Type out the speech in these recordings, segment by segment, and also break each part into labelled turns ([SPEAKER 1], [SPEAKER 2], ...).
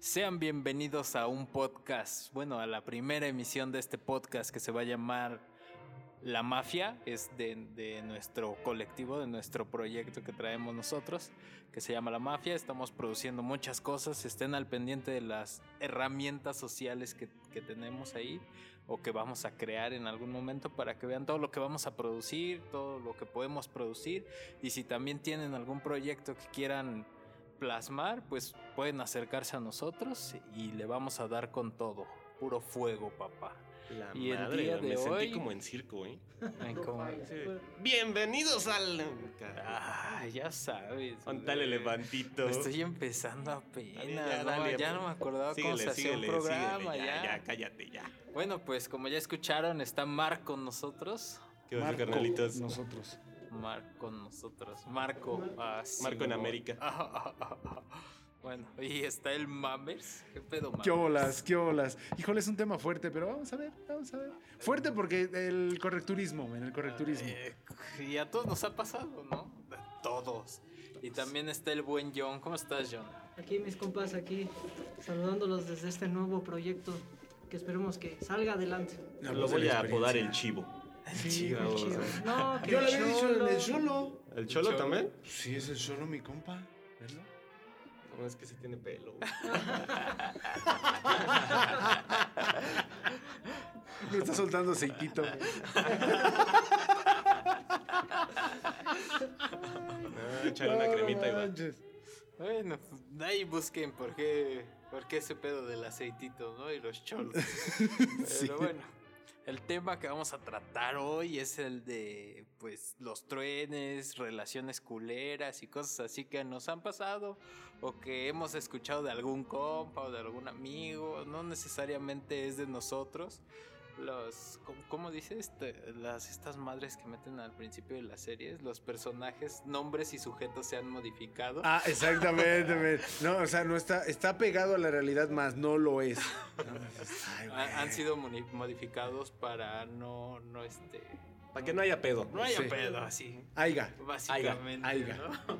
[SPEAKER 1] Sean bienvenidos a un podcast, bueno, a la primera emisión de este podcast que se va a llamar La Mafia, es de, de nuestro colectivo, de nuestro proyecto que traemos nosotros, que se llama La Mafia. Estamos produciendo muchas cosas, estén al pendiente de las herramientas sociales que, que tenemos ahí o que vamos a crear en algún momento para que vean todo lo que vamos a producir, todo lo que podemos producir y si también tienen algún proyecto que quieran plasmar, pues pueden acercarse a nosotros y le vamos a dar con todo. Puro fuego, papá.
[SPEAKER 2] La
[SPEAKER 1] Y el
[SPEAKER 2] madre,
[SPEAKER 1] día
[SPEAKER 2] güey,
[SPEAKER 1] de
[SPEAKER 2] me
[SPEAKER 1] hoy-
[SPEAKER 2] sentí como en circo, ¿eh?
[SPEAKER 1] Ay, como-
[SPEAKER 2] Sí. Bienvenidos al...
[SPEAKER 1] Ah, ya sabes.
[SPEAKER 2] Con tal
[SPEAKER 1] güey.
[SPEAKER 2] elefantito.
[SPEAKER 1] Estoy empezando apenas.
[SPEAKER 2] Dale, ya,
[SPEAKER 1] no,
[SPEAKER 2] dale, pues,
[SPEAKER 1] ya no me acordaba cómo se hacía un programa.
[SPEAKER 2] síguele, ¿eh? ya,
[SPEAKER 1] ya.
[SPEAKER 2] ya, cállate, ya.
[SPEAKER 1] Bueno, pues como ya escucharon, está Marc con nosotros.
[SPEAKER 2] ¿Qué onda,
[SPEAKER 3] Marco,
[SPEAKER 2] carnalitos?
[SPEAKER 3] Nosotros.
[SPEAKER 1] Marc con nosotros. Marco. ah, sí,
[SPEAKER 2] Marco en
[SPEAKER 1] no.
[SPEAKER 2] América.
[SPEAKER 1] Bueno, y está el Mammers. ¿Qué pedo, Mammers?
[SPEAKER 3] ¿Qué olas? ¿Qué olas? Híjole, es un tema fuerte, pero vamos a ver, vamos a ver. Fuerte porque el correcturismo, en el correcturismo.
[SPEAKER 1] Eh, y a todos nos ha pasado, ¿no? A todos. Y también está el buen John. ¿Cómo estás, John?
[SPEAKER 4] Aquí mis compas, aquí saludándolos desde este nuevo proyecto que esperemos que salga adelante.
[SPEAKER 3] La
[SPEAKER 2] Lo
[SPEAKER 3] voz de
[SPEAKER 2] voy
[SPEAKER 3] la
[SPEAKER 2] a apodar
[SPEAKER 3] experiencia.
[SPEAKER 2] el chivo.
[SPEAKER 3] Sí,
[SPEAKER 2] Chivo,
[SPEAKER 3] güey.
[SPEAKER 2] o sea.
[SPEAKER 4] No, que
[SPEAKER 3] Yo le había
[SPEAKER 4] cholo.
[SPEAKER 3] dicho en el solo.
[SPEAKER 2] ¿El cholo,
[SPEAKER 1] Cholo.
[SPEAKER 2] también?
[SPEAKER 3] Sí, es el solo, mi compa. ¿Verlo?
[SPEAKER 2] No, es que sí tiene pelo. güey.
[SPEAKER 3] Le está soltando sequito.
[SPEAKER 2] Ah, échale una cremita y va.
[SPEAKER 1] Bueno, pues, ahí busquen por qué, por qué ese pedo del aceitito, ¿no? Y los cholos. Pero
[SPEAKER 3] Sí.
[SPEAKER 1] bueno, el tema que vamos a tratar hoy es el de, pues, los truenes, relaciones culeras y cosas así que nos han pasado o que hemos escuchado de algún compa o de algún amigo. No necesariamente es de nosotros. Los, ¿cómo- ¿cómo dice este? Las, estas madres que meten al principio de las series, los personajes, nombres y sujetos se han modificado.
[SPEAKER 3] Ah, exactamente. men. No, o sea, no está, está pegado a la realidad más, no lo es. Ay, güey.
[SPEAKER 1] Ha- han sido moni- modificados para no, no este.
[SPEAKER 2] Para que no haya pedo.
[SPEAKER 1] No haya
[SPEAKER 3] Sí.
[SPEAKER 1] pedo así.
[SPEAKER 3] Aiga.
[SPEAKER 1] Básicamente.
[SPEAKER 3] aiga.
[SPEAKER 1] ¿no?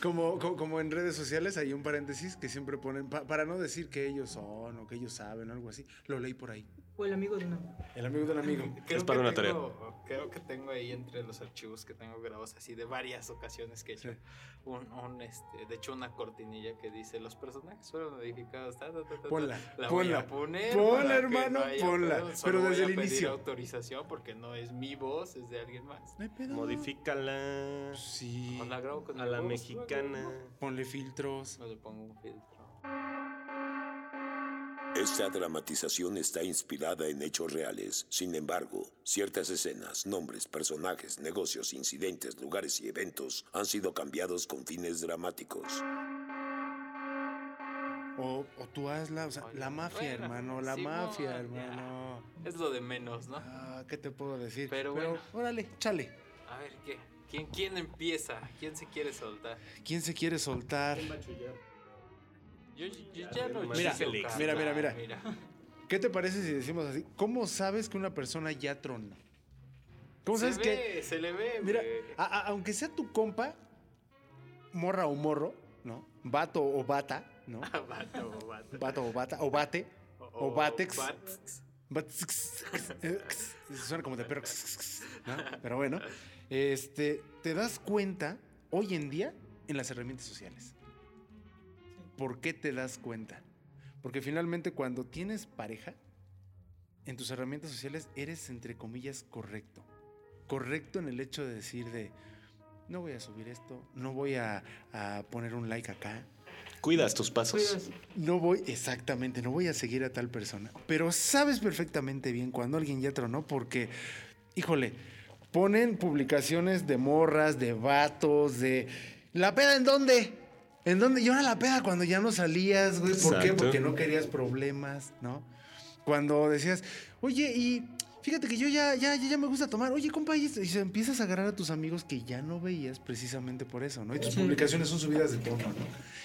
[SPEAKER 3] Como, co- como en redes sociales hay un paréntesis que siempre ponen pa- para no decir que ellos son o que ellos saben o algo así. Lo leí por ahí.
[SPEAKER 4] O el amigo de una.
[SPEAKER 3] El amigo del amigo.
[SPEAKER 1] Creo
[SPEAKER 2] para
[SPEAKER 1] que
[SPEAKER 2] una tarea.
[SPEAKER 1] tengo- Creo que tengo ahí entre los archivos que tengo grabados así de varias ocasiones que he hecho
[SPEAKER 3] Sí.
[SPEAKER 1] un, un, este, de hecho una cortinilla que dice los personajes fueron modificados. ta, ta, ta, ta, ta".
[SPEAKER 3] Ponla,
[SPEAKER 1] La voy
[SPEAKER 3] ponla.
[SPEAKER 1] a poner.
[SPEAKER 3] Ponla,
[SPEAKER 1] para que
[SPEAKER 3] hermano,
[SPEAKER 1] haya
[SPEAKER 3] ponla.
[SPEAKER 1] pedo. Solo
[SPEAKER 3] Pero
[SPEAKER 1] voy
[SPEAKER 3] desde
[SPEAKER 1] a
[SPEAKER 3] el
[SPEAKER 1] pedir
[SPEAKER 3] inicio.
[SPEAKER 1] autorización porque no es mi voz, es de alguien más.
[SPEAKER 3] No hay pedo.
[SPEAKER 2] Modifícala
[SPEAKER 3] Sí.
[SPEAKER 1] O la grabo con
[SPEAKER 2] a
[SPEAKER 1] mi
[SPEAKER 2] la
[SPEAKER 1] voz,
[SPEAKER 2] mexicana.
[SPEAKER 3] Ponle filtros.
[SPEAKER 1] No le pongo un filtro.
[SPEAKER 5] Esta dramatización está inspirada en hechos reales. Sin embargo, ciertas escenas, nombres, personajes, negocios, incidentes, lugares y eventos han sido cambiados con fines dramáticos.
[SPEAKER 3] O, o tú hazla. O sea,
[SPEAKER 1] Oye,
[SPEAKER 3] la mafia,
[SPEAKER 1] bueno,
[SPEAKER 3] hermano. La
[SPEAKER 1] Simón,
[SPEAKER 3] mafia,
[SPEAKER 1] ya.
[SPEAKER 3] hermano.
[SPEAKER 1] Es lo de menos, ¿no?
[SPEAKER 3] Ah, ¿qué te puedo decir?
[SPEAKER 1] Pero bueno.
[SPEAKER 3] órale, chale.
[SPEAKER 1] A ver, ¿qué? ¿Quién, ¿Quién empieza? ¿Quién se quiere soltar?
[SPEAKER 3] ¿Quién se quiere soltar?
[SPEAKER 1] Yo, yo ya lo
[SPEAKER 2] Mira,
[SPEAKER 1] hice,
[SPEAKER 2] Félix.
[SPEAKER 1] cara.
[SPEAKER 3] Mira, mira, mira.
[SPEAKER 1] mira.
[SPEAKER 3] ¿Qué te parece si decimos así? ¿Cómo sabes que una persona ya tronó? ¿Cómo sabes
[SPEAKER 1] se
[SPEAKER 3] que.?
[SPEAKER 1] ve, se le ve,
[SPEAKER 3] Mira,
[SPEAKER 1] güey.
[SPEAKER 3] a- a- aunque sea tu compa, morra o morro, ¿no? Vato o bata, ¿no?
[SPEAKER 1] Ah, Vato, vato.
[SPEAKER 3] Vato o bata, o bate. O Batex.
[SPEAKER 1] Batex.
[SPEAKER 3] bat- eh, Suena como de perro, ¿no? Pero bueno, este, te das cuenta hoy en día en las herramientas sociales. ¿Por qué te das cuenta? Porque finalmente cuando tienes pareja, en tus herramientas sociales eres, entre comillas, correcto. Correcto en el hecho de decir de, no voy a subir esto, no voy a, a poner un like acá,
[SPEAKER 2] Cuidas tus pasos.
[SPEAKER 4] Cuidas.
[SPEAKER 3] no voy, exactamente, no voy a seguir a tal persona. Pero sabes perfectamente bien cuando alguien ya tronó porque, híjole, ponen publicaciones de morras, de vatos, de... ¿La peda en dónde? ¿En dónde? Y ahora la peda cuando ya no salías, güey. ¿Por qué?
[SPEAKER 2] Exacto.
[SPEAKER 3] Porque no querías problemas, ¿no? Cuando decías, oye, y Fíjate que yo ya, ya, ya, ya me gusta tomar. Oye, compa, y, esto- y se empiezas a agarrar a tus amigos que ya no veías precisamente por eso, ¿no? Y tus
[SPEAKER 4] Sí.
[SPEAKER 3] publicaciones son subidas de tono, ¿no?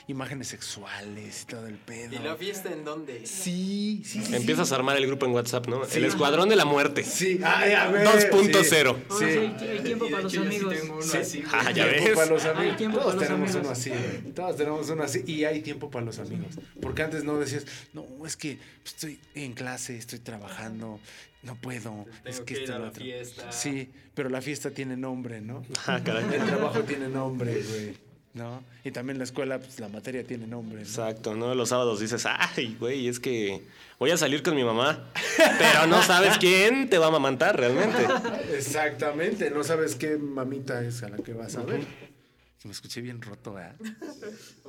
[SPEAKER 3] Imágenes sexuales y todo el pedo.
[SPEAKER 1] ¿Y la fiesta en dónde?
[SPEAKER 3] Sí, sí, sí.
[SPEAKER 2] Empiezas
[SPEAKER 3] sí.
[SPEAKER 2] a armar el grupo en WhatsApp, ¿no?
[SPEAKER 3] Sí.
[SPEAKER 2] El Escuadrón de la Muerte.
[SPEAKER 3] Sí, ah, ya, güey,
[SPEAKER 2] 2.0.
[SPEAKER 4] Ahora sí,
[SPEAKER 3] Sí.
[SPEAKER 4] hay, hay tiempo para los amigos.
[SPEAKER 1] Sí.
[SPEAKER 2] Ah, ya
[SPEAKER 3] Hay tiempo
[SPEAKER 2] ves.
[SPEAKER 3] para los
[SPEAKER 4] Hay
[SPEAKER 3] amigos.
[SPEAKER 4] tiempo
[SPEAKER 3] Todos
[SPEAKER 4] para los
[SPEAKER 3] tenemos
[SPEAKER 4] amigos.
[SPEAKER 3] uno así, güey. Todos tenemos uno así. Y hay tiempo para los amigos. Porque antes no decías, no, es que pues, estoy en clase, estoy trabajando, no puedo. es
[SPEAKER 1] Tengo
[SPEAKER 3] que,
[SPEAKER 1] que ir
[SPEAKER 3] esto
[SPEAKER 1] a
[SPEAKER 3] lo
[SPEAKER 1] la
[SPEAKER 3] otro".
[SPEAKER 1] fiesta.
[SPEAKER 3] Sí, pero la fiesta tiene nombre, ¿no?
[SPEAKER 2] Ah, caray.
[SPEAKER 3] El trabajo tiene nombre, güey. ¿No? Y también la escuela, pues la materia tiene nombre. ¿no?
[SPEAKER 2] Exacto, ¿no? Los sábados dices, ay, güey, es que voy a salir con mi mamá, pero no sabes quién te va a amamantar realmente.
[SPEAKER 3] Exactamente, no sabes qué mamita es a la que vas a ver. Me escuché bien roto, ¿verdad?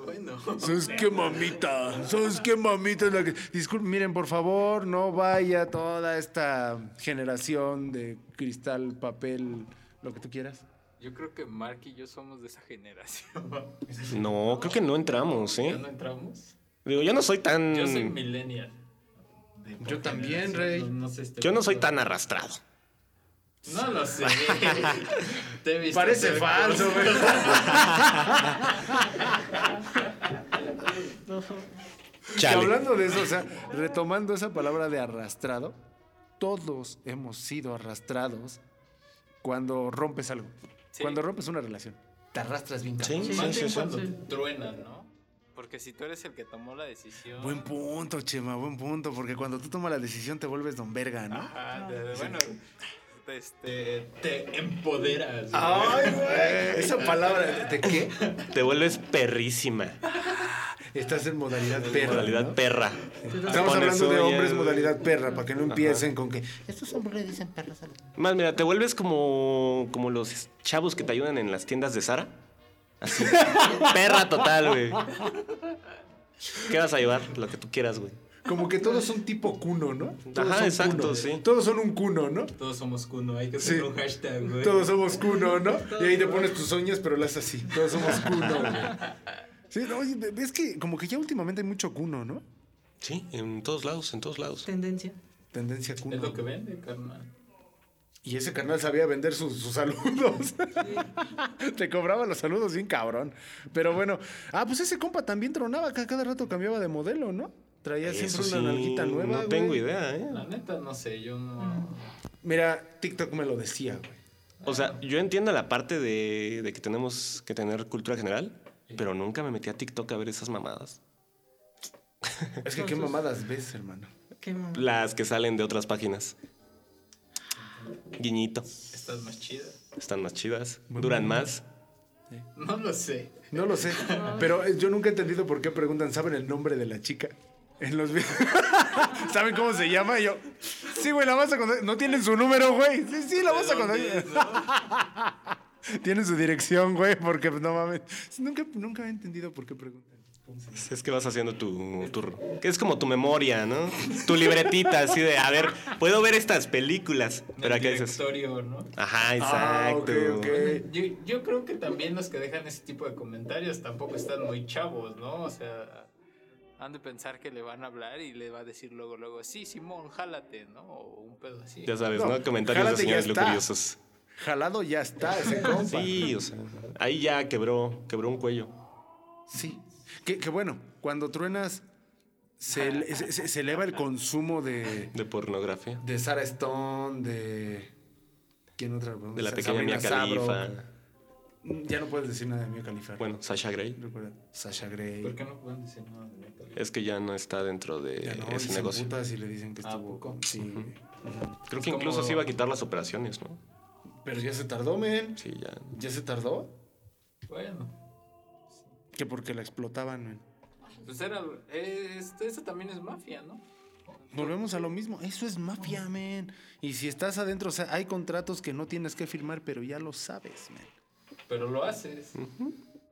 [SPEAKER 1] Bueno.
[SPEAKER 3] ¿Sabes qué mamita? ¿Sabes qué mamita es la que.? Disculpen, miren, por favor, no vaya toda esta generación de cristal, papel, lo que tú quieras.
[SPEAKER 1] Yo creo que Mark y yo somos de esa generación.
[SPEAKER 2] No, creo que no entramos, Mm.
[SPEAKER 1] ¿Ya
[SPEAKER 2] ¿eh?
[SPEAKER 1] no entramos?
[SPEAKER 2] Digo, yo no soy tan...
[SPEAKER 1] Yo soy millennial.
[SPEAKER 3] Yo también, rey.
[SPEAKER 1] No, no sé este
[SPEAKER 2] Yo no soy
[SPEAKER 1] punto.
[SPEAKER 2] tan arrastrado.
[SPEAKER 1] No lo sé. Te he visto
[SPEAKER 3] Parece
[SPEAKER 1] hacer
[SPEAKER 3] falso, güey.
[SPEAKER 4] No,
[SPEAKER 3] Y
[SPEAKER 2] Chale.
[SPEAKER 3] hablando de eso, o sea, retomando esa palabra de arrastrado, todos hemos sido arrastrados cuando rompes algo.
[SPEAKER 1] Sí.
[SPEAKER 3] Cuando rompes una relación. Te arrastras bien. cabrón.
[SPEAKER 2] Sí,
[SPEAKER 1] cosas.
[SPEAKER 4] Sí,
[SPEAKER 1] Más
[SPEAKER 2] sí,
[SPEAKER 1] bien
[SPEAKER 2] sí.
[SPEAKER 1] cuando
[SPEAKER 4] sí.
[SPEAKER 1] truena, ¿no? Porque si tú eres el que tomó la decisión.
[SPEAKER 3] Buen punto, Chema, buen punto, porque cuando tú tomas la decisión te vuelves don verga, ¿no?
[SPEAKER 1] Ajá, de- de- bueno. Este, te empoderas.
[SPEAKER 3] Ah.
[SPEAKER 1] güey.
[SPEAKER 3] Ay, güey. Esa palabra, ¿de qué?
[SPEAKER 2] Te vuelves perrísima.
[SPEAKER 3] Estás en modalidad perra.
[SPEAKER 2] modalidad
[SPEAKER 3] ¿no?
[SPEAKER 2] perra.
[SPEAKER 3] Estamos
[SPEAKER 2] Pones
[SPEAKER 3] hablando de
[SPEAKER 2] uñas.
[SPEAKER 3] hombres modalidad perra, para que no empiecen con que. Estos hombres dicen perros.
[SPEAKER 2] Más, mira, te vuelves como, como los chavos que te ayudan en las tiendas de Sara. Así. perra total, güey. ¿Qué vas a llevar? Lo que tú quieras, güey.
[SPEAKER 3] Como que todos son tipo cuno, ¿no? Todos
[SPEAKER 2] Ajá,
[SPEAKER 3] son
[SPEAKER 2] exacto,
[SPEAKER 3] cuno.
[SPEAKER 2] sí.
[SPEAKER 3] Todos son un cuno, ¿no?
[SPEAKER 1] Todos somos cuno, hay que
[SPEAKER 3] Sí.
[SPEAKER 1] hacer un hashtag, güey.
[SPEAKER 3] Todos somos cuno, ¿no? Y ahí te pones tus uñas, pero las así. Todos somos cuno, güey. Sí, no, oye, es que como que ya últimamente hay mucho cuno, ¿no?
[SPEAKER 2] Sí, en todos lados, en todos lados.
[SPEAKER 4] tendencia.
[SPEAKER 3] Tendencia cuno.
[SPEAKER 1] Es lo que vende, carnal.
[SPEAKER 3] Y ese canal sabía vender sus, sus saludos. Te cobraba los saludos bien cabrón. Pero bueno, ah, pues ese compa también tronaba, ca- cada rato cambiaba de modelo, ¿no? Traía siempre una
[SPEAKER 2] sí,
[SPEAKER 3] nalguita nueva.
[SPEAKER 2] No
[SPEAKER 3] güey.
[SPEAKER 2] tengo idea, ¿eh?
[SPEAKER 1] La neta, no sé, yo no.
[SPEAKER 3] Mira, TikTok me lo decía, güey.
[SPEAKER 2] O sea, yo entiendo la parte de, de que tenemos que tener cultura general, pero nunca me metí a TikTok a ver esas mamadas.
[SPEAKER 3] Es que qué mamadas ves, hermano.
[SPEAKER 4] Qué mamá.
[SPEAKER 2] Las que salen de otras páginas. Guiñito.
[SPEAKER 1] Estás más chida.
[SPEAKER 2] Están más chidas, duran más.
[SPEAKER 1] No lo sé.
[SPEAKER 3] No lo sé, pero eh, yo nunca he entendido por qué preguntan, ¿saben el nombre de la chica? En los videos. ¿Saben cómo se llama? Y yo, sí, güey, la vas a conocer. No tienen su número, güey. Sí, sí, la vas a
[SPEAKER 1] ¿Dónde
[SPEAKER 3] conocer.
[SPEAKER 1] es, no?
[SPEAKER 3] Tienen su dirección, güey, porque pues, no mames. Nunca, nunca he entendido por qué preguntan.
[SPEAKER 2] Es que vas haciendo tu, tu- que Es como tu memoria, ¿no? Tu libretita, así de, a ver, puedo ver estas películas. Pero
[SPEAKER 1] El
[SPEAKER 2] acá dices.
[SPEAKER 1] directorio, ¿no?
[SPEAKER 2] Ajá,
[SPEAKER 3] Ah,
[SPEAKER 2] exacto.
[SPEAKER 3] ok, ok.
[SPEAKER 1] Yo, yo creo que también los que dejan ese tipo de comentarios tampoco están muy chavos, ¿no? O sea, han de pensar que le van a hablar y le va a decir luego, luego, sí, Simón, jálate, ¿no? O un pedo así.
[SPEAKER 2] Ya sabes, ¿no?
[SPEAKER 3] No,
[SPEAKER 2] Comentarios de
[SPEAKER 3] jálate, ya
[SPEAKER 2] señores
[SPEAKER 3] está.
[SPEAKER 2] locuriosos.
[SPEAKER 3] Jalado ya está ese compa.
[SPEAKER 2] Sí, o sea, ahí ya quebró, quebró un cuello.
[SPEAKER 3] Sí. Que, que bueno, cuando truenas, se, ele- se- se- se eleva el consumo de,
[SPEAKER 2] De pornografía.
[SPEAKER 3] de Sarah Stone, de. ¿Quién otra?
[SPEAKER 2] De la
[SPEAKER 3] Sa-
[SPEAKER 2] pequeña Mia
[SPEAKER 3] Sabrina Sabro. Mm,
[SPEAKER 2] Khalifa.
[SPEAKER 3] Ya no puedes decir nada de Mia Khalifa.
[SPEAKER 2] Bueno, Sasha Grey.
[SPEAKER 3] Recuerda, Sasha Grey.
[SPEAKER 1] ¿Por qué no pueden decir nada de neta?
[SPEAKER 2] Es que ya no está dentro de
[SPEAKER 3] Ya no, y
[SPEAKER 2] Eh, ese
[SPEAKER 3] se
[SPEAKER 2] negocio.
[SPEAKER 3] emputa si le dicen que
[SPEAKER 1] Ah,
[SPEAKER 3] estuvo.
[SPEAKER 1] ¿poco?
[SPEAKER 3] Sí.
[SPEAKER 2] Creo
[SPEAKER 1] Es
[SPEAKER 2] que incluso
[SPEAKER 1] como-
[SPEAKER 2] se iba a quitar las operaciones, ¿no?
[SPEAKER 3] Pero ya se tardó, men.
[SPEAKER 2] Sí, ya.
[SPEAKER 3] Ya se tardó.
[SPEAKER 1] Bueno,
[SPEAKER 3] Que porque la explotaban, men.
[SPEAKER 1] pues era. eh, este- eso también es mafia, ¿no?
[SPEAKER 3] Volvemos a lo mismo. Eso es mafia, men. Y si estás adentro, o sea, hay contratos que no tienes que firmar, pero ya lo sabes, men.
[SPEAKER 1] Pero lo haces.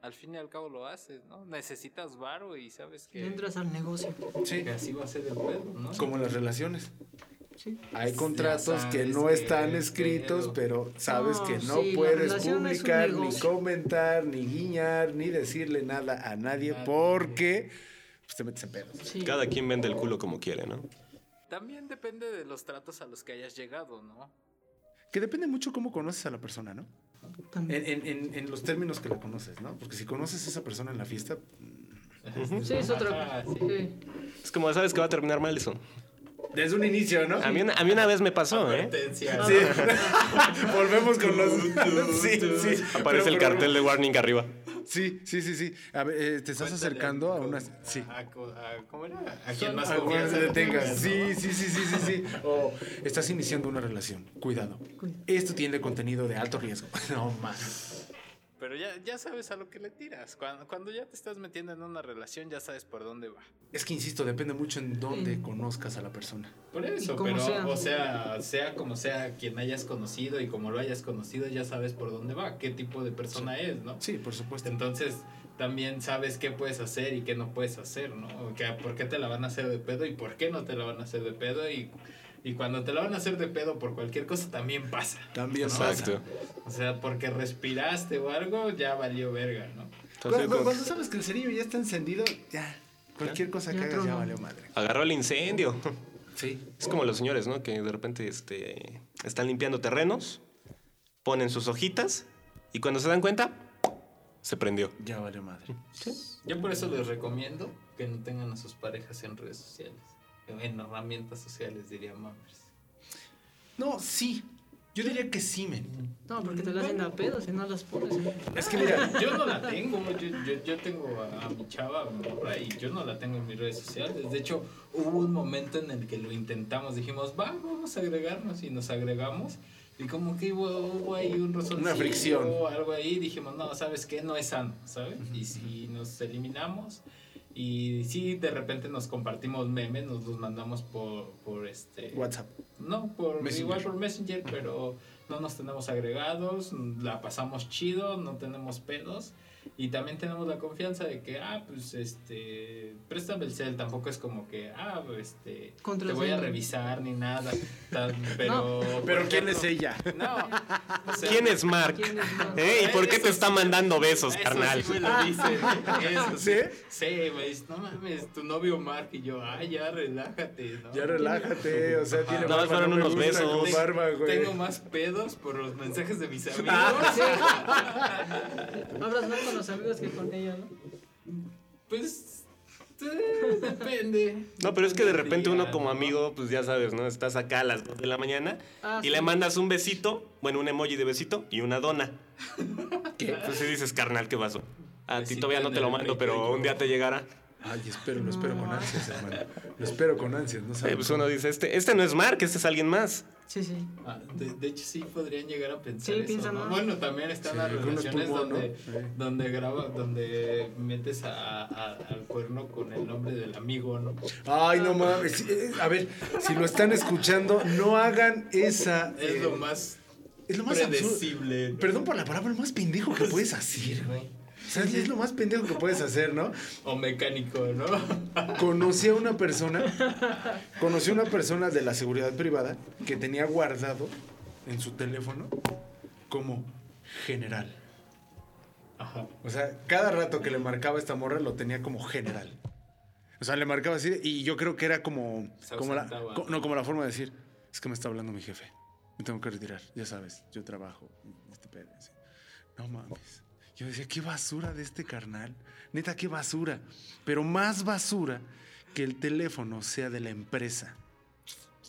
[SPEAKER 1] Al fin y al cabo lo haces, ¿no? Necesitas varo y sabes que.
[SPEAKER 4] Le entras al negocio.
[SPEAKER 3] Sí.
[SPEAKER 1] que así va a ser el pedo, ¿no?
[SPEAKER 3] Como las relaciones.
[SPEAKER 4] Sí.
[SPEAKER 3] Hay contratos que
[SPEAKER 1] sabes
[SPEAKER 3] no
[SPEAKER 1] que
[SPEAKER 3] están
[SPEAKER 1] el
[SPEAKER 3] escritos,
[SPEAKER 1] pedo.
[SPEAKER 3] pero sabes
[SPEAKER 4] No,
[SPEAKER 3] que no
[SPEAKER 4] sí, la
[SPEAKER 3] puedes
[SPEAKER 4] relación es un
[SPEAKER 3] publicar, ni
[SPEAKER 4] negocio.
[SPEAKER 3] comentar, ni guiñar, ni decirle nada a nadie, porque pues, te metes en pedos.
[SPEAKER 4] Sí.
[SPEAKER 2] Cada quien vende el culo como quiere, ¿no?
[SPEAKER 6] También depende de los tratos a los que hayas llegado, ¿no?
[SPEAKER 3] Que depende mucho cómo conoces a la persona, ¿no?
[SPEAKER 4] También.
[SPEAKER 3] En, en- en- en los términos que la conoces, ¿no? Porque si conoces a esa persona en la fiesta,
[SPEAKER 4] Sí, es otra. Sí.
[SPEAKER 2] Es como, sabes que va a terminar mal eso.
[SPEAKER 3] desde un inicio, ¿no?
[SPEAKER 2] A mí, una- a mí una vez me pasó, ¿eh?
[SPEAKER 1] Advertencia.
[SPEAKER 3] Sí. Volvemos con los. sí, sí.
[SPEAKER 2] Aparece el
[SPEAKER 3] Pero-
[SPEAKER 2] cartel de warning arriba.
[SPEAKER 3] Sí, sí, sí, sí. A ver, eh, te estás acercando a unas. Sí.
[SPEAKER 1] A, co- a- ¿Cómo era? A quien más
[SPEAKER 3] A cual
[SPEAKER 1] confianza
[SPEAKER 3] se
[SPEAKER 1] le
[SPEAKER 3] detenga.
[SPEAKER 1] tengas,
[SPEAKER 3] Sí, sí, sí, sí, sí, sí. O estás iniciando una relación. Cuidado.
[SPEAKER 4] Cuidado.
[SPEAKER 3] Esto tiene contenido de alto riesgo. No más.
[SPEAKER 6] Pero ya, ya sabes a lo que le tiras. Cuando, cuando ya te estás metiendo en una relación, ya sabes por dónde va.
[SPEAKER 3] Es que insisto, depende mucho en dónde
[SPEAKER 4] Sí.
[SPEAKER 3] conozcas a la persona.
[SPEAKER 1] Por
[SPEAKER 4] Y
[SPEAKER 1] eso,
[SPEAKER 4] como
[SPEAKER 1] pero
[SPEAKER 4] sea.
[SPEAKER 1] o sea, sea como sea quien hayas conocido y como lo hayas conocido, ya sabes por dónde va, qué tipo de persona es, ¿no?
[SPEAKER 3] Sí, por supuesto.
[SPEAKER 1] Entonces también sabes qué puedes hacer y qué no puedes hacer, ¿no? O que, ¿Por qué te la van a hacer de pedo y por qué no te la van a hacer de pedo? Y, y cuando te la van a hacer de pedo por cualquier cosa también pasa.
[SPEAKER 3] También
[SPEAKER 2] Exacto.
[SPEAKER 1] O sea, porque respiraste o algo, ya valió verga, ¿no?
[SPEAKER 2] Entonces,
[SPEAKER 3] cuando,
[SPEAKER 2] como-
[SPEAKER 3] cuando sabes que el cerillo ya está encendido, ya. Cualquier cosa que
[SPEAKER 4] Ya
[SPEAKER 3] hagas ya
[SPEAKER 4] tronó.
[SPEAKER 3] valió madre.
[SPEAKER 2] agarró el incendio.
[SPEAKER 3] Sí.
[SPEAKER 2] Es como los señores, ¿no? Que de repente este, están limpiando terrenos, ponen sus hojitas y cuando se dan cuenta, se prendió.
[SPEAKER 3] Ya valió madre.
[SPEAKER 1] Yo por eso les recomiendo que no tengan a sus parejas en redes sociales. En herramientas sociales, diría Mammers.
[SPEAKER 3] No, sí. Yo diría que sí, men.
[SPEAKER 4] No, porque te la hacen a pedo, si no las pones.
[SPEAKER 3] Mm. Es que mira,
[SPEAKER 1] Yo no la tengo, yo, yo, yo tengo a, a mi chava por ahí, yo no la tengo en mis redes sociales. De hecho, hubo un momento en el que lo intentamos, dijimos, "Va, vamos a agregarnos y nos agregamos. Y como que hubo, hubo ahí un razón
[SPEAKER 3] Una fricción.
[SPEAKER 1] algo ahí, dijimos, no, ¿sabes qué? No es sano, ¿sabes? Y si nos eliminamos y sí, de repente nos compartimos memes, nos los mandamos por, por este...
[SPEAKER 3] WhatsApp.
[SPEAKER 1] No, por
[SPEAKER 3] Messenger.
[SPEAKER 1] igual por Messenger, pero no nos tenemos agregados, la pasamos chido, no tenemos pedos y también tenemos la confianza de que ah, pues este, préstame el cel, tampoco es como que ah, este, te voy a
[SPEAKER 4] Contraseña.
[SPEAKER 1] revisar ni nada, tan- pero
[SPEAKER 3] Pero
[SPEAKER 1] por
[SPEAKER 3] ¿quién es
[SPEAKER 1] ejemplo,
[SPEAKER 3] ella?
[SPEAKER 1] No. o sea,
[SPEAKER 2] ¿Quién es Mark?
[SPEAKER 4] ¿Quién es Mark?
[SPEAKER 2] ¿Eh? ¿Y por qué te está mandando besos,
[SPEAKER 1] eso
[SPEAKER 2] carnal?
[SPEAKER 1] Sí, me lo dicen. Eso
[SPEAKER 3] ¿Sí?
[SPEAKER 1] Sí, me dice, no mames, tu novio Mark y yo, ah, ya relájate, ¿no?
[SPEAKER 3] Ya relájate, o sea, tiene
[SPEAKER 2] Nada más
[SPEAKER 3] barba,
[SPEAKER 2] fueron
[SPEAKER 3] no me
[SPEAKER 2] unos
[SPEAKER 3] gusta
[SPEAKER 2] besos.
[SPEAKER 3] con barba, güey. Ah.
[SPEAKER 1] Tengo más pedos por los mensajes de mis amigos.
[SPEAKER 4] Hablas más con los amigos que con ella, ¿no?
[SPEAKER 1] Pues eh, depende.
[SPEAKER 2] No, pero es que de
[SPEAKER 1] Depende
[SPEAKER 2] repente
[SPEAKER 1] del
[SPEAKER 2] uno
[SPEAKER 1] día,
[SPEAKER 2] como
[SPEAKER 1] ¿no?
[SPEAKER 2] amigo, pues ya sabes, ¿no? Estás acá a las 2 de la mañana
[SPEAKER 4] Ah,
[SPEAKER 2] y
[SPEAKER 4] sí.
[SPEAKER 2] le mandas un besito, bueno, un emoji de besito y una dona. ¿Qué? Entonces dices, carnal, ¿qué pasó? A ti
[SPEAKER 1] Besito
[SPEAKER 2] todavía no
[SPEAKER 1] en
[SPEAKER 2] te lo
[SPEAKER 1] el
[SPEAKER 2] mando,
[SPEAKER 1] recto
[SPEAKER 2] pero
[SPEAKER 1] yo.
[SPEAKER 2] un día te llegará.
[SPEAKER 3] Ay, espero, lo espero con ansias, hermano. Lo espero con ansias, no
[SPEAKER 2] Eh,
[SPEAKER 3] sabes.
[SPEAKER 2] pues uno dice, este, este no es Mark, este es alguien más.
[SPEAKER 4] Sí, sí.
[SPEAKER 1] Ah, de, de hecho, sí podrían llegar a pensar.
[SPEAKER 4] Sí,
[SPEAKER 1] eso,
[SPEAKER 4] piensan
[SPEAKER 1] ¿no?
[SPEAKER 4] más.
[SPEAKER 1] Bueno, también están
[SPEAKER 3] Sí,
[SPEAKER 1] las
[SPEAKER 3] con los
[SPEAKER 1] relaciones
[SPEAKER 3] pulmón, ¿no?
[SPEAKER 1] donde,
[SPEAKER 3] Sí.
[SPEAKER 1] donde graba, donde metes a, a- al cuerno con el nombre del amigo, ¿no?
[SPEAKER 3] Ay, no mames. Sí, eh, A ver, si lo están escuchando, no hagan esa. eh,
[SPEAKER 1] Es lo más,
[SPEAKER 3] es lo más absurdo.
[SPEAKER 1] predecible. ¿no?
[SPEAKER 3] Perdón por la palabra, lo más pendejo que puedes hacer, güey. O sea, es lo más pendejo que puedes hacer, ¿no?
[SPEAKER 1] O mecánico, ¿no?
[SPEAKER 3] Conocí a una persona, conocí a una persona de la seguridad privada que tenía guardado en su teléfono como general.
[SPEAKER 1] Ajá.
[SPEAKER 3] O sea, cada rato que le marcaba esta morra lo tenía como general. O sea, le marcaba así y yo creo que era como,
[SPEAKER 1] Se
[SPEAKER 3] como la,
[SPEAKER 1] ausentaba.
[SPEAKER 3] co- no como la forma de decir, es que me está hablando mi jefe, me tengo que retirar, ya sabes, yo trabajo, este pedo", así. No mames. Yo decía, qué basura de este carnal. Neta, qué basura. Pero más basura que el teléfono sea de la empresa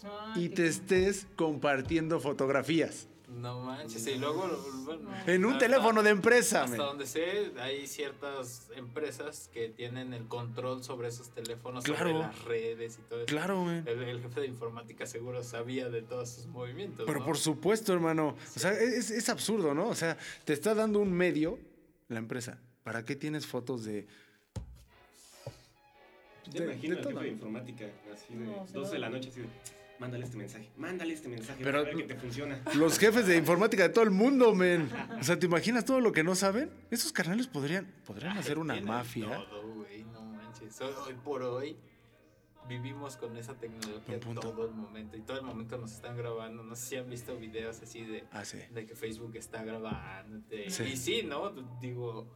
[SPEAKER 4] Ay,
[SPEAKER 3] y
[SPEAKER 4] qué-
[SPEAKER 3] te estés compartiendo fotografías
[SPEAKER 1] No manches. Y luego, bueno,
[SPEAKER 3] en un
[SPEAKER 1] hasta-
[SPEAKER 3] teléfono de empresa.
[SPEAKER 1] Hasta
[SPEAKER 3] men.
[SPEAKER 1] donde sé, hay ciertas empresas que tienen el control sobre esos teléfonos,
[SPEAKER 3] Claro.
[SPEAKER 1] sobre las redes y todo eso.
[SPEAKER 3] Claro, men.
[SPEAKER 1] El, el jefe de informática seguro sabía de todos sus movimientos.
[SPEAKER 3] Pero
[SPEAKER 1] ¿no?
[SPEAKER 3] por supuesto, hermano. O sea, es, es absurdo, ¿no? O sea, te está dando un medio la empresa. ¿Para qué tienes fotos de.? de- de todo?
[SPEAKER 2] informática, así
[SPEAKER 4] de No, se 12 de la
[SPEAKER 2] noche, así de, mándale este mensaje, mándale este mensaje,
[SPEAKER 3] Pero- para ver
[SPEAKER 2] te funciona.
[SPEAKER 3] Los jefes de informática de todo el mundo, men. O sea, ¿te imaginas todo lo que no saben? Esos carnales podrían, podrían hacer una
[SPEAKER 1] Tienen
[SPEAKER 3] mafia.
[SPEAKER 1] Todo, güey, no manches. Hoy, hoy por hoy vivimos con esa tecnología
[SPEAKER 3] Buen punto.
[SPEAKER 1] todo el momento. Y todo el momento nos están grabando. No sé si han visto videos así de,
[SPEAKER 3] Ah, sí.
[SPEAKER 1] de que Facebook está grabando.
[SPEAKER 3] Sí.
[SPEAKER 1] Y sí, ¿no? Digo,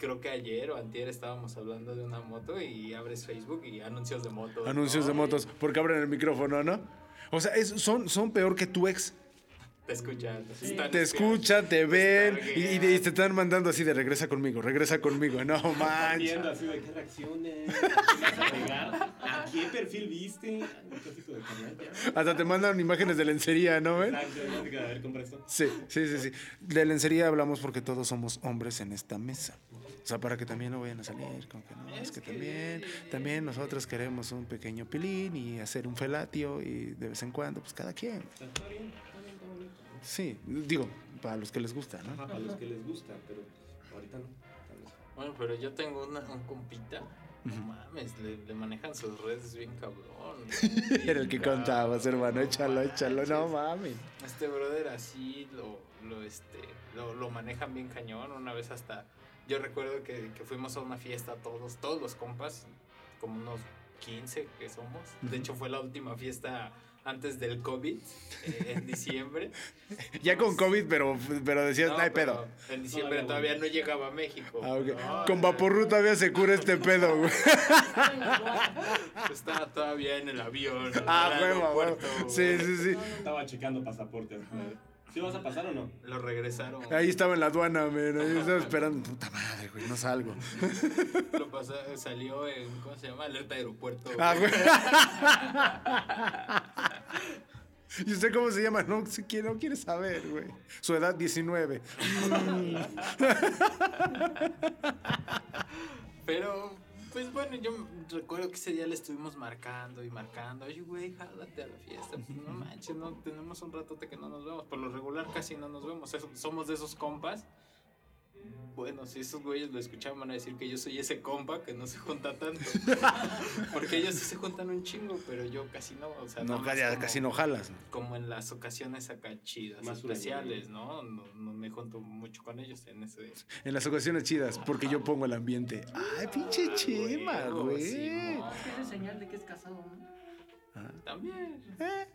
[SPEAKER 1] Creo que ayer o antier estábamos hablando de una moto y abres Facebook y anuncios de motos.
[SPEAKER 3] Anuncios
[SPEAKER 1] ¿no?
[SPEAKER 3] de motos, porque abren el micrófono, ¿no? O sea, es- son, son peor que tu ex.
[SPEAKER 1] Te escuchan.
[SPEAKER 3] Te escuchan, te ven y, y te- y te están mandando así de regresa conmigo, regresa conmigo. No manches.
[SPEAKER 7] Viendo así de qué reacciones, ¿Qué vas a pegar? ¿A qué perfil viste? Ah, Un trocito de canal, ya.
[SPEAKER 3] Hasta te mandan imágenes de lencería, ¿no? ven?
[SPEAKER 7] Exacto, yo creo que, a ver, compra esto.
[SPEAKER 3] Sí, sí, sí, sí. De lencería hablamos porque todos somos hombres en esta mesa. O sea, para que también no vayan a salir, como que no, es que también, también nosotros queremos un pequeño pilín y hacer un felatio y de vez en cuando, pues cada quien.
[SPEAKER 7] Está bien, está bien, está bonito.
[SPEAKER 3] Sí, digo, para los que les gusta, ¿no?
[SPEAKER 7] Ajá, para los que les gusta, pero ahorita no. tal vez.
[SPEAKER 1] Bueno, pero yo tengo una, un compita. No mames, le, le manejan sus redes bien cabrón. bien
[SPEAKER 3] Era el que
[SPEAKER 1] cabrón,
[SPEAKER 3] contabas, hermano,
[SPEAKER 1] no
[SPEAKER 3] échalo, échalo, no
[SPEAKER 1] manches.
[SPEAKER 3] mames.
[SPEAKER 1] Este brother así lo, lo, este, lo, lo manejan bien cañón. Una vez hasta. Yo recuerdo que, que fuimos a una fiesta todos, todos los compas, como unos 15 que somos. De hecho, fue la última fiesta antes del COVID, eh, en diciembre.
[SPEAKER 3] Ya con COVID, pero, pero decías, no hay
[SPEAKER 1] pero
[SPEAKER 3] pedo.
[SPEAKER 1] En diciembre
[SPEAKER 7] Todavía
[SPEAKER 1] todavía no llegaba a México.
[SPEAKER 3] Ah, ok.
[SPEAKER 1] No,
[SPEAKER 3] Con Vaporru todavía se cura este pedo, güey.
[SPEAKER 1] Estaba todavía en el avión. en
[SPEAKER 3] Ah,
[SPEAKER 1] el
[SPEAKER 3] huevo, huevo.
[SPEAKER 1] aeropuerto,
[SPEAKER 3] Sí,
[SPEAKER 1] güey.
[SPEAKER 3] sí, sí.
[SPEAKER 7] Estaba checando pasaportes. ¿Sí vas a pasar o no?
[SPEAKER 1] Lo regresaron.
[SPEAKER 3] Ahí estaba en la aduana, men. Ahí estaba esperando. Puta madre, güey, no salgo.
[SPEAKER 1] Lo pasó- salió en, ¿cómo se llama? Alerta aeropuerto.
[SPEAKER 3] Ah,
[SPEAKER 1] güey.
[SPEAKER 3] güey. ¿Y usted cómo se llama? No, sé quién, no quiere saber, güey. Su edad 19.
[SPEAKER 1] Pero, pues bueno, yo recuerdo que ese día le estuvimos marcando y marcando. Oye, güey, jálate a la fiesta. Pues, no manches, no, tenemos un ratote que no nos vemos. Por lo regular casi no nos vemos. Es- somos de esos compas. Bueno, si esos güeyes lo escuchaban van a decir que yo soy ese compa que no se junta tanto. Porque ellos sí se juntan un chingo, pero yo casi no. O sea,
[SPEAKER 3] No,
[SPEAKER 1] nada más
[SPEAKER 3] casi,
[SPEAKER 1] como-
[SPEAKER 3] casi no jalas.
[SPEAKER 1] como en las ocasiones acá chidas,
[SPEAKER 7] Más
[SPEAKER 1] especiales, ¿no? ¿no? no me junto mucho con ellos en ese.
[SPEAKER 3] En las ocasiones chidas, porque yo pongo el ambiente. Ay, pinche
[SPEAKER 1] Ah,
[SPEAKER 3] chima,
[SPEAKER 1] huevo,
[SPEAKER 3] güey.
[SPEAKER 1] Simón.
[SPEAKER 4] Es señal de que es casado, ¿no?
[SPEAKER 1] También.
[SPEAKER 3] Ah, eh.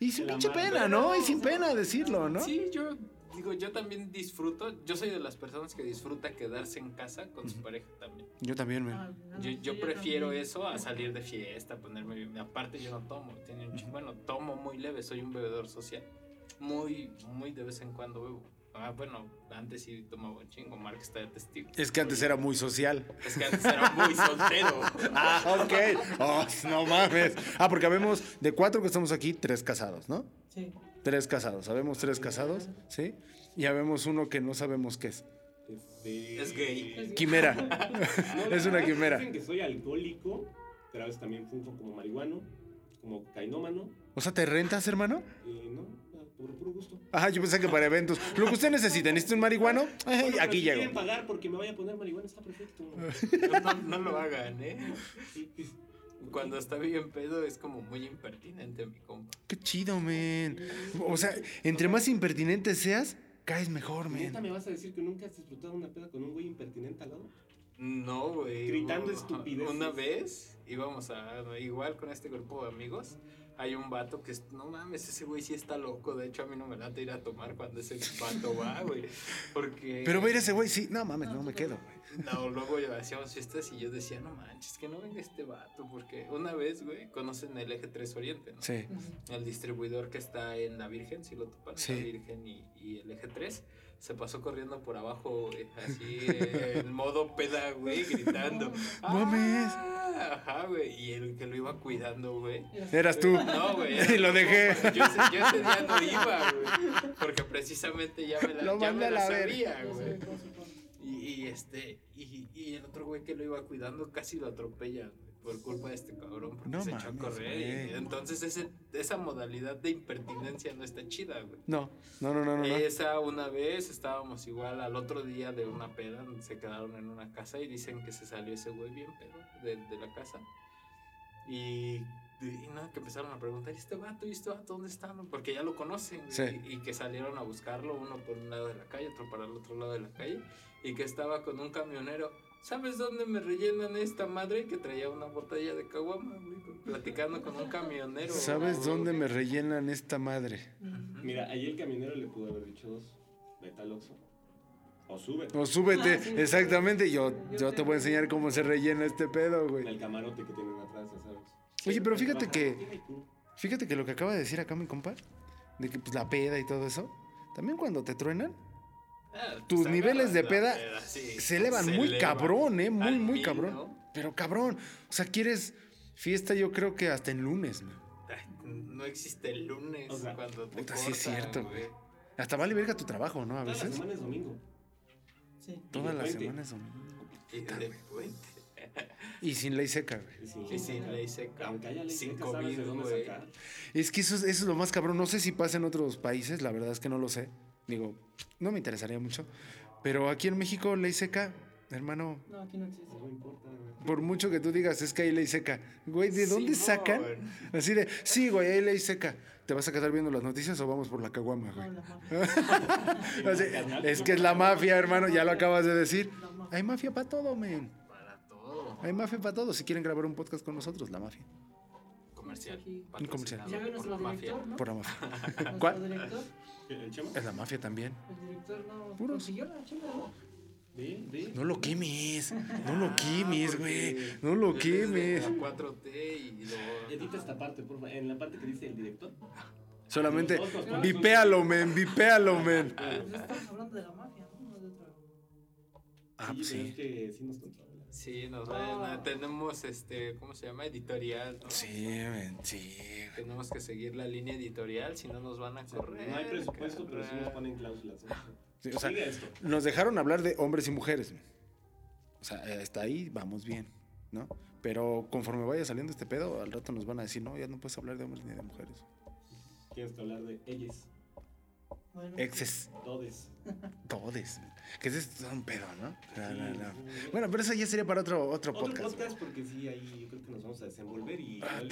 [SPEAKER 3] Y sin
[SPEAKER 7] La
[SPEAKER 3] pinche
[SPEAKER 7] madre.
[SPEAKER 3] pena, ¿no? Y sin pena decirlo, ¿no?
[SPEAKER 1] Sí, yo digo, yo también disfruto. Yo soy de las personas que disfruta quedarse en casa con su pareja también.
[SPEAKER 3] Yo también, men.
[SPEAKER 4] Ah, no,
[SPEAKER 1] Yo,
[SPEAKER 4] sí,
[SPEAKER 1] yo prefiero
[SPEAKER 4] también.
[SPEAKER 1] eso a salir de fiesta, ponerme bien. Aparte, yo no tomo. Tiene un chingo- Bueno, tomo muy leve, soy un bebedor social. Muy, muy de vez en cuando bebo. Ah, bueno, antes sí tomaba un chingo, Mark está de testigo.
[SPEAKER 3] Es que antes era muy social.
[SPEAKER 1] Es que antes era muy soltero.
[SPEAKER 3] Ah, ok. Oh, no mames. Ah, porque habemos de cuatro que estamos aquí, tres casados, ¿no?
[SPEAKER 4] Sí.
[SPEAKER 3] Tres casados. Sabemos tres casados, ¿sí? Y habemos uno que no sabemos qué es.
[SPEAKER 7] Este-
[SPEAKER 1] Es gay.
[SPEAKER 3] Quimera.
[SPEAKER 7] No, la
[SPEAKER 3] Es una
[SPEAKER 7] verdad,
[SPEAKER 3] quimera.
[SPEAKER 7] Dicen que soy alcohólico, pero a veces también funjo como marihuano, como cainómano.
[SPEAKER 3] O sea, ¿te rentas, hermano?
[SPEAKER 7] Eh, no, por puro gusto.
[SPEAKER 3] Ajá, Ah, yo pensé que para eventos. Lo que usted necesita, ¿necesita un marihuano? Ay,
[SPEAKER 7] Bueno, pero
[SPEAKER 3] aquí
[SPEAKER 7] si quieren
[SPEAKER 3] llego.
[SPEAKER 7] pagar porque me voy a poner marihuana, está perfecto.
[SPEAKER 1] No, no lo hagan, ¿eh?
[SPEAKER 7] Sí, sí.
[SPEAKER 1] Cuando está bien pedo es como muy impertinente mi compa.
[SPEAKER 3] Qué chido, men. O sea, entre más impertinente seas, caes mejor,
[SPEAKER 7] ¿Neta me
[SPEAKER 3] men.
[SPEAKER 7] vas a decir que nunca has disfrutado una peda con un güey impertinente al lado?
[SPEAKER 1] No, güey.
[SPEAKER 7] Gritando
[SPEAKER 1] hubo-
[SPEAKER 7] estupideces.
[SPEAKER 1] Una vez íbamos a. Igual con este grupo de amigos. Hay un vato que. es- No mames, ese güey sí está loco. De hecho, a mí no me late ir a tomar cuando ese vato va, güey. Porque.
[SPEAKER 3] Pero ver ese güey, sí. No mames, no me quedo, güey.
[SPEAKER 1] No, luego yo hacíamos fiestas y yo decía, no manches, que no venga este vato. Porque una vez, güey, conocen el eje 3 Oriente, ¿no?
[SPEAKER 3] Sí.
[SPEAKER 1] El distribuidor que está en la Virgen, si lo topan,
[SPEAKER 3] Sí.
[SPEAKER 1] la Virgen y, y el eje 3, se pasó corriendo por abajo, eh, así eh, en modo peda, güey, gritando.
[SPEAKER 3] Mames.
[SPEAKER 1] "Ah", Ajá, güey. Y el que lo iba cuidando, güey.
[SPEAKER 3] Eras tú.
[SPEAKER 1] No, güey.
[SPEAKER 3] Y lo dejé.
[SPEAKER 1] Yo ese, yo ese día no iba, güey. Porque precisamente ya me la,
[SPEAKER 3] Lo
[SPEAKER 1] ya
[SPEAKER 3] mandé
[SPEAKER 1] me
[SPEAKER 3] a
[SPEAKER 1] la
[SPEAKER 3] la verga.
[SPEAKER 1] sabía, Ah, güey.
[SPEAKER 4] Yo soy con- con-
[SPEAKER 1] Y, y este, y, y el otro güey que lo iba cuidando casi lo atropella güey, por culpa de este cabrón porque
[SPEAKER 3] No
[SPEAKER 1] se echó a
[SPEAKER 3] mames,
[SPEAKER 1] correr.
[SPEAKER 3] güey.
[SPEAKER 1] y entonces ese, esa modalidad de impertinencia no está chida, güey.
[SPEAKER 3] No, no, no, no, no. no.
[SPEAKER 1] Esa una vez estábamos igual al otro día de una peda, se quedaron en una casa y dicen que se salió ese güey bien pedo de, de la casa. Y, y nada, que empezaron a preguntar, ¿y este vato? ¿Y este vato dónde están? Porque ya lo conocen. güey,
[SPEAKER 3] Sí.
[SPEAKER 1] Y, y que salieron a buscarlo, uno por un lado de la calle, otro para el otro lado de la calle. Y que estaba con un camionero. ¿Sabes dónde me rellenan esta madre? Que traía una botella de caguama, güey, platicando con un camionero.
[SPEAKER 3] ¿Sabes
[SPEAKER 1] güey.
[SPEAKER 3] dónde me rellenan esta madre?
[SPEAKER 7] Mira, ahí el camionero le pudo haber dicho dos. Vete al Oxxo. O sube.
[SPEAKER 3] O súbete,
[SPEAKER 4] Ah, sí.
[SPEAKER 3] exactamente. Yo,
[SPEAKER 4] Yo
[SPEAKER 3] yo te
[SPEAKER 4] te-
[SPEAKER 3] voy a enseñar cómo se rellena este pedo, güey.
[SPEAKER 7] El camarote que tienen atrás, ya sabes.
[SPEAKER 3] Oye, pero fíjate que,
[SPEAKER 7] Tiene tú.
[SPEAKER 3] fíjate que lo que acaba de decir acá mi compa, de que pues la peda y todo eso, también cuando te truenan,
[SPEAKER 1] Ah,
[SPEAKER 3] Tus niveles de peda se elevan muy cabrón, eh, muy, muy cabrón. Pero cabrón, o sea, quieres fiesta yo creo que hasta en lunes, ¿no?
[SPEAKER 1] No existe el lunes
[SPEAKER 7] O sea,
[SPEAKER 1] cuando te
[SPEAKER 3] puta, sí es
[SPEAKER 1] cortan,
[SPEAKER 3] cierto,
[SPEAKER 1] güey.
[SPEAKER 3] Hasta vale verga tu trabajo, ¿no? A
[SPEAKER 7] Toda la
[SPEAKER 3] veces.
[SPEAKER 7] semana es domingo.
[SPEAKER 4] Sí.
[SPEAKER 3] Todas las
[SPEAKER 7] puente.
[SPEAKER 3] semanas son...
[SPEAKER 1] Y de puente.
[SPEAKER 3] Y sin ley seca, güey.
[SPEAKER 7] Sí,
[SPEAKER 1] Y sin ley seca.
[SPEAKER 7] Aunque haya ley
[SPEAKER 1] Sin
[SPEAKER 7] seca, sabes de
[SPEAKER 1] COVID,
[SPEAKER 7] dónde
[SPEAKER 1] güey.
[SPEAKER 7] sacar.
[SPEAKER 3] Es que eso es, eso es lo más cabrón. No sé si pasa en otros países, la verdad es que no lo sé. Digo, no me interesaría mucho. Pero aquí en México, ley seca, hermano,
[SPEAKER 4] No, aquí no existe.
[SPEAKER 7] No importa. güey.
[SPEAKER 3] por mucho que tú digas, es que hay ley seca. Güey, ¿de dónde
[SPEAKER 1] Simón.
[SPEAKER 3] sacan? Así de, sí, güey, hay ley seca. ¿Te vas a quedar viendo las noticias o vamos por la caguama,
[SPEAKER 4] No,
[SPEAKER 3] güey?
[SPEAKER 4] la mafia.
[SPEAKER 3] Así, es que es la mafia, hermano, ya lo acabas de decir.
[SPEAKER 4] La mafia.
[SPEAKER 3] Hay mafia para todo, men.
[SPEAKER 1] Para todo.
[SPEAKER 3] Hay mafia para todo. Si quieren grabar un podcast con nosotros, la mafia.
[SPEAKER 1] Comercial.
[SPEAKER 4] Aquí. Un
[SPEAKER 1] patrocinado
[SPEAKER 4] Ya ve
[SPEAKER 1] por
[SPEAKER 4] nuestro
[SPEAKER 1] la mafia.
[SPEAKER 4] director, ¿no?
[SPEAKER 3] Por la mafia.
[SPEAKER 4] Nuestro
[SPEAKER 3] ¿Cuál?
[SPEAKER 4] director.
[SPEAKER 7] ¿El Chema?
[SPEAKER 3] Es la mafia también.
[SPEAKER 4] El director no
[SPEAKER 3] Puros.
[SPEAKER 4] consiguió la chela, ¿no?
[SPEAKER 7] Ve, ve.
[SPEAKER 3] No lo quemes. No lo
[SPEAKER 1] Ah,
[SPEAKER 3] quemes,
[SPEAKER 1] porque
[SPEAKER 3] güey. No lo
[SPEAKER 1] él es de
[SPEAKER 3] quemes.
[SPEAKER 1] la 4T y lo.
[SPEAKER 7] Edita esta parte, por favor. En la parte que dice el director.
[SPEAKER 3] Solamente
[SPEAKER 7] Nosotros ponemos-
[SPEAKER 3] vipéalo, men. Vipéalo, men.
[SPEAKER 4] Pues
[SPEAKER 2] Ah,
[SPEAKER 4] estamos hablando de la mafia, ¿no? No de otra.
[SPEAKER 3] Ah, pues
[SPEAKER 7] pero es
[SPEAKER 3] sí.
[SPEAKER 7] que sí nos controla.
[SPEAKER 1] Sí, nos vayan
[SPEAKER 7] Oh.
[SPEAKER 1] a- Tenemos este. ¿Cómo se llama? Editorial. ¿no?
[SPEAKER 3] Sí, men. Sí.
[SPEAKER 1] Tenemos que seguir la línea editorial, si no nos van a correr.
[SPEAKER 7] No hay presupuesto, pero sí nos
[SPEAKER 1] carnal.
[SPEAKER 7] ponen cláusulas. ¿eh?
[SPEAKER 3] Sí, o sea,
[SPEAKER 7] Sigue esto.
[SPEAKER 3] nos dejaron hablar de hombres y mujeres. men. O sea, eh, hasta ahí vamos bien, ¿no? Pero conforme vaya saliendo este pedo, al rato nos van a decir, no, ya no puedes hablar de hombres ni de mujeres.
[SPEAKER 7] Tienes que hablar de ellas,
[SPEAKER 4] Bueno,
[SPEAKER 3] Exes.
[SPEAKER 7] todes.
[SPEAKER 3] Todes. Que ese es un pedo, ¿no? La, la, la.
[SPEAKER 7] Sí.
[SPEAKER 3] Bueno, pero eso ya sería para otro,
[SPEAKER 7] Otro
[SPEAKER 3] otro podcast.
[SPEAKER 7] podcast, porque sí, ahí yo creo que nos vamos a desenvolver y igual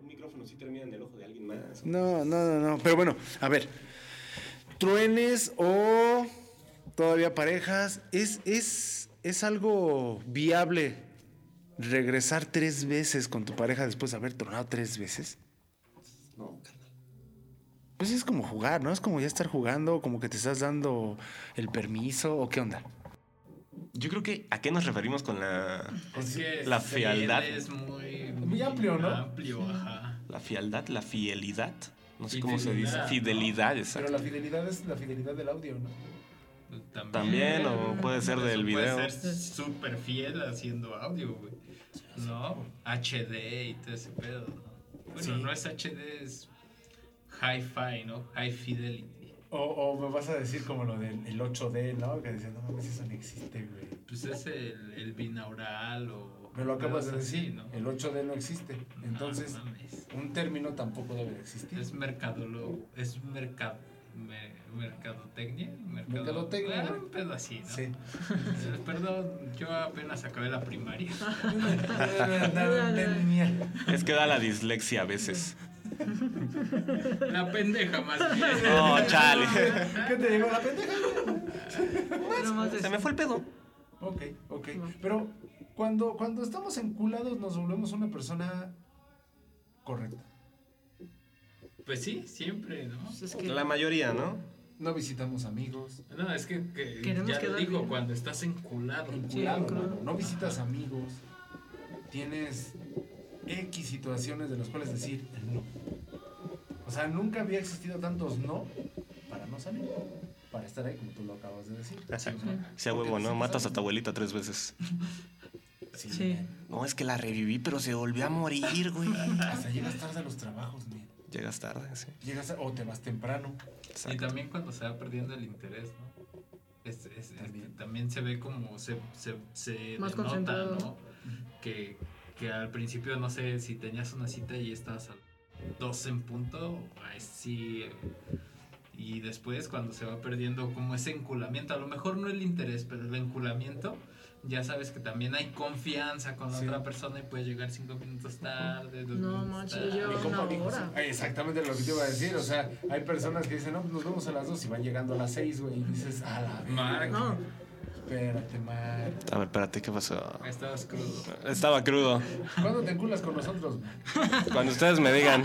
[SPEAKER 7] un micrófono sí termina en el ojo de alguien más.
[SPEAKER 3] No, no, no, no. Pero bueno, a ver. Truenes o todavía parejas. Es, es, es algo viable regresar tres veces con tu pareja después de haber tronado tres veces.
[SPEAKER 7] No, carnal.
[SPEAKER 3] Pues es como jugar, ¿no? Es como ya estar jugando, como que te estás dando el permiso o qué onda.
[SPEAKER 2] Yo creo que a qué nos referimos con la,
[SPEAKER 1] Es que
[SPEAKER 2] la
[SPEAKER 1] sí,
[SPEAKER 2] fialdad.
[SPEAKER 1] Es muy,
[SPEAKER 8] Muy amplio, ¿no?
[SPEAKER 1] Amplio, ajá.
[SPEAKER 2] La fialdad, la fidelidad. No sé cómo se dice.
[SPEAKER 1] Fidelidad, ¿no?
[SPEAKER 2] Fidelidad,
[SPEAKER 8] Pero
[SPEAKER 2] exacto.
[SPEAKER 8] la fidelidad es la fidelidad del audio, ¿no?
[SPEAKER 1] También, pues,
[SPEAKER 2] También, o puede ser del video.
[SPEAKER 1] Puede ser súper fiel haciendo audio, güey. No, HD y todo ese pedo. ¿no? Bueno, no es HD, es hi-fi, ¿no? High fidelity.
[SPEAKER 8] O, o me vas a decir como lo del el 8D, ¿no? Que dicen, no mames, eso no existe, güey.
[SPEAKER 1] Pues es el, el binaural o.
[SPEAKER 8] Me lo acabas de
[SPEAKER 1] pedos así,
[SPEAKER 8] decir,
[SPEAKER 1] ¿no? Ah,
[SPEAKER 8] el 8D no existe. Entonces,
[SPEAKER 1] No mames.
[SPEAKER 8] un término tampoco debe de existir.
[SPEAKER 1] Es mercadólogo, es mercad, me- mercadotecnia, mercado-
[SPEAKER 8] Mercadotecnia.
[SPEAKER 1] Ah, un pedo así, ¿no? Eh,
[SPEAKER 8] Sí.
[SPEAKER 1] Perdón, yo apenas acabé la primaria.
[SPEAKER 8] Ah,
[SPEAKER 2] Es que da la dislexia a veces.
[SPEAKER 1] La pendeja más bien.
[SPEAKER 2] No, chale.
[SPEAKER 8] ¿Qué te digo? La pendeja.
[SPEAKER 4] era más de-
[SPEAKER 2] Se me fue el pedo.
[SPEAKER 8] Ok, ok. Pero cuando, cuando estamos enculados nos volvemos una persona correcta.
[SPEAKER 1] Pues sí, siempre, ¿no?
[SPEAKER 4] Pues es que
[SPEAKER 2] La mayoría, ¿no?
[SPEAKER 8] No visitamos amigos.
[SPEAKER 1] No, es que, que
[SPEAKER 4] Queremos
[SPEAKER 1] ya lo
[SPEAKER 4] quedar
[SPEAKER 1] digo,
[SPEAKER 4] bien.
[SPEAKER 1] cuando estás enculado.
[SPEAKER 8] Enculado,
[SPEAKER 4] claro.
[SPEAKER 8] mano, No visitas amigos. Tienes X situaciones de las cuales decir no. O sea, nunca había existido tantos no para no salir. Para estar ahí, como tú lo acabas de decir.
[SPEAKER 2] Sea huevo, ¿no? Matas a tu abuelita tres veces.
[SPEAKER 8] Sí.
[SPEAKER 4] Sí.
[SPEAKER 8] man.
[SPEAKER 2] No, es que la reviví, pero se volvió a morir, güey.
[SPEAKER 8] Hasta llegas tarde a los trabajos, man.
[SPEAKER 2] Llegas tarde, sí.
[SPEAKER 8] Llegas a- o te vas temprano.
[SPEAKER 1] Y
[SPEAKER 2] Exacto.
[SPEAKER 1] también cuando se va perdiendo el interés, ¿no? Es- es- es-
[SPEAKER 8] También.
[SPEAKER 1] también. se ve como se, se, se
[SPEAKER 4] Más
[SPEAKER 1] denota,
[SPEAKER 4] concentrado.
[SPEAKER 1] ¿no? Que, que al principio, no sé, si tenías una cita y estabas a dos en punto, ahí sí. eh, Y después cuando se va perdiendo como ese enculamiento, a lo mejor no el interés, pero el enculamiento, ya sabes que también hay confianza con la
[SPEAKER 8] Sí.
[SPEAKER 1] otra persona y puedes llegar cinco minutos tarde. dos
[SPEAKER 4] No,
[SPEAKER 1] minutos
[SPEAKER 4] manches,
[SPEAKER 1] tarde.
[SPEAKER 4] yo-
[SPEAKER 8] Mi compa
[SPEAKER 4] Una
[SPEAKER 8] dijo,
[SPEAKER 4] hora.
[SPEAKER 8] "Ay, Exactamente lo que te iba a decir. O sea, hay personas que dicen, no, pues nos vemos a las 2 y van llegando a las 6, güey. Y dices, a la verga".
[SPEAKER 1] Marca.
[SPEAKER 4] No,
[SPEAKER 8] Espérate, man.
[SPEAKER 2] A ver, espérate, ¿qué pasó?
[SPEAKER 1] Estabas crudo.
[SPEAKER 2] Estaba crudo.
[SPEAKER 8] ¿Cuándo te enculas con nosotros, man?
[SPEAKER 2] Cuando ustedes me digan,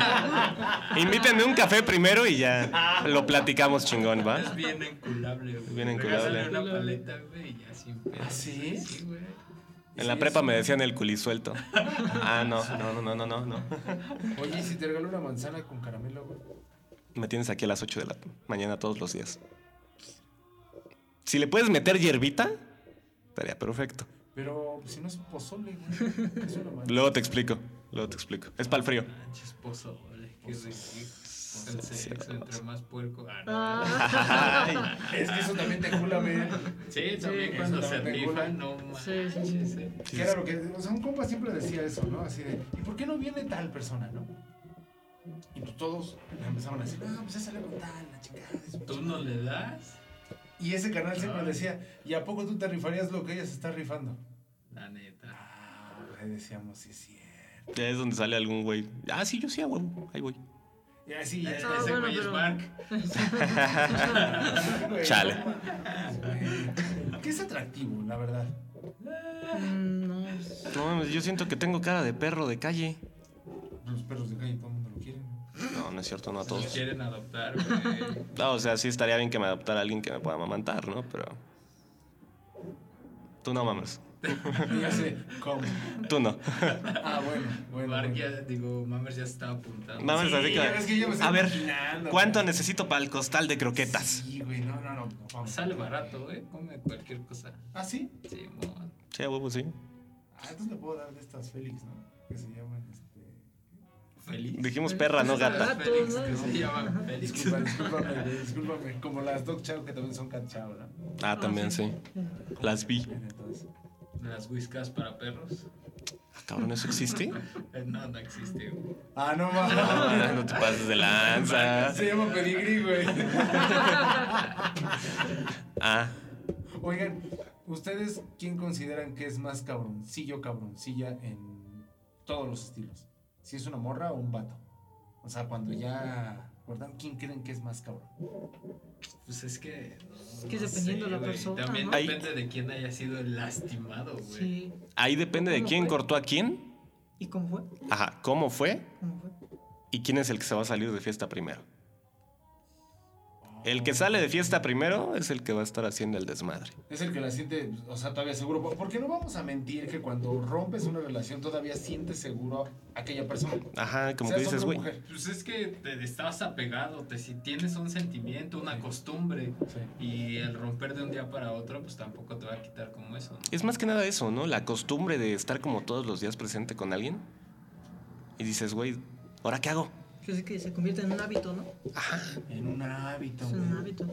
[SPEAKER 2] invítenme un café primero y ya lo platicamos chingón, ¿va?
[SPEAKER 1] Es bien enculable, güey.
[SPEAKER 2] Bien enculable.
[SPEAKER 1] Regálale una paleta, güey, y ya sin pedo.
[SPEAKER 8] ¿Ah, sí?
[SPEAKER 1] güey.
[SPEAKER 2] En la prepa me decían el culisuelto. Ah, no, no, no, no, no, no.
[SPEAKER 8] Oye, ¿y si te regalo una manzana con caramelo, güey?
[SPEAKER 2] Me tienes aquí a las 8 de la mañana todos los días. Si le puedes meter hierbita, estaría perfecto.
[SPEAKER 8] Pero pues, si no es pozole, güey. Es una manzana.
[SPEAKER 2] Luego te explico, luego te explico. Es para el frío.
[SPEAKER 1] Pinches pozole, qué rico. El sexo entre más puerco. Ah, no.
[SPEAKER 4] Ah.
[SPEAKER 8] Es que eso también te encula, güey.
[SPEAKER 1] Sí, también
[SPEAKER 8] Sí,
[SPEAKER 1] cuando
[SPEAKER 8] eso
[SPEAKER 1] se
[SPEAKER 8] también
[SPEAKER 1] rifa,
[SPEAKER 8] engula.
[SPEAKER 1] no
[SPEAKER 4] Sí, sí, sí.
[SPEAKER 1] manches, eh.
[SPEAKER 8] Que era lo que. O sea, un compa siempre decía eso, ¿no? Así de, ¿y por qué no viene tal persona, no? Y pues todos empezaban a decir, no, pues ya salió con tal, la chingada. es un
[SPEAKER 1] ¿Tú no le das?
[SPEAKER 8] Y ese canal siempre
[SPEAKER 1] Ay.
[SPEAKER 8] decía, ¿y a poco tú te rifarías lo que ella se está rifando?
[SPEAKER 1] La neta.
[SPEAKER 8] Ah, ahí decíamos, sí, sí.
[SPEAKER 2] Ya es donde sale algún güey. Ah, sí, yo sí, a huevo. Ahí voy.
[SPEAKER 8] Y así, ya
[SPEAKER 1] Ese
[SPEAKER 8] está.
[SPEAKER 1] Este ese
[SPEAKER 4] bueno,
[SPEAKER 1] güey es
[SPEAKER 4] pero-
[SPEAKER 1] Mark.
[SPEAKER 8] güey,
[SPEAKER 2] Chale.
[SPEAKER 8] no mames, güey. Que es atractivo, la verdad.
[SPEAKER 4] Mm, No sé.
[SPEAKER 2] No mames, yo siento que tengo cara de perro de calle.
[SPEAKER 8] Los perros de calle todo el mundo lo quieren.
[SPEAKER 2] No, no es cierto, no a
[SPEAKER 1] Nos
[SPEAKER 2] todos.
[SPEAKER 1] quieren adoptar, güey.
[SPEAKER 2] No, o sea, sí estaría bien que me adoptara alguien que me pueda amamantar, ¿no? Pero. Tú no mames.
[SPEAKER 8] Y ya sé, ¿cómo?
[SPEAKER 2] Tú no.
[SPEAKER 8] Ah, bueno, bueno.
[SPEAKER 1] Mark
[SPEAKER 8] bueno.
[SPEAKER 1] ya, digo, Mamer ya está apuntando.
[SPEAKER 2] Mames,
[SPEAKER 8] Sí,
[SPEAKER 2] así que-
[SPEAKER 8] es que yo me estoy
[SPEAKER 2] a ver,
[SPEAKER 8] imaginando,
[SPEAKER 2] ¿cuánto
[SPEAKER 8] güey.
[SPEAKER 2] necesito para el costal de croquetas?
[SPEAKER 8] Sí, güey, no, no, no. no, vamos.
[SPEAKER 1] Sale barato, güey. Come cualquier cosa.
[SPEAKER 8] ¿Ah, sí?
[SPEAKER 1] Sí, mon.
[SPEAKER 2] Sí, a huevo, sí.
[SPEAKER 8] Ah, entonces le puedo dar de estas Félix, ¿no? Que se llaman, este...
[SPEAKER 1] Feliz.
[SPEAKER 2] Dijimos perra, no gata.
[SPEAKER 1] Félix,
[SPEAKER 4] Gato,
[SPEAKER 1] que
[SPEAKER 4] Ah, ¿no?
[SPEAKER 1] se llama Félix.
[SPEAKER 8] Disculpa, discúlpame, güey, discúlpame. Como las Dog Chow, que también son cat chow, ¿no?
[SPEAKER 2] Ah, también, sí. Las vi.
[SPEAKER 8] Entonces,
[SPEAKER 1] Las whiskas para perros.
[SPEAKER 2] Ah, Cabrón, ¿eso existe?
[SPEAKER 1] Eh, No, no existe, güey.
[SPEAKER 8] Ah, no mames.
[SPEAKER 2] Ah, no te pases de lanza.
[SPEAKER 8] Se llama pedigrí, güey.
[SPEAKER 2] Ah,
[SPEAKER 8] Oigan, ¿ustedes quién consideran que es más cabroncillo, cabroncilla en todos los estilos? Si es una morra o un vato. O sea, cuando ya acordan, ¿quién creen que es más cabrón?
[SPEAKER 1] Pues es que. Es
[SPEAKER 4] que dependiendo la persona,
[SPEAKER 1] También
[SPEAKER 4] ¿no?
[SPEAKER 1] depende de quién haya sido el lastimado, güey.
[SPEAKER 4] Sí.
[SPEAKER 2] ahí depende de quién cortó a quién.
[SPEAKER 4] ¿Y cómo fue?
[SPEAKER 2] Ajá, ¿cómo fue?
[SPEAKER 4] ¿Cómo fue?
[SPEAKER 2] ¿Y quién es el que se va a salir de fiesta primero? El que sale de fiesta primero es el que va a estar haciendo el desmadre.
[SPEAKER 8] Es el que la siente, o sea, todavía seguro. Porque no vamos a mentir que cuando rompes una relación todavía sientes seguro a aquella persona.
[SPEAKER 2] Ajá, como
[SPEAKER 8] Seas
[SPEAKER 2] que dices, güey.
[SPEAKER 8] hombre o mujer.
[SPEAKER 1] Pues es que te estabas apegado, te, si tienes un sentimiento, una costumbre,
[SPEAKER 8] Sí.
[SPEAKER 1] y el romper de un día para otro, pues tampoco te va a quitar como eso. ¿no?
[SPEAKER 2] Es más que nada eso, ¿no? La costumbre de estar como todos los días presente con alguien. Y dices, güey, ¿ahora qué hago?
[SPEAKER 4] Que se, que se convierte en un hábito, ¿no?
[SPEAKER 8] En un hábito.
[SPEAKER 4] Es un
[SPEAKER 8] güey.
[SPEAKER 4] hábito.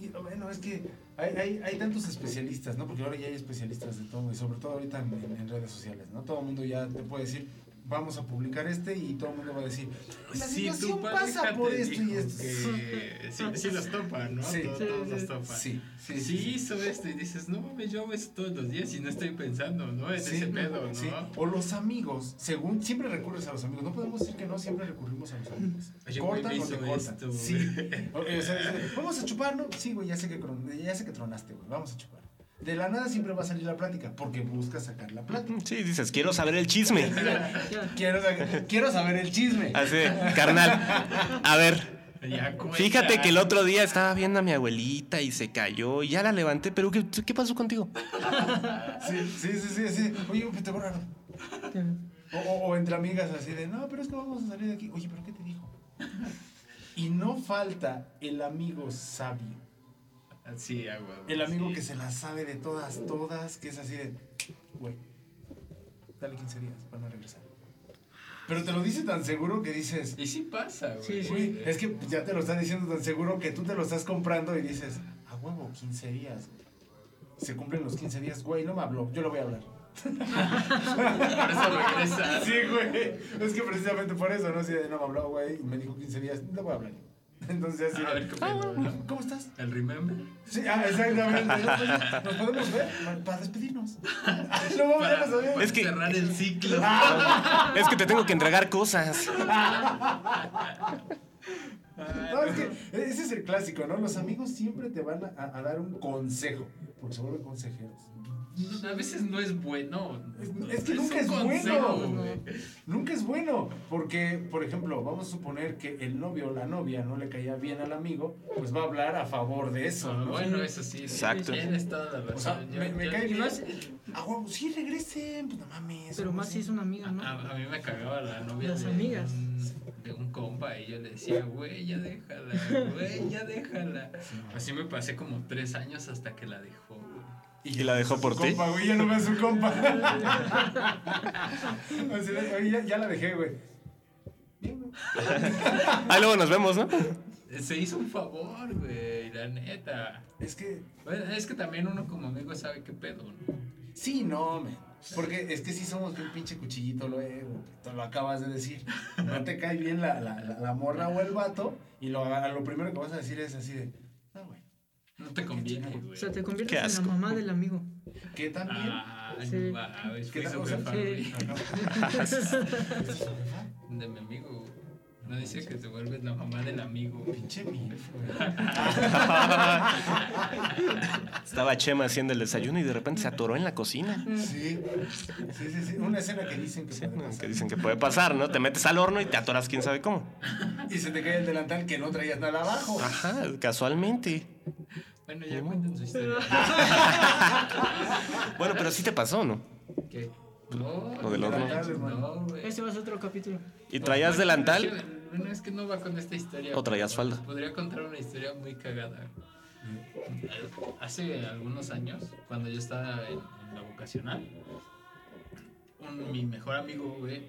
[SPEAKER 8] Y bueno, es que hay, hay, hay tantos especialistas, ¿no? Porque ahora ya hay especialistas de todo, y sobre todo ahorita en, en- en redes sociales, ¿no? Todo el mundo ya te puede decir, vamos a publicar este, y todo el mundo va a decir, la
[SPEAKER 1] Pues Sí, tu
[SPEAKER 8] situación
[SPEAKER 1] pareja
[SPEAKER 8] pasa por
[SPEAKER 1] te
[SPEAKER 8] esto y
[SPEAKER 1] dijo
[SPEAKER 8] esto.
[SPEAKER 1] que- Sí, sí los topa, ¿no?
[SPEAKER 8] Sí.
[SPEAKER 1] Todos, todos los topa.
[SPEAKER 8] Sí,
[SPEAKER 1] Sí, hizo esto y dices, no mames, yo hago esto todos los días y no estoy pensando, ¿no? En
[SPEAKER 8] Sí,
[SPEAKER 1] ese pedo, ¿no?
[SPEAKER 8] sí. O los amigos, según siempre recurres a los amigos, no podemos decir que no, siempre recurrimos a los amigos.
[SPEAKER 1] Oye,
[SPEAKER 8] cortan
[SPEAKER 1] güey, me
[SPEAKER 8] o te
[SPEAKER 1] hizo
[SPEAKER 8] cortan.
[SPEAKER 1] esto,
[SPEAKER 8] sí.
[SPEAKER 1] güey.
[SPEAKER 8] O- o sea, dice, vamos a chupar, ¿no? Sí, güey, ya sé que cron- ya sé que tronaste, güey, vamos a chupar. De la nada siempre va a salir la plática, porque buscas sacar la plática.
[SPEAKER 2] Sí, dices, quiero saber el chisme.
[SPEAKER 4] Ya.
[SPEAKER 8] Quiero, sa- quiero saber el chisme.
[SPEAKER 2] Así, de, carnal. A ver,
[SPEAKER 1] Ya cuenta.
[SPEAKER 2] fíjate que el otro día estaba viendo a mi abuelita y se cayó y ya la levanté, pero ¿qué, qué pasó contigo?
[SPEAKER 8] Sí, sí, sí, sí, sí. Oye, pues, te borraron. O, o- o entre amigas así de, no, pero es que vamos a salir de aquí. Oye, pero ¿qué te dijo? Y no falta el amigo sabio.
[SPEAKER 1] Sí, ah, güey,
[SPEAKER 8] El amigo
[SPEAKER 1] sí.
[SPEAKER 8] que se la sabe de todas, todas, que es así de, güey, dale 15 días para no regresar. Pero te lo dice tan seguro que dices,
[SPEAKER 1] Y sí pasa, güey.
[SPEAKER 4] Sí, sí.
[SPEAKER 8] güey, es que ya te lo están diciendo tan seguro que tú te lo estás comprando y dices, a huevo, 15 días, güey. Se cumplen los 15 días, güey, no me habló, yo le voy a hablar.
[SPEAKER 1] Por eso regresa.
[SPEAKER 8] Sí, güey, es que precisamente por eso, ¿no? Así de, no me habló, güey, y me dijo 15 días, no voy a hablar. Entonces así
[SPEAKER 1] A ver
[SPEAKER 8] de,
[SPEAKER 1] qué pedo, ¿no?
[SPEAKER 8] Ah, ¿cómo estás?
[SPEAKER 1] El remember.
[SPEAKER 8] Sí, ah, exactamente. Oye, Nos podemos ver para, para despedirnos. No vamos a
[SPEAKER 1] Para,
[SPEAKER 8] ver.
[SPEAKER 1] para
[SPEAKER 2] Es que-
[SPEAKER 1] cerrar el ciclo.
[SPEAKER 8] Ah.
[SPEAKER 2] Es que te tengo que entregar cosas.
[SPEAKER 8] No, es que ese es el clásico, ¿no? Los amigos siempre te van a, a dar un consejo, porque se vuelven consejeros.
[SPEAKER 1] A veces no es bueno.
[SPEAKER 8] Es que nunca
[SPEAKER 1] un
[SPEAKER 8] es
[SPEAKER 1] consejo,
[SPEAKER 8] bueno.
[SPEAKER 1] güey.
[SPEAKER 8] Nunca es bueno, porque, por ejemplo, vamos a suponer que el novio o la novia no le caía bien al amigo, pues va a hablar a favor de eso,
[SPEAKER 1] Ah,
[SPEAKER 8] ¿no?
[SPEAKER 1] Bueno, eso sí.
[SPEAKER 2] Exacto.
[SPEAKER 1] Tienes toda la razón.
[SPEAKER 8] O sea,
[SPEAKER 1] Yo-
[SPEAKER 8] me, me
[SPEAKER 1] yo-
[SPEAKER 8] cae
[SPEAKER 1] y
[SPEAKER 8] bien.
[SPEAKER 1] más-
[SPEAKER 8] Ah, huevo, sí, regresen, pues no mames.
[SPEAKER 4] Pero más si es una amiga,
[SPEAKER 2] Ah,
[SPEAKER 4] ¿no?
[SPEAKER 1] a, a mí me cagaba la novia
[SPEAKER 4] Las
[SPEAKER 1] de,
[SPEAKER 4] amigas.
[SPEAKER 1] de un compa y yo le decía, güey, ya déjala, güey, ya déjala. Así me pasé como tres años hasta que la dejó, güey.
[SPEAKER 2] ¿Y la dejó por ti?
[SPEAKER 8] Compa, güey, ya no me su compa. O sea, oye, ya, ya la dejé, güey. Bien, güey.
[SPEAKER 2] Ahí luego nos vemos, ¿no?
[SPEAKER 1] Se hizo un favor, güey, la neta.
[SPEAKER 8] Es que
[SPEAKER 1] Bueno, es que también uno como amigo sabe qué pedo, ¿no?
[SPEAKER 8] Sí, no, man. Porque es que sí somos un pinche cuchillito luego. Te lo acabas de decir. No te cae bien la, la, la, la morra o el vato. Y lo, lo primero que vas a decir es así de. No, güey.
[SPEAKER 1] No te conviene,
[SPEAKER 4] O
[SPEAKER 1] güey.
[SPEAKER 4] sea, te
[SPEAKER 2] Qué
[SPEAKER 4] conviertes en
[SPEAKER 2] asco.
[SPEAKER 4] la mamá del amigo.
[SPEAKER 8] Que también.
[SPEAKER 1] Ah,
[SPEAKER 4] Sí.
[SPEAKER 1] guau,
[SPEAKER 8] que
[SPEAKER 1] fui
[SPEAKER 8] tam- o
[SPEAKER 1] súper
[SPEAKER 8] sea,
[SPEAKER 1] fan,
[SPEAKER 8] sí.
[SPEAKER 1] güey,
[SPEAKER 4] Pero
[SPEAKER 1] de mi amigo. güey. No dice que te vuelves la mamá del amigo, güey.
[SPEAKER 8] Pinche milf, güey.
[SPEAKER 2] Estaba Chema haciendo el desayuno y de repente se atoró en la cocina.
[SPEAKER 8] Sí. Sí, sí, sí. Una escena que dicen que
[SPEAKER 2] Sí,
[SPEAKER 8] puede pasar.
[SPEAKER 2] que dicen que puede pasar, ¿no? Te metes al horno y te atoras quién sabe cómo.
[SPEAKER 8] Y se te cae el delantal que no traías nada abajo.
[SPEAKER 2] Ajá, casualmente.
[SPEAKER 1] Bueno, ya cuenten su historia.
[SPEAKER 2] Bueno, pero sí te pasó, ¿no?
[SPEAKER 1] ¿Qué? No,
[SPEAKER 2] Lo del
[SPEAKER 1] no,
[SPEAKER 2] horno.
[SPEAKER 1] manches, No, güey.
[SPEAKER 4] Ese Este va a ser otro capítulo.
[SPEAKER 2] ¿Y traías delantal?
[SPEAKER 1] Es que- No, es que no va con esta historia.
[SPEAKER 2] O traías
[SPEAKER 1] pero
[SPEAKER 2] falda.
[SPEAKER 1] Podría contar una historia muy cagada. Hace algunos años, cuando yo estaba en, en la vocacional, un- mi mejor amigo, güey,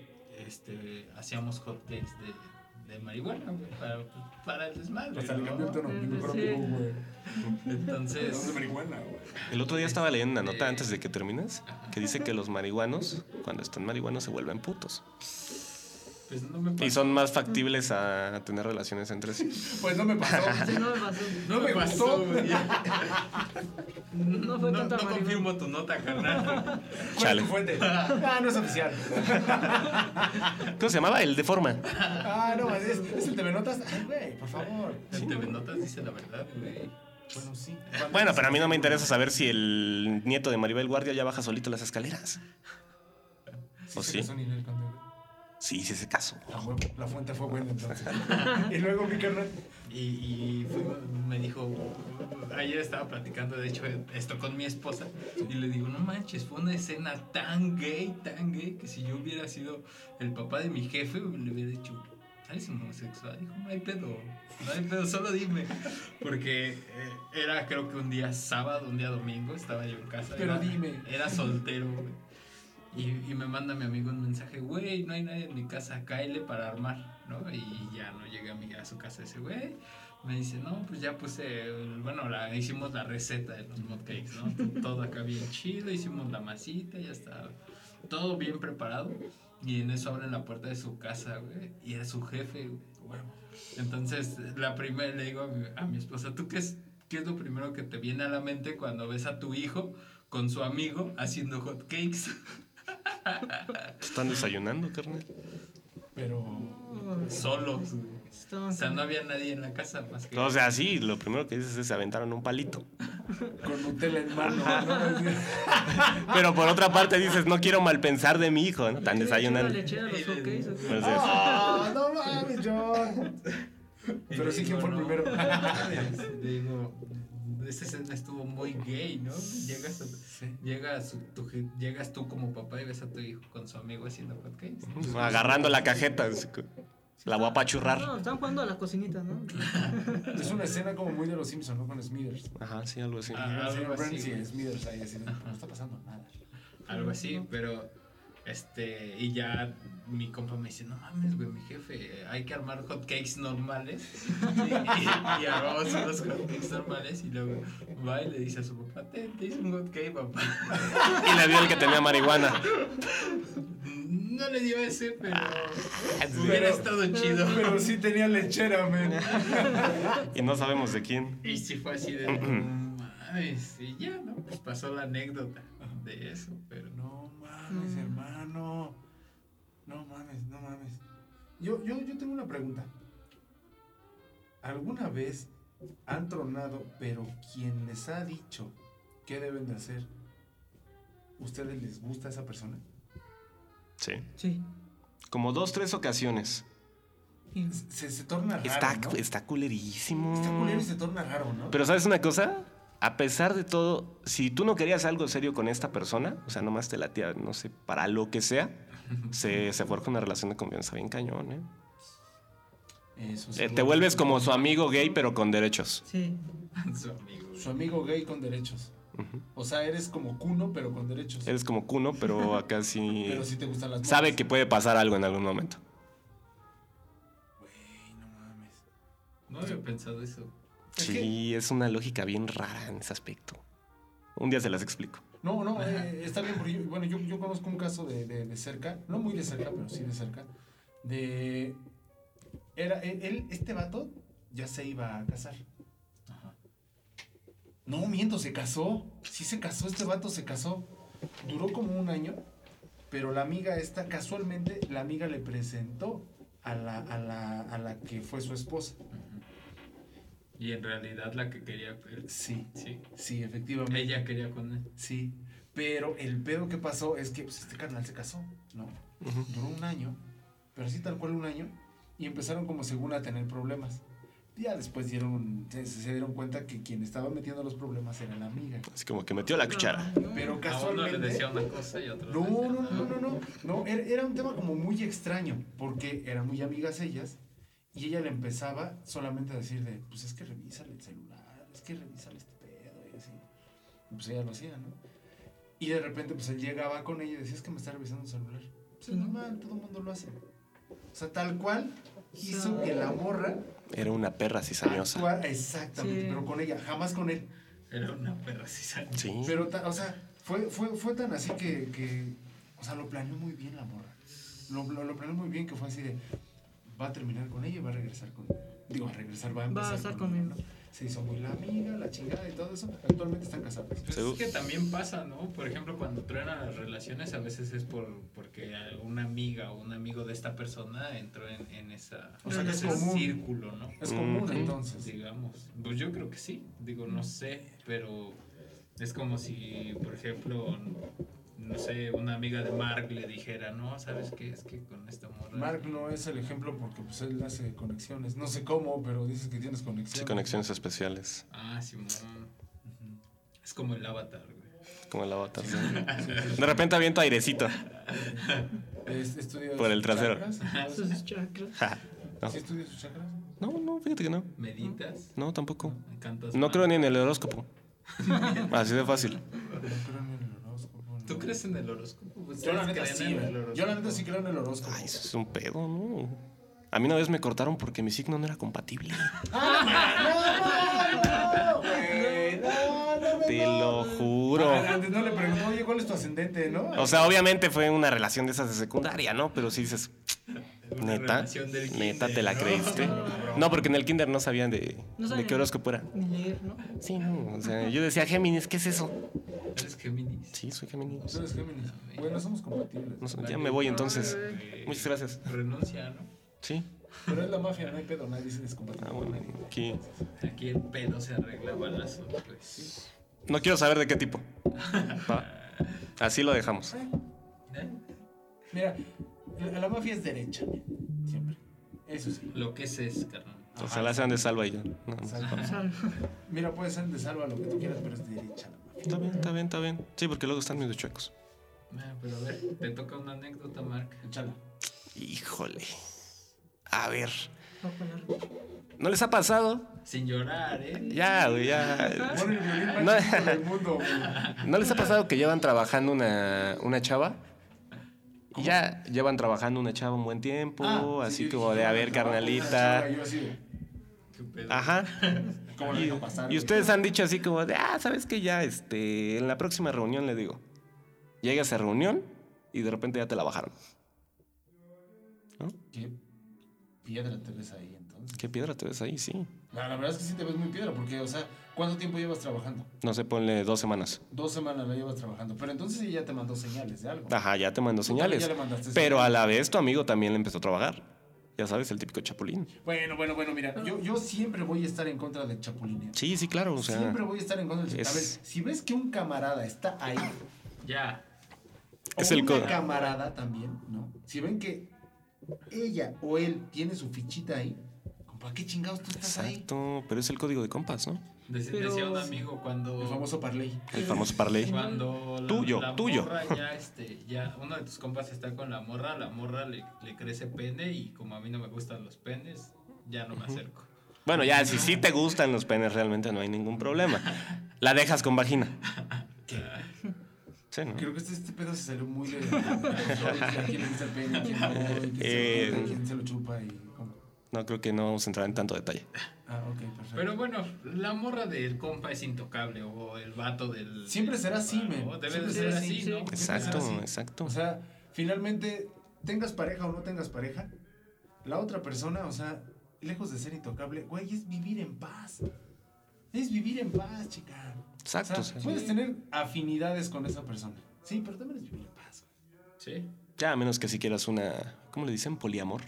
[SPEAKER 1] este, hacíamos cócteles de, de marihuana, güey, para, para el desmadre.
[SPEAKER 8] Hasta le
[SPEAKER 1] ¿no?
[SPEAKER 8] cambió el tono. Mi mejor amigo, güey. Es de
[SPEAKER 1] Entonces,
[SPEAKER 8] marihuana, güey.
[SPEAKER 2] El otro día estaba leyendo una nota antes de que termines que dice que los marihuanos, cuando están marihuanos, se vuelven putos.
[SPEAKER 1] pues no me pasó.
[SPEAKER 2] Y son más factibles a tener relaciones entre sí.
[SPEAKER 8] Pues no me pasó.
[SPEAKER 4] Ese no me pasó.
[SPEAKER 1] No me pasó, güey.
[SPEAKER 4] No fue
[SPEAKER 1] no,
[SPEAKER 4] tanta
[SPEAKER 1] no
[SPEAKER 4] marihuana.
[SPEAKER 1] confirmo tu nota, carnal.
[SPEAKER 8] ¿Cuál es
[SPEAKER 2] Chale.
[SPEAKER 8] tu fuente? Ah, no es oficial.
[SPEAKER 2] ¿Cómo se llamaba? El de forma.
[SPEAKER 8] Ah, no, es, es el TV Notas. Ay, güey, por favor.
[SPEAKER 1] El TV Notas dice la verdad, güey.
[SPEAKER 8] Bueno, sí.
[SPEAKER 2] Bueno, pero a mí no me interesa saber si el nieto de Maribel Guardia ya baja solito las escaleras. ¿O
[SPEAKER 8] se
[SPEAKER 2] sí?
[SPEAKER 8] casó Ninel con Diego.
[SPEAKER 2] Sí, sí, ese caso.
[SPEAKER 8] La, hue- la fuente fue buena entonces. y luego mi carnal.
[SPEAKER 1] Y, y fue- me dijo, ayer estaba platicando, de hecho, esto con mi esposa, y le digo, no manches, fue una escena tan gay, tan gay, que si yo hubiera sido el papá de mi jefe, le hubiera dicho, ¿eres homosexual? Dijo, no hay pedo, no hay pedo, solo dime. Porque eh, era creo que un día sábado, un día domingo, estaba yo en casa.
[SPEAKER 8] Pero
[SPEAKER 1] era-
[SPEAKER 8] dime.
[SPEAKER 1] Era soltero, güey. Y, y me manda mi amigo un mensaje, güey, no hay nadie en mi casa, cáele para armar, ¿no? Y ya no llegué a, mi, a su casa ese güey. Me dice, no, pues ya puse, el- bueno, la, hicimos la receta de los modcakes, ¿no? T- Todo acá bien chido, hicimos la masita, ya está todo bien preparado. Y en eso abren la puerta de su casa, güey, y era su jefe, güey. Entonces, la primera le digo a mi, a mi esposa, ¿tú qué es, qué es lo primero que te viene a la mente cuando ves a tu hijo con su amigo haciendo hotcakes?
[SPEAKER 2] Están desayunando, carnal.
[SPEAKER 8] Pero.
[SPEAKER 1] solos, güey.
[SPEAKER 4] Estaban
[SPEAKER 1] O sea, no había nadie en la casa más que...
[SPEAKER 2] O sea, sí, lo primero que dices es se aventaron un palito.
[SPEAKER 8] Con Nutella en mano. ¿no?
[SPEAKER 2] Pero por otra parte dices, no quiero malpensar de mi hijo, ¿no? Están desayunando. Pues
[SPEAKER 4] Le echaron los hotcakes, ¿o qué?
[SPEAKER 2] Entonces,
[SPEAKER 8] Ah, no mames, John.
[SPEAKER 1] Y
[SPEAKER 8] Pero
[SPEAKER 1] le
[SPEAKER 8] sí, ¿quién
[SPEAKER 1] digo,
[SPEAKER 8] fue el
[SPEAKER 1] "No
[SPEAKER 8] primero?
[SPEAKER 1] mames", Le digo, esta escena estuvo muy gay, ¿no? Llegas, a- llegas, tu je- llegas tú como papá y ves a tu hijo con su amigo haciendo hotcakes.
[SPEAKER 2] Pues, agarrando la cajeta. así que La voy a apachurrar.
[SPEAKER 4] No, están jugando a la cocinita, ¿no?
[SPEAKER 8] Es una escena como muy de los Simpsons, ¿no? Con Smithers.
[SPEAKER 2] Ajá, sí, algo así.
[SPEAKER 1] Ah,
[SPEAKER 8] Y el
[SPEAKER 1] algo
[SPEAKER 8] señor
[SPEAKER 1] así,
[SPEAKER 8] Burns y
[SPEAKER 1] güey.
[SPEAKER 8] Smithers ahí así. de, No está pasando nada.
[SPEAKER 1] algo así, pero este y ya mi compa me dice, "No mames, güey, mi jefe, hay que armar hotcakes normales." Y, y- y armamos unos hotcakes normales y luego va y le dice a su papá, "Te, te hice un hotcake, papá."
[SPEAKER 2] Y le dio el que tenía marihuana.
[SPEAKER 1] No le dio ese, pero
[SPEAKER 8] Ah,
[SPEAKER 1] hubiera estado chido.
[SPEAKER 8] Pero sí tenía lechera, men.
[SPEAKER 2] Y no sabemos de quién.
[SPEAKER 1] Y sí fue así de, "No mames, y ya, ¿no? Pues pasó la anécdota de eso, pero no.
[SPEAKER 8] No mames, hermano. No mames, no mames. Yo, yo, yo tengo una pregunta. ¿Alguna vez han tronado, pero quien les ha dicho qué deben de hacer, ¿ustedes les gusta esa persona?
[SPEAKER 2] Sí.
[SPEAKER 4] Sí.
[SPEAKER 2] Como dos, tres ocasiones.
[SPEAKER 8] Se, se torna raro.
[SPEAKER 2] Está,
[SPEAKER 8] ¿no?
[SPEAKER 2] está culerísimo.
[SPEAKER 8] Está culero y se torna raro, ¿no?
[SPEAKER 2] Pero ¿sabes una cosa? A pesar de todo, si tú no querías algo serio con esta persona, o sea, nomás te latía, no sé, para lo que sea, se, se forja una relación de confianza bien cañón, ¿eh?
[SPEAKER 8] Eso sí.
[SPEAKER 2] Eh, Te vuelves como su amigo gay, pero con derechos.
[SPEAKER 4] Sí.
[SPEAKER 1] Su amigo. güey.
[SPEAKER 8] Su amigo gay con derechos.
[SPEAKER 2] Ujú.
[SPEAKER 8] O sea, eres como cuno, pero con derechos.
[SPEAKER 2] Eres como cuno, pero acá sí
[SPEAKER 8] Pero sí te gustan las
[SPEAKER 2] sabe
[SPEAKER 8] morras.
[SPEAKER 2] que puede pasar algo en algún momento.
[SPEAKER 8] Güey, no mames.
[SPEAKER 1] No había pensado eso.
[SPEAKER 8] Es
[SPEAKER 2] Sí, es una lógica bien rara en ese aspecto. Un día se las explico.
[SPEAKER 8] No, no, eh, está bien. Porque yo, bueno, yo, yo conozco un caso de, de- de cerca, no muy de cerca, pero sí de cerca. De. Era, él, él- este vato ya se iba a casar. No, miento, se casó. Sí se casó, este vato se casó. Duró como un año, pero la amiga esta, casualmente, la amiga le presentó a la, a la, a la que fue su esposa.
[SPEAKER 1] Y en realidad la que quería. él-
[SPEAKER 8] Sí,
[SPEAKER 1] Sí.
[SPEAKER 8] sí, efectivamente.
[SPEAKER 1] Ella quería con él.
[SPEAKER 8] Sí, pero el pedo que pasó es que pues, este carnal se casó, ¿no? Duró un año, pero así tal cual un año, y empezaron como según a tener problemas. Ya después dieron, se, se dieron cuenta que quien estaba metiendo los problemas era la amiga.
[SPEAKER 2] Así como que metió la
[SPEAKER 4] Ah,
[SPEAKER 2] cuchara.
[SPEAKER 8] Pero
[SPEAKER 1] A uno le
[SPEAKER 8] casualmente...
[SPEAKER 1] decía una cosa y a otro. le
[SPEAKER 8] No,
[SPEAKER 1] decía
[SPEAKER 8] no,
[SPEAKER 1] otra.
[SPEAKER 8] no, no, no, no, era, era un tema como muy extraño, porque eran muy amigas ellas, y ella le empezaba solamente a decir de, pues es que revísale el celular, es que revísale este pedo, y así. Y pues ella lo hacía, ¿no? Y de repente, pues él llegaba con ella y decía, es que me está revisando el celular. Pues es normal, todo el mundo lo hace. O sea, tal cual hizo que la morra
[SPEAKER 2] Era una perra cizañosa.
[SPEAKER 8] actuara, exactamente,
[SPEAKER 4] Sí.
[SPEAKER 8] pero con ella, jamás con él.
[SPEAKER 1] Era una perra cizaña.
[SPEAKER 2] Sí.
[SPEAKER 8] Pero, ta- o sea, fue, fue, fue tan así que, que, o sea, lo planeó muy bien la morra. Lo, lo, lo planeó muy bien que fue así de, va a terminar con ella y va a regresar con, digo, va a regresar, va a empezar
[SPEAKER 4] a estar
[SPEAKER 8] ¿no?
[SPEAKER 4] conmigo.
[SPEAKER 8] Se hizo muy la amiga, la chingada y todo eso. Actualmente están casados.
[SPEAKER 1] Pues
[SPEAKER 2] Segu-
[SPEAKER 1] es que también pasa, ¿no? Por ejemplo, cuando truenan las relaciones, a veces es por porque una amiga o un amigo de esta persona entró en, en esa,
[SPEAKER 8] O sea, que es
[SPEAKER 1] en ese
[SPEAKER 8] común.
[SPEAKER 1] círculo, ¿no?
[SPEAKER 8] Es común
[SPEAKER 2] Ujú.
[SPEAKER 8] entonces.
[SPEAKER 1] Digamos. Pues yo creo que sí. Digo, no sé, pero es como si, por ejemplo, no sé, una amiga de Mark le dijera, no, ¿sabes qué? Es que con esta morra...
[SPEAKER 8] Mark no es el ejemplo porque pues él hace conexiones. No sé cómo, pero dices que tienes conexiones.
[SPEAKER 2] Sí, conexiones especiales.
[SPEAKER 1] Ah, Simón. Ujú. Es como el avatar, güey.
[SPEAKER 2] Como la bota. sí. De repente aviento airecito.
[SPEAKER 8] Es- estudia
[SPEAKER 2] Por el
[SPEAKER 8] sus
[SPEAKER 2] trasero.
[SPEAKER 8] chakras, entonces,
[SPEAKER 4] Sus chakras.
[SPEAKER 2] Ja. No.
[SPEAKER 8] ¿Sí estudia sus chakras?
[SPEAKER 2] no, no, fíjate que no.
[SPEAKER 1] ¿Meditas?
[SPEAKER 2] No, tampoco.
[SPEAKER 1] ¿Cantas
[SPEAKER 2] No
[SPEAKER 1] mal?
[SPEAKER 2] creo ni en el horóscopo. Así de fácil.
[SPEAKER 8] No creo en el horóscopo, no.
[SPEAKER 1] ¿Tú crees en el horóscopo? Pues,
[SPEAKER 8] Yo la
[SPEAKER 1] ¿Ustedes
[SPEAKER 8] neta
[SPEAKER 1] creen
[SPEAKER 8] sí,
[SPEAKER 1] en el
[SPEAKER 8] güey. Yo la neta sí
[SPEAKER 1] horóscopo?
[SPEAKER 8] creo en el horóscopo.
[SPEAKER 2] Ay, eso es un pedo, ¿no? A mí una vez me cortaron porque mi signo no era compatible.
[SPEAKER 8] ¡No, güey! ¡No, no me
[SPEAKER 2] Te lo
[SPEAKER 8] mames!
[SPEAKER 2] juro.
[SPEAKER 8] Ah, Antes no le preguntó, oye, ¿cuál es tu ascendente, no?
[SPEAKER 2] O sea, obviamente fue una relación de esas de secundaria, ¿no? Pero sí dices,
[SPEAKER 1] Una
[SPEAKER 2] neta,
[SPEAKER 1] relación del
[SPEAKER 2] neta
[SPEAKER 1] kinder,
[SPEAKER 2] te la
[SPEAKER 1] ¿no?
[SPEAKER 2] creíste. No, porque en el kinder no sabían de,
[SPEAKER 4] No
[SPEAKER 2] de
[SPEAKER 4] sabían.
[SPEAKER 2] qué horóscopo era.
[SPEAKER 4] Ni leer, ¿no?
[SPEAKER 2] Sí, no, o sea, yo decía, Géminis, ¿qué es eso?
[SPEAKER 1] ¿Eres Géminis?
[SPEAKER 2] Sí, soy Géminis.
[SPEAKER 8] Tú eres Géminis. Bueno, somos compatibles.
[SPEAKER 2] No sé, ya me voy entonces.
[SPEAKER 1] Eh,
[SPEAKER 2] Muchas gracias.
[SPEAKER 1] Renuncia, ¿no?
[SPEAKER 2] Sí.
[SPEAKER 8] Pero es la mafia, no hay pedo, nadie se descompatible
[SPEAKER 2] Ah,
[SPEAKER 8] con
[SPEAKER 2] bueno,
[SPEAKER 8] nadie.
[SPEAKER 2] aquí.
[SPEAKER 1] Aquí el pelo se arregla balazo, pues.
[SPEAKER 2] No quiero saber de qué tipo. Va. Así lo dejamos.
[SPEAKER 1] ¿Eh?
[SPEAKER 8] Mira, la, la mafia es derecha, siempre. Eso sí.
[SPEAKER 1] Lo que es es, carnal.
[SPEAKER 2] Ojalá sean de salva y yo. No, no.
[SPEAKER 8] Salva. Mira, puede ser de salva lo que tú quieras, pero es derecha la mafia.
[SPEAKER 2] Está bien, está bien, está bien. Sí, porque luego están medio chuecos.
[SPEAKER 1] Ah, pero a ver, te toca una anécdota, Mark.
[SPEAKER 8] Chala.
[SPEAKER 2] Híjole. A ver.
[SPEAKER 4] Va a poner.
[SPEAKER 2] ¿No les ha pasado?
[SPEAKER 1] Sin llorar, ¿eh?
[SPEAKER 2] Ya, güey, ya.
[SPEAKER 8] Pon el violín más
[SPEAKER 2] No.
[SPEAKER 8] chiquito del mundo, güey.
[SPEAKER 2] ¿No les ha pasado que llevan trabajando una, una chava? Y ya llevan trabajando una chava un buen tiempo,
[SPEAKER 8] Ah,
[SPEAKER 2] Uh, así
[SPEAKER 8] sí, yo
[SPEAKER 2] como
[SPEAKER 8] dije,
[SPEAKER 2] de, a
[SPEAKER 8] yo
[SPEAKER 2] ver,
[SPEAKER 8] trabajo con una
[SPEAKER 2] carnalita.
[SPEAKER 8] chava, yo así de,
[SPEAKER 1] Qué pedo.
[SPEAKER 2] Ajá.
[SPEAKER 8] ¿Cómo la
[SPEAKER 2] Y,
[SPEAKER 8] dejo pasar?
[SPEAKER 2] y
[SPEAKER 8] güey?
[SPEAKER 2] ustedes han dicho así como de, ah, ¿sabes qué? Ya, este, en la próxima reunión le digo. Llega esa reunión y de repente ya te la bajaron.
[SPEAKER 8] ¿Qué piedra te ves ahí entonces?
[SPEAKER 2] ¿Qué piedra te ves ahí? Sí.
[SPEAKER 8] La, la verdad es que sí te ves muy piedra, porque, o sea, ¿cuánto tiempo llevas trabajando?
[SPEAKER 2] No sé, ponle dos semanas.
[SPEAKER 8] Dos semanas la llevas trabajando, pero entonces ella ya te mandó señales de algo.
[SPEAKER 2] Ajá, ya te mando
[SPEAKER 8] Tú también
[SPEAKER 2] señales.
[SPEAKER 8] ya le mandaste
[SPEAKER 2] Pero a
[SPEAKER 8] señales.
[SPEAKER 2] la vez tu amigo también le empezó a trabajar. Ya sabes, el típico chapulín.
[SPEAKER 8] Bueno, bueno, bueno, mira, yo, yo siempre voy a estar en contra del chapulineo.
[SPEAKER 2] Sí, sí, claro. O sea,
[SPEAKER 8] siempre voy a estar en contra del chapulineo.
[SPEAKER 2] es-
[SPEAKER 8] A ver, si ves que un camarada está ahí,
[SPEAKER 1] Ya.
[SPEAKER 8] o
[SPEAKER 2] Es el
[SPEAKER 8] una
[SPEAKER 2] co-
[SPEAKER 8] camarada también, ¿no? Si ven que ella o él tiene su fichita ahí, ¿para qué chingados tú estás ahí?
[SPEAKER 2] Exacto, pero es el código de compas, ¿no?
[SPEAKER 1] Decía
[SPEAKER 4] Pero-
[SPEAKER 1] decía un amigo cuando.
[SPEAKER 8] El famoso parlay.
[SPEAKER 2] El famoso parlay.
[SPEAKER 1] Cuando la,
[SPEAKER 2] Tuyo,
[SPEAKER 1] la
[SPEAKER 2] tuyo.
[SPEAKER 1] morra ya, este, ya uno de tus compas está con la morra, la morra le, le crece pene y como a mí no me gustan los penes, ya no me acerco.
[SPEAKER 2] Bueno, ya, si sí te gustan los penes, realmente no hay ningún problema. La dejas con vagina. Sí, ¿no?
[SPEAKER 8] Creo que este, este pedo se salió muy de... de- de- ¿A quién le gusta el pene? ¿A quién no? ¿Quién se, lo
[SPEAKER 2] Eh.
[SPEAKER 8] chupa? ¿Quién se lo chupa? Y, cómo?
[SPEAKER 2] No, creo que no vamos a entrar en tanto detalle.
[SPEAKER 8] Ah, ok, perfecto.
[SPEAKER 1] Pero bueno, la morra del compa es intocable o el vato del...
[SPEAKER 8] Siempre
[SPEAKER 1] del
[SPEAKER 8] será
[SPEAKER 1] compa,
[SPEAKER 8] así,
[SPEAKER 1] Ah, ¿no?
[SPEAKER 8] men.
[SPEAKER 1] Debe
[SPEAKER 8] Siempre
[SPEAKER 1] de ser
[SPEAKER 8] será
[SPEAKER 1] así,
[SPEAKER 8] así,
[SPEAKER 1] ¿no?
[SPEAKER 8] sí.
[SPEAKER 2] Exacto,
[SPEAKER 8] Así.
[SPEAKER 2] exacto.
[SPEAKER 8] O sea, finalmente, tengas pareja o no tengas pareja, la otra persona, o sea, lejos de ser intocable, güey, es vivir en paz. Es vivir en paz, chica.
[SPEAKER 2] Exacto.
[SPEAKER 8] o
[SPEAKER 2] o sea,
[SPEAKER 8] sea, puedes tener afinidades con esa persona. Sí, pero también es vivir en paz. güey.
[SPEAKER 1] Sí.
[SPEAKER 2] Ya, a menos que si quieras una. ¿Cómo le dicen? Poliamor.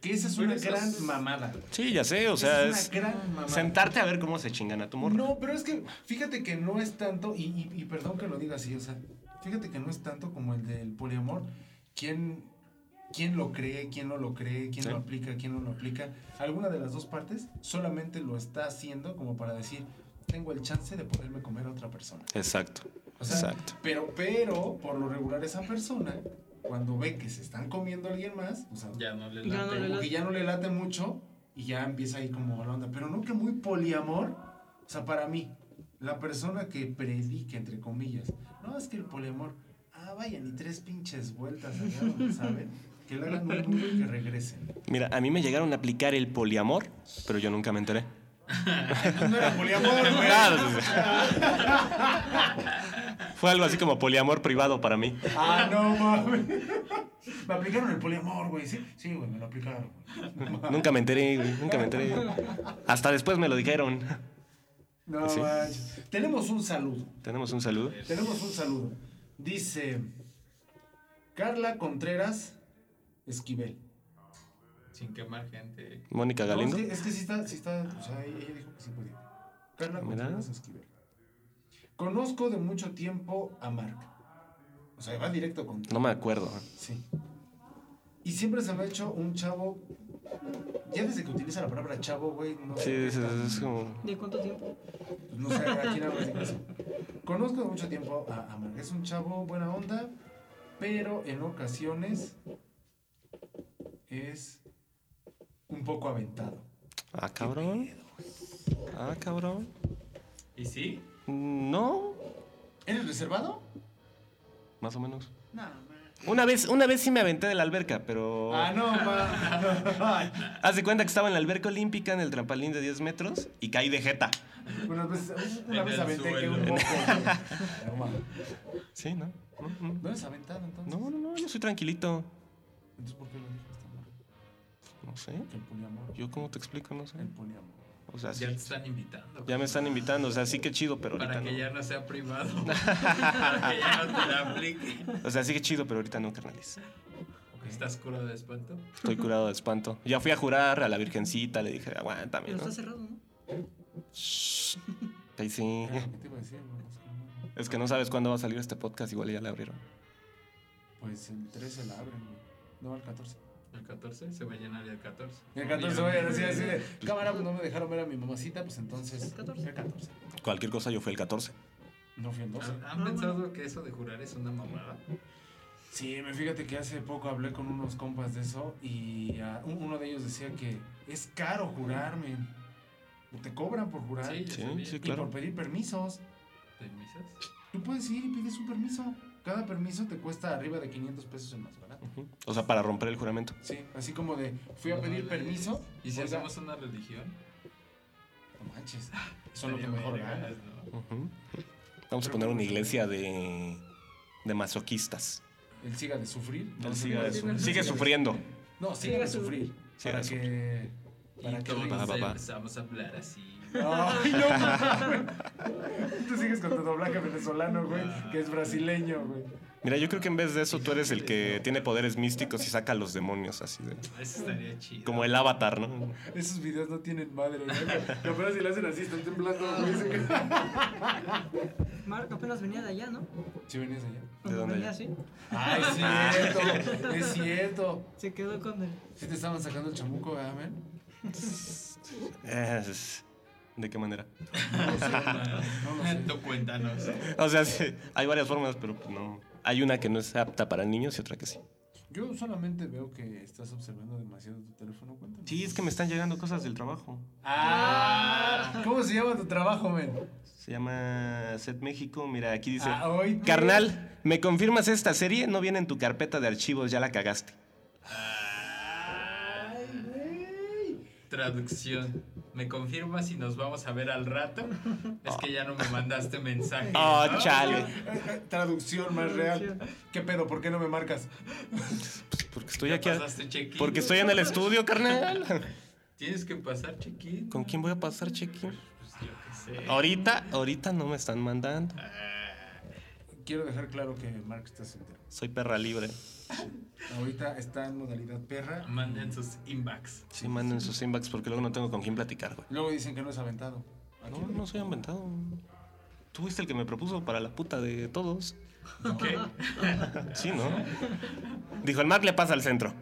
[SPEAKER 8] Que esa es
[SPEAKER 1] Pero
[SPEAKER 8] una
[SPEAKER 1] eso
[SPEAKER 8] gran
[SPEAKER 1] es-
[SPEAKER 8] mamada.
[SPEAKER 2] Sí, ya sé, o
[SPEAKER 8] Esa
[SPEAKER 2] sea,
[SPEAKER 8] es,
[SPEAKER 2] es.
[SPEAKER 8] una gran mamada.
[SPEAKER 2] Sentarte a ver cómo se chingan a tu morro.
[SPEAKER 8] No, pero es que fíjate que no es tanto, y, y- y perdón que lo diga así, o sea, fíjate que no es tanto como el del poliamor. ¿Quién, quién lo cree, quién no lo cree, quién
[SPEAKER 2] Sí.
[SPEAKER 8] lo aplica, quién no lo aplica? Alguna de las dos partes solamente lo está haciendo como para decir, tengo el chance de poderme comer a otra persona.
[SPEAKER 2] Exacto.
[SPEAKER 8] O sea,
[SPEAKER 2] Exacto.
[SPEAKER 8] Pero, pero, por lo regular, esa persona, cuando ve que se están comiendo a alguien más, o sea,
[SPEAKER 1] Ya no le
[SPEAKER 4] Ya
[SPEAKER 1] late.
[SPEAKER 4] no le
[SPEAKER 8] como
[SPEAKER 4] late.
[SPEAKER 8] que ya no le late mucho y ya empieza ahí como la onda. Pero no que muy poliamor. O sea, para mí, la persona que predica, entre comillas, no es que el poliamor, ah, vayan y tres pinches vueltas allá donde saben, que le hagan un ruido y que regresen.
[SPEAKER 2] Mira, a mí me llegaron a aplicar el poliamor, pero yo nunca me enteré.
[SPEAKER 8] No era poliamor, güey.
[SPEAKER 2] Fue algo así como poliamor privado para mí.
[SPEAKER 8] Ah, no mames. Me aplicaron el poliamor, güey. Sí, sí, güey, me lo aplicaron. güey.
[SPEAKER 2] Nunca me enteré, güey, nunca me enteré. Hasta después me lo dijeron.
[SPEAKER 8] No
[SPEAKER 2] Sí.
[SPEAKER 8] manches. Pues Tenemos un saludo.
[SPEAKER 2] Tenemos un saludo.
[SPEAKER 8] Tenemos un saludo. Dice Carla Contreras Esquivel.
[SPEAKER 1] Sin quemar gente.
[SPEAKER 2] Mónica
[SPEAKER 8] No, es,
[SPEAKER 2] Galindo.
[SPEAKER 8] que, es que sí está, sí está, o sea, ella dijo que sí podía. Carla
[SPEAKER 2] Mira.
[SPEAKER 8] Contreras Esquivel. Conozco de mucho tiempo a Mark. O sea, va directo con...
[SPEAKER 2] No me acuerdo.
[SPEAKER 8] Sí. Y siempre se me ha hecho un chavo... Ya desde que utiliza la palabra chavo, güey, no
[SPEAKER 2] Sí,
[SPEAKER 8] qué
[SPEAKER 2] es,
[SPEAKER 8] tan-
[SPEAKER 2] es como.
[SPEAKER 4] ¿De cuánto tiempo?
[SPEAKER 8] No sé, ¿a quién hablas de eso? Conozco de mucho tiempo a Amar. Es un chavo buena onda, pero en ocasiones es un poco aventado.
[SPEAKER 2] Ah, cabrón. Ah, cabrón.
[SPEAKER 1] ¿Y sí?
[SPEAKER 2] No,
[SPEAKER 8] ¿Eres reservado?
[SPEAKER 2] más o menos.
[SPEAKER 8] No,
[SPEAKER 2] Una vez, una vez sí me aventé de la alberca, pero.
[SPEAKER 8] Ah, no, ma.
[SPEAKER 2] Haz de cuenta que estaba en la alberca olímpica en el trampolín de 10 metros y caí de jeta.
[SPEAKER 8] Unas pues, veces, una
[SPEAKER 1] En
[SPEAKER 8] vez
[SPEAKER 1] el
[SPEAKER 8] aventé que un
[SPEAKER 1] suelo.
[SPEAKER 8] poco. No, ma.
[SPEAKER 2] Sí, ¿no? No, no.
[SPEAKER 8] ¿No eres aventado entonces?
[SPEAKER 2] No, no, no, yo soy tranquilito.
[SPEAKER 8] Entonces, ¿por qué lo dijiste, amor?
[SPEAKER 2] No sé.
[SPEAKER 8] Que el poliamor.
[SPEAKER 2] Yo cómo te explico, no sé.
[SPEAKER 8] El poliamor.
[SPEAKER 2] O sea, sí.
[SPEAKER 1] Ya te están invitando.
[SPEAKER 2] Ya me están invitando, o sea, sí que chido, pero
[SPEAKER 1] Para
[SPEAKER 2] ahorita
[SPEAKER 1] que
[SPEAKER 2] no.
[SPEAKER 1] ya no sea privado. Para que ya no te la aplique.
[SPEAKER 2] O sea, sí que chido, pero ahorita no, carnales.
[SPEAKER 1] ¿Estás curado de espanto?
[SPEAKER 2] Estoy curado de espanto. Ya fui a jurar a la virgencita, le dije, aguántame,
[SPEAKER 4] Pero
[SPEAKER 2] ¿no?
[SPEAKER 4] está cerrado, ¿no?
[SPEAKER 2] Shh. Ahí sí.
[SPEAKER 8] Era lo que te iba a decir, no, es que no.
[SPEAKER 2] Es que no sabes cuándo va a salir este podcast, igual ya le abrieron.
[SPEAKER 8] Pues el 13 la abren, güey. No, el 14.
[SPEAKER 1] ¿El 14? Se va a llenar el 14.
[SPEAKER 8] El 14, voy a decir así de cámara, pues no me dejaron ver a mi mamacita, pues entonces. El
[SPEAKER 4] 14.
[SPEAKER 8] 14.
[SPEAKER 2] Cualquier cosa, yo fui el 14.
[SPEAKER 8] No fui el 12.
[SPEAKER 1] ¿Han, han
[SPEAKER 4] Ah,
[SPEAKER 1] pensado que eso de jurar es una mamada?
[SPEAKER 8] Sí, me fíjate que hace poco hablé con unos compas de eso y ah, un- uno de ellos decía que es caro jurarme. Te cobran por jurar
[SPEAKER 1] Sí,
[SPEAKER 2] Sí,
[SPEAKER 1] ya sabía.
[SPEAKER 2] sí,
[SPEAKER 8] y por
[SPEAKER 2] claro.
[SPEAKER 8] pedir permisos.
[SPEAKER 1] ¿Permisas?
[SPEAKER 8] Tú puedes ir y pides un permiso. Cada permiso te cuesta arriba de 500 pesos el más barato.
[SPEAKER 2] Ujú. O sea, para romper el juramento.
[SPEAKER 8] Sí, así como de fui a
[SPEAKER 1] No
[SPEAKER 8] pedir
[SPEAKER 1] mames.
[SPEAKER 8] permiso.
[SPEAKER 1] ¿Y si
[SPEAKER 8] oiga,
[SPEAKER 1] hacemos una religión?
[SPEAKER 8] No manches. Son lo que
[SPEAKER 1] Estaría
[SPEAKER 8] mejor
[SPEAKER 1] vergas,
[SPEAKER 8] ganas.
[SPEAKER 1] ¿no?
[SPEAKER 2] Ujú. Vamos a poner una iglesia de, de masoquistas.
[SPEAKER 8] Él siga de sufrir. no
[SPEAKER 2] Él
[SPEAKER 8] se
[SPEAKER 2] siga de
[SPEAKER 8] puede.
[SPEAKER 2] su- sigue sufriendo.
[SPEAKER 8] No, sigue a sufrir.
[SPEAKER 2] Sigue
[SPEAKER 8] para
[SPEAKER 2] a sufrir.
[SPEAKER 8] que. Para
[SPEAKER 1] Y
[SPEAKER 8] que.
[SPEAKER 1] todos
[SPEAKER 8] rinda.
[SPEAKER 2] Va, va, va.
[SPEAKER 1] empezamos a hablar así.
[SPEAKER 8] Ay, no mames. Tú sigues con tu doblaje venezolano, güey, que es brasileño, güey.
[SPEAKER 2] Mira, yo creo que en vez de eso tú eres el que tiene poderes místicos y saca a los demonios así de...
[SPEAKER 1] Eso estaría chido.
[SPEAKER 2] Como el avatar, ¿no?
[SPEAKER 8] Esos videos no tienen madre, ¿no? Y apenas si lo hacen así, están temblando.
[SPEAKER 4] Ah.
[SPEAKER 8] güey.
[SPEAKER 4] Marco apenas venía de allá, ¿no?
[SPEAKER 8] ¿Sí venías allá?
[SPEAKER 4] Cuando
[SPEAKER 2] dónde?
[SPEAKER 4] venía así,
[SPEAKER 8] ¡Ay, es cierto! ¡Es cierto!
[SPEAKER 4] se quedó con el.
[SPEAKER 8] Sí te estaban sacando el chamuco, ¿verdad, men?
[SPEAKER 2] Es- ¿De qué manera?
[SPEAKER 8] No lo sé.
[SPEAKER 1] Tú cuéntanos.
[SPEAKER 2] O sea, sí, hay varias formas, pero pues, no. Hay una que no es apta para niños y otra que sí.
[SPEAKER 8] Yo solamente veo que estás observando demasiado tu teléfono. Cuéntame.
[SPEAKER 2] Sí, es que me están llegando cosas del trabajo.
[SPEAKER 8] ¡Ah! ¿Cómo se llama tu trabajo, men?
[SPEAKER 2] Se llama Set México. Mira, aquí dice...
[SPEAKER 8] Ah, hoy-
[SPEAKER 2] Carnal, ¿me confirmas esta serie? No viene en tu carpeta de archivos, ya la cagaste.
[SPEAKER 1] Traducción. ¿Me confirmas si nos vamos a ver al rato? Es que ya no me mandaste mensaje.
[SPEAKER 2] Oh,
[SPEAKER 1] ¿no?
[SPEAKER 2] chale.
[SPEAKER 1] Ah,
[SPEAKER 8] Traducción más real. ¿Qué pedo? ¿Por qué no me marcas?
[SPEAKER 2] Porque estoy
[SPEAKER 1] Ya
[SPEAKER 2] aquí... a-
[SPEAKER 1] pasaste, chequín.
[SPEAKER 2] Porque estoy en el estudio, carnal.
[SPEAKER 1] Tienes que pasar, chequín.
[SPEAKER 2] ¿Con quién voy a pasar check-in?
[SPEAKER 1] Pues yo qué sé.
[SPEAKER 2] Ahorita, ahorita no me están mandando.
[SPEAKER 1] Ah,
[SPEAKER 8] Quiero dejar claro que Mark está soltero.
[SPEAKER 2] Soy perra libre.
[SPEAKER 8] Ahorita está en modalidad perra.
[SPEAKER 1] Manden sus inbox.
[SPEAKER 2] Sí, manden sus inbox porque luego no tengo con quién platicar, güey.
[SPEAKER 8] Luego dicen que no es aventado. ¿A
[SPEAKER 2] No,
[SPEAKER 8] quién?
[SPEAKER 2] no soy inventado. Tú fuiste el que me propuso para la puta de todos.
[SPEAKER 1] ¿Qué?
[SPEAKER 2] Sí, ¿no? Dijo, el Mac le pasa al centro.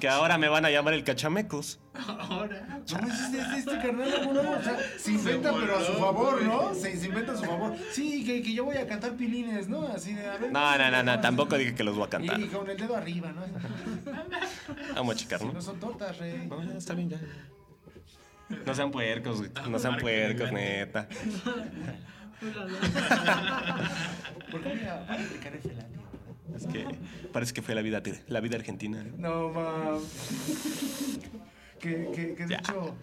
[SPEAKER 2] Que ahora me van a llamar el cachamecos.
[SPEAKER 1] Ahora.
[SPEAKER 8] No, es este, este, este carnal alguna vez, o sea, se inventa,
[SPEAKER 1] Se
[SPEAKER 8] pero a su
[SPEAKER 1] voló,
[SPEAKER 8] favor,
[SPEAKER 1] güey.
[SPEAKER 8] ¿no? Se, se inventa a su favor. Sí, que, que yo voy a cantar pilines, ¿no? Así de, a ver.
[SPEAKER 2] No, no, no, no, tampoco dije que los voy a cantar.
[SPEAKER 8] Y con el dedo arriba, ¿no?
[SPEAKER 2] Vamos a checar,
[SPEAKER 8] No
[SPEAKER 2] ¿no?
[SPEAKER 8] son tortas, rey.
[SPEAKER 2] No, ya está bien, ya. No sean puercos, güey. No sean puercos, neta.
[SPEAKER 4] Ulala.
[SPEAKER 8] Porque mira, voy a aplicar ese látigo.
[SPEAKER 2] Es que parece que fue la vida, la vida argentina.
[SPEAKER 8] No, mam. que, que, que de
[SPEAKER 2] Ya.
[SPEAKER 8] hecho,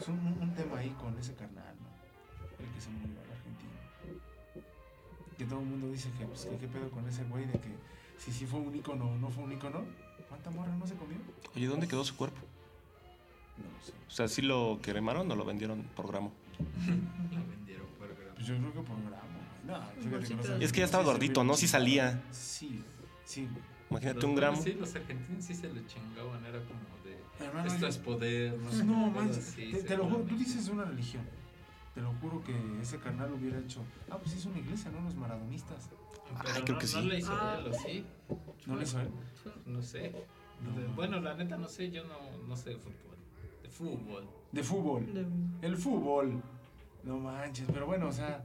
[SPEAKER 8] es un, un tema ahí con ese carnal, ¿no? El que se murió al argentino. Que todo el mundo dice que, pues, que qué pedo con ese güey de que si sí fue un ícono o no fue un ícono. ¿Cuánta morra no se comió?
[SPEAKER 2] Oye, ¿dónde quedó su cuerpo?
[SPEAKER 8] No lo sé.
[SPEAKER 2] O sea, ¿sí lo cremaron o lo vendieron por gramo?
[SPEAKER 1] Lo vendieron por gramo.
[SPEAKER 8] Pues yo creo que por gramo. güey. No, fíjate que no
[SPEAKER 4] bolsita.
[SPEAKER 8] sé.
[SPEAKER 2] Es que ya estaba
[SPEAKER 8] Sí,
[SPEAKER 2] gordito, ¿no? Sí salía.
[SPEAKER 8] Sí, sí, güey.
[SPEAKER 2] Imagínate
[SPEAKER 1] Los-
[SPEAKER 2] un gramo.
[SPEAKER 1] Sí, los argentinos sí se lo chingaban. Era como de.
[SPEAKER 8] Hermano,
[SPEAKER 1] Esto
[SPEAKER 8] yo- pues,
[SPEAKER 1] es poder. No, sé,
[SPEAKER 8] Ah, No,
[SPEAKER 1] un pedo
[SPEAKER 8] manches,
[SPEAKER 1] así,
[SPEAKER 8] te, te lo juro, tú
[SPEAKER 1] seguramente.
[SPEAKER 8] dices una religión. Te lo juro que ese carnal hubiera hecho. Ah, pues es una iglesia, ¿no? Los maradonistas.
[SPEAKER 1] Pero
[SPEAKER 2] Ay,
[SPEAKER 1] no,
[SPEAKER 2] creo que
[SPEAKER 1] no
[SPEAKER 2] sí.
[SPEAKER 1] le hizo
[SPEAKER 4] Ah.
[SPEAKER 1] él, ¿o sí?
[SPEAKER 8] ¿No le saben?
[SPEAKER 1] No sé.
[SPEAKER 8] No.
[SPEAKER 1] De- Bueno, la neta no sé, yo no, no sé de fútbol. De fútbol.
[SPEAKER 8] De fútbol.
[SPEAKER 4] De-
[SPEAKER 8] El fútbol. No manches, pero bueno, o sea,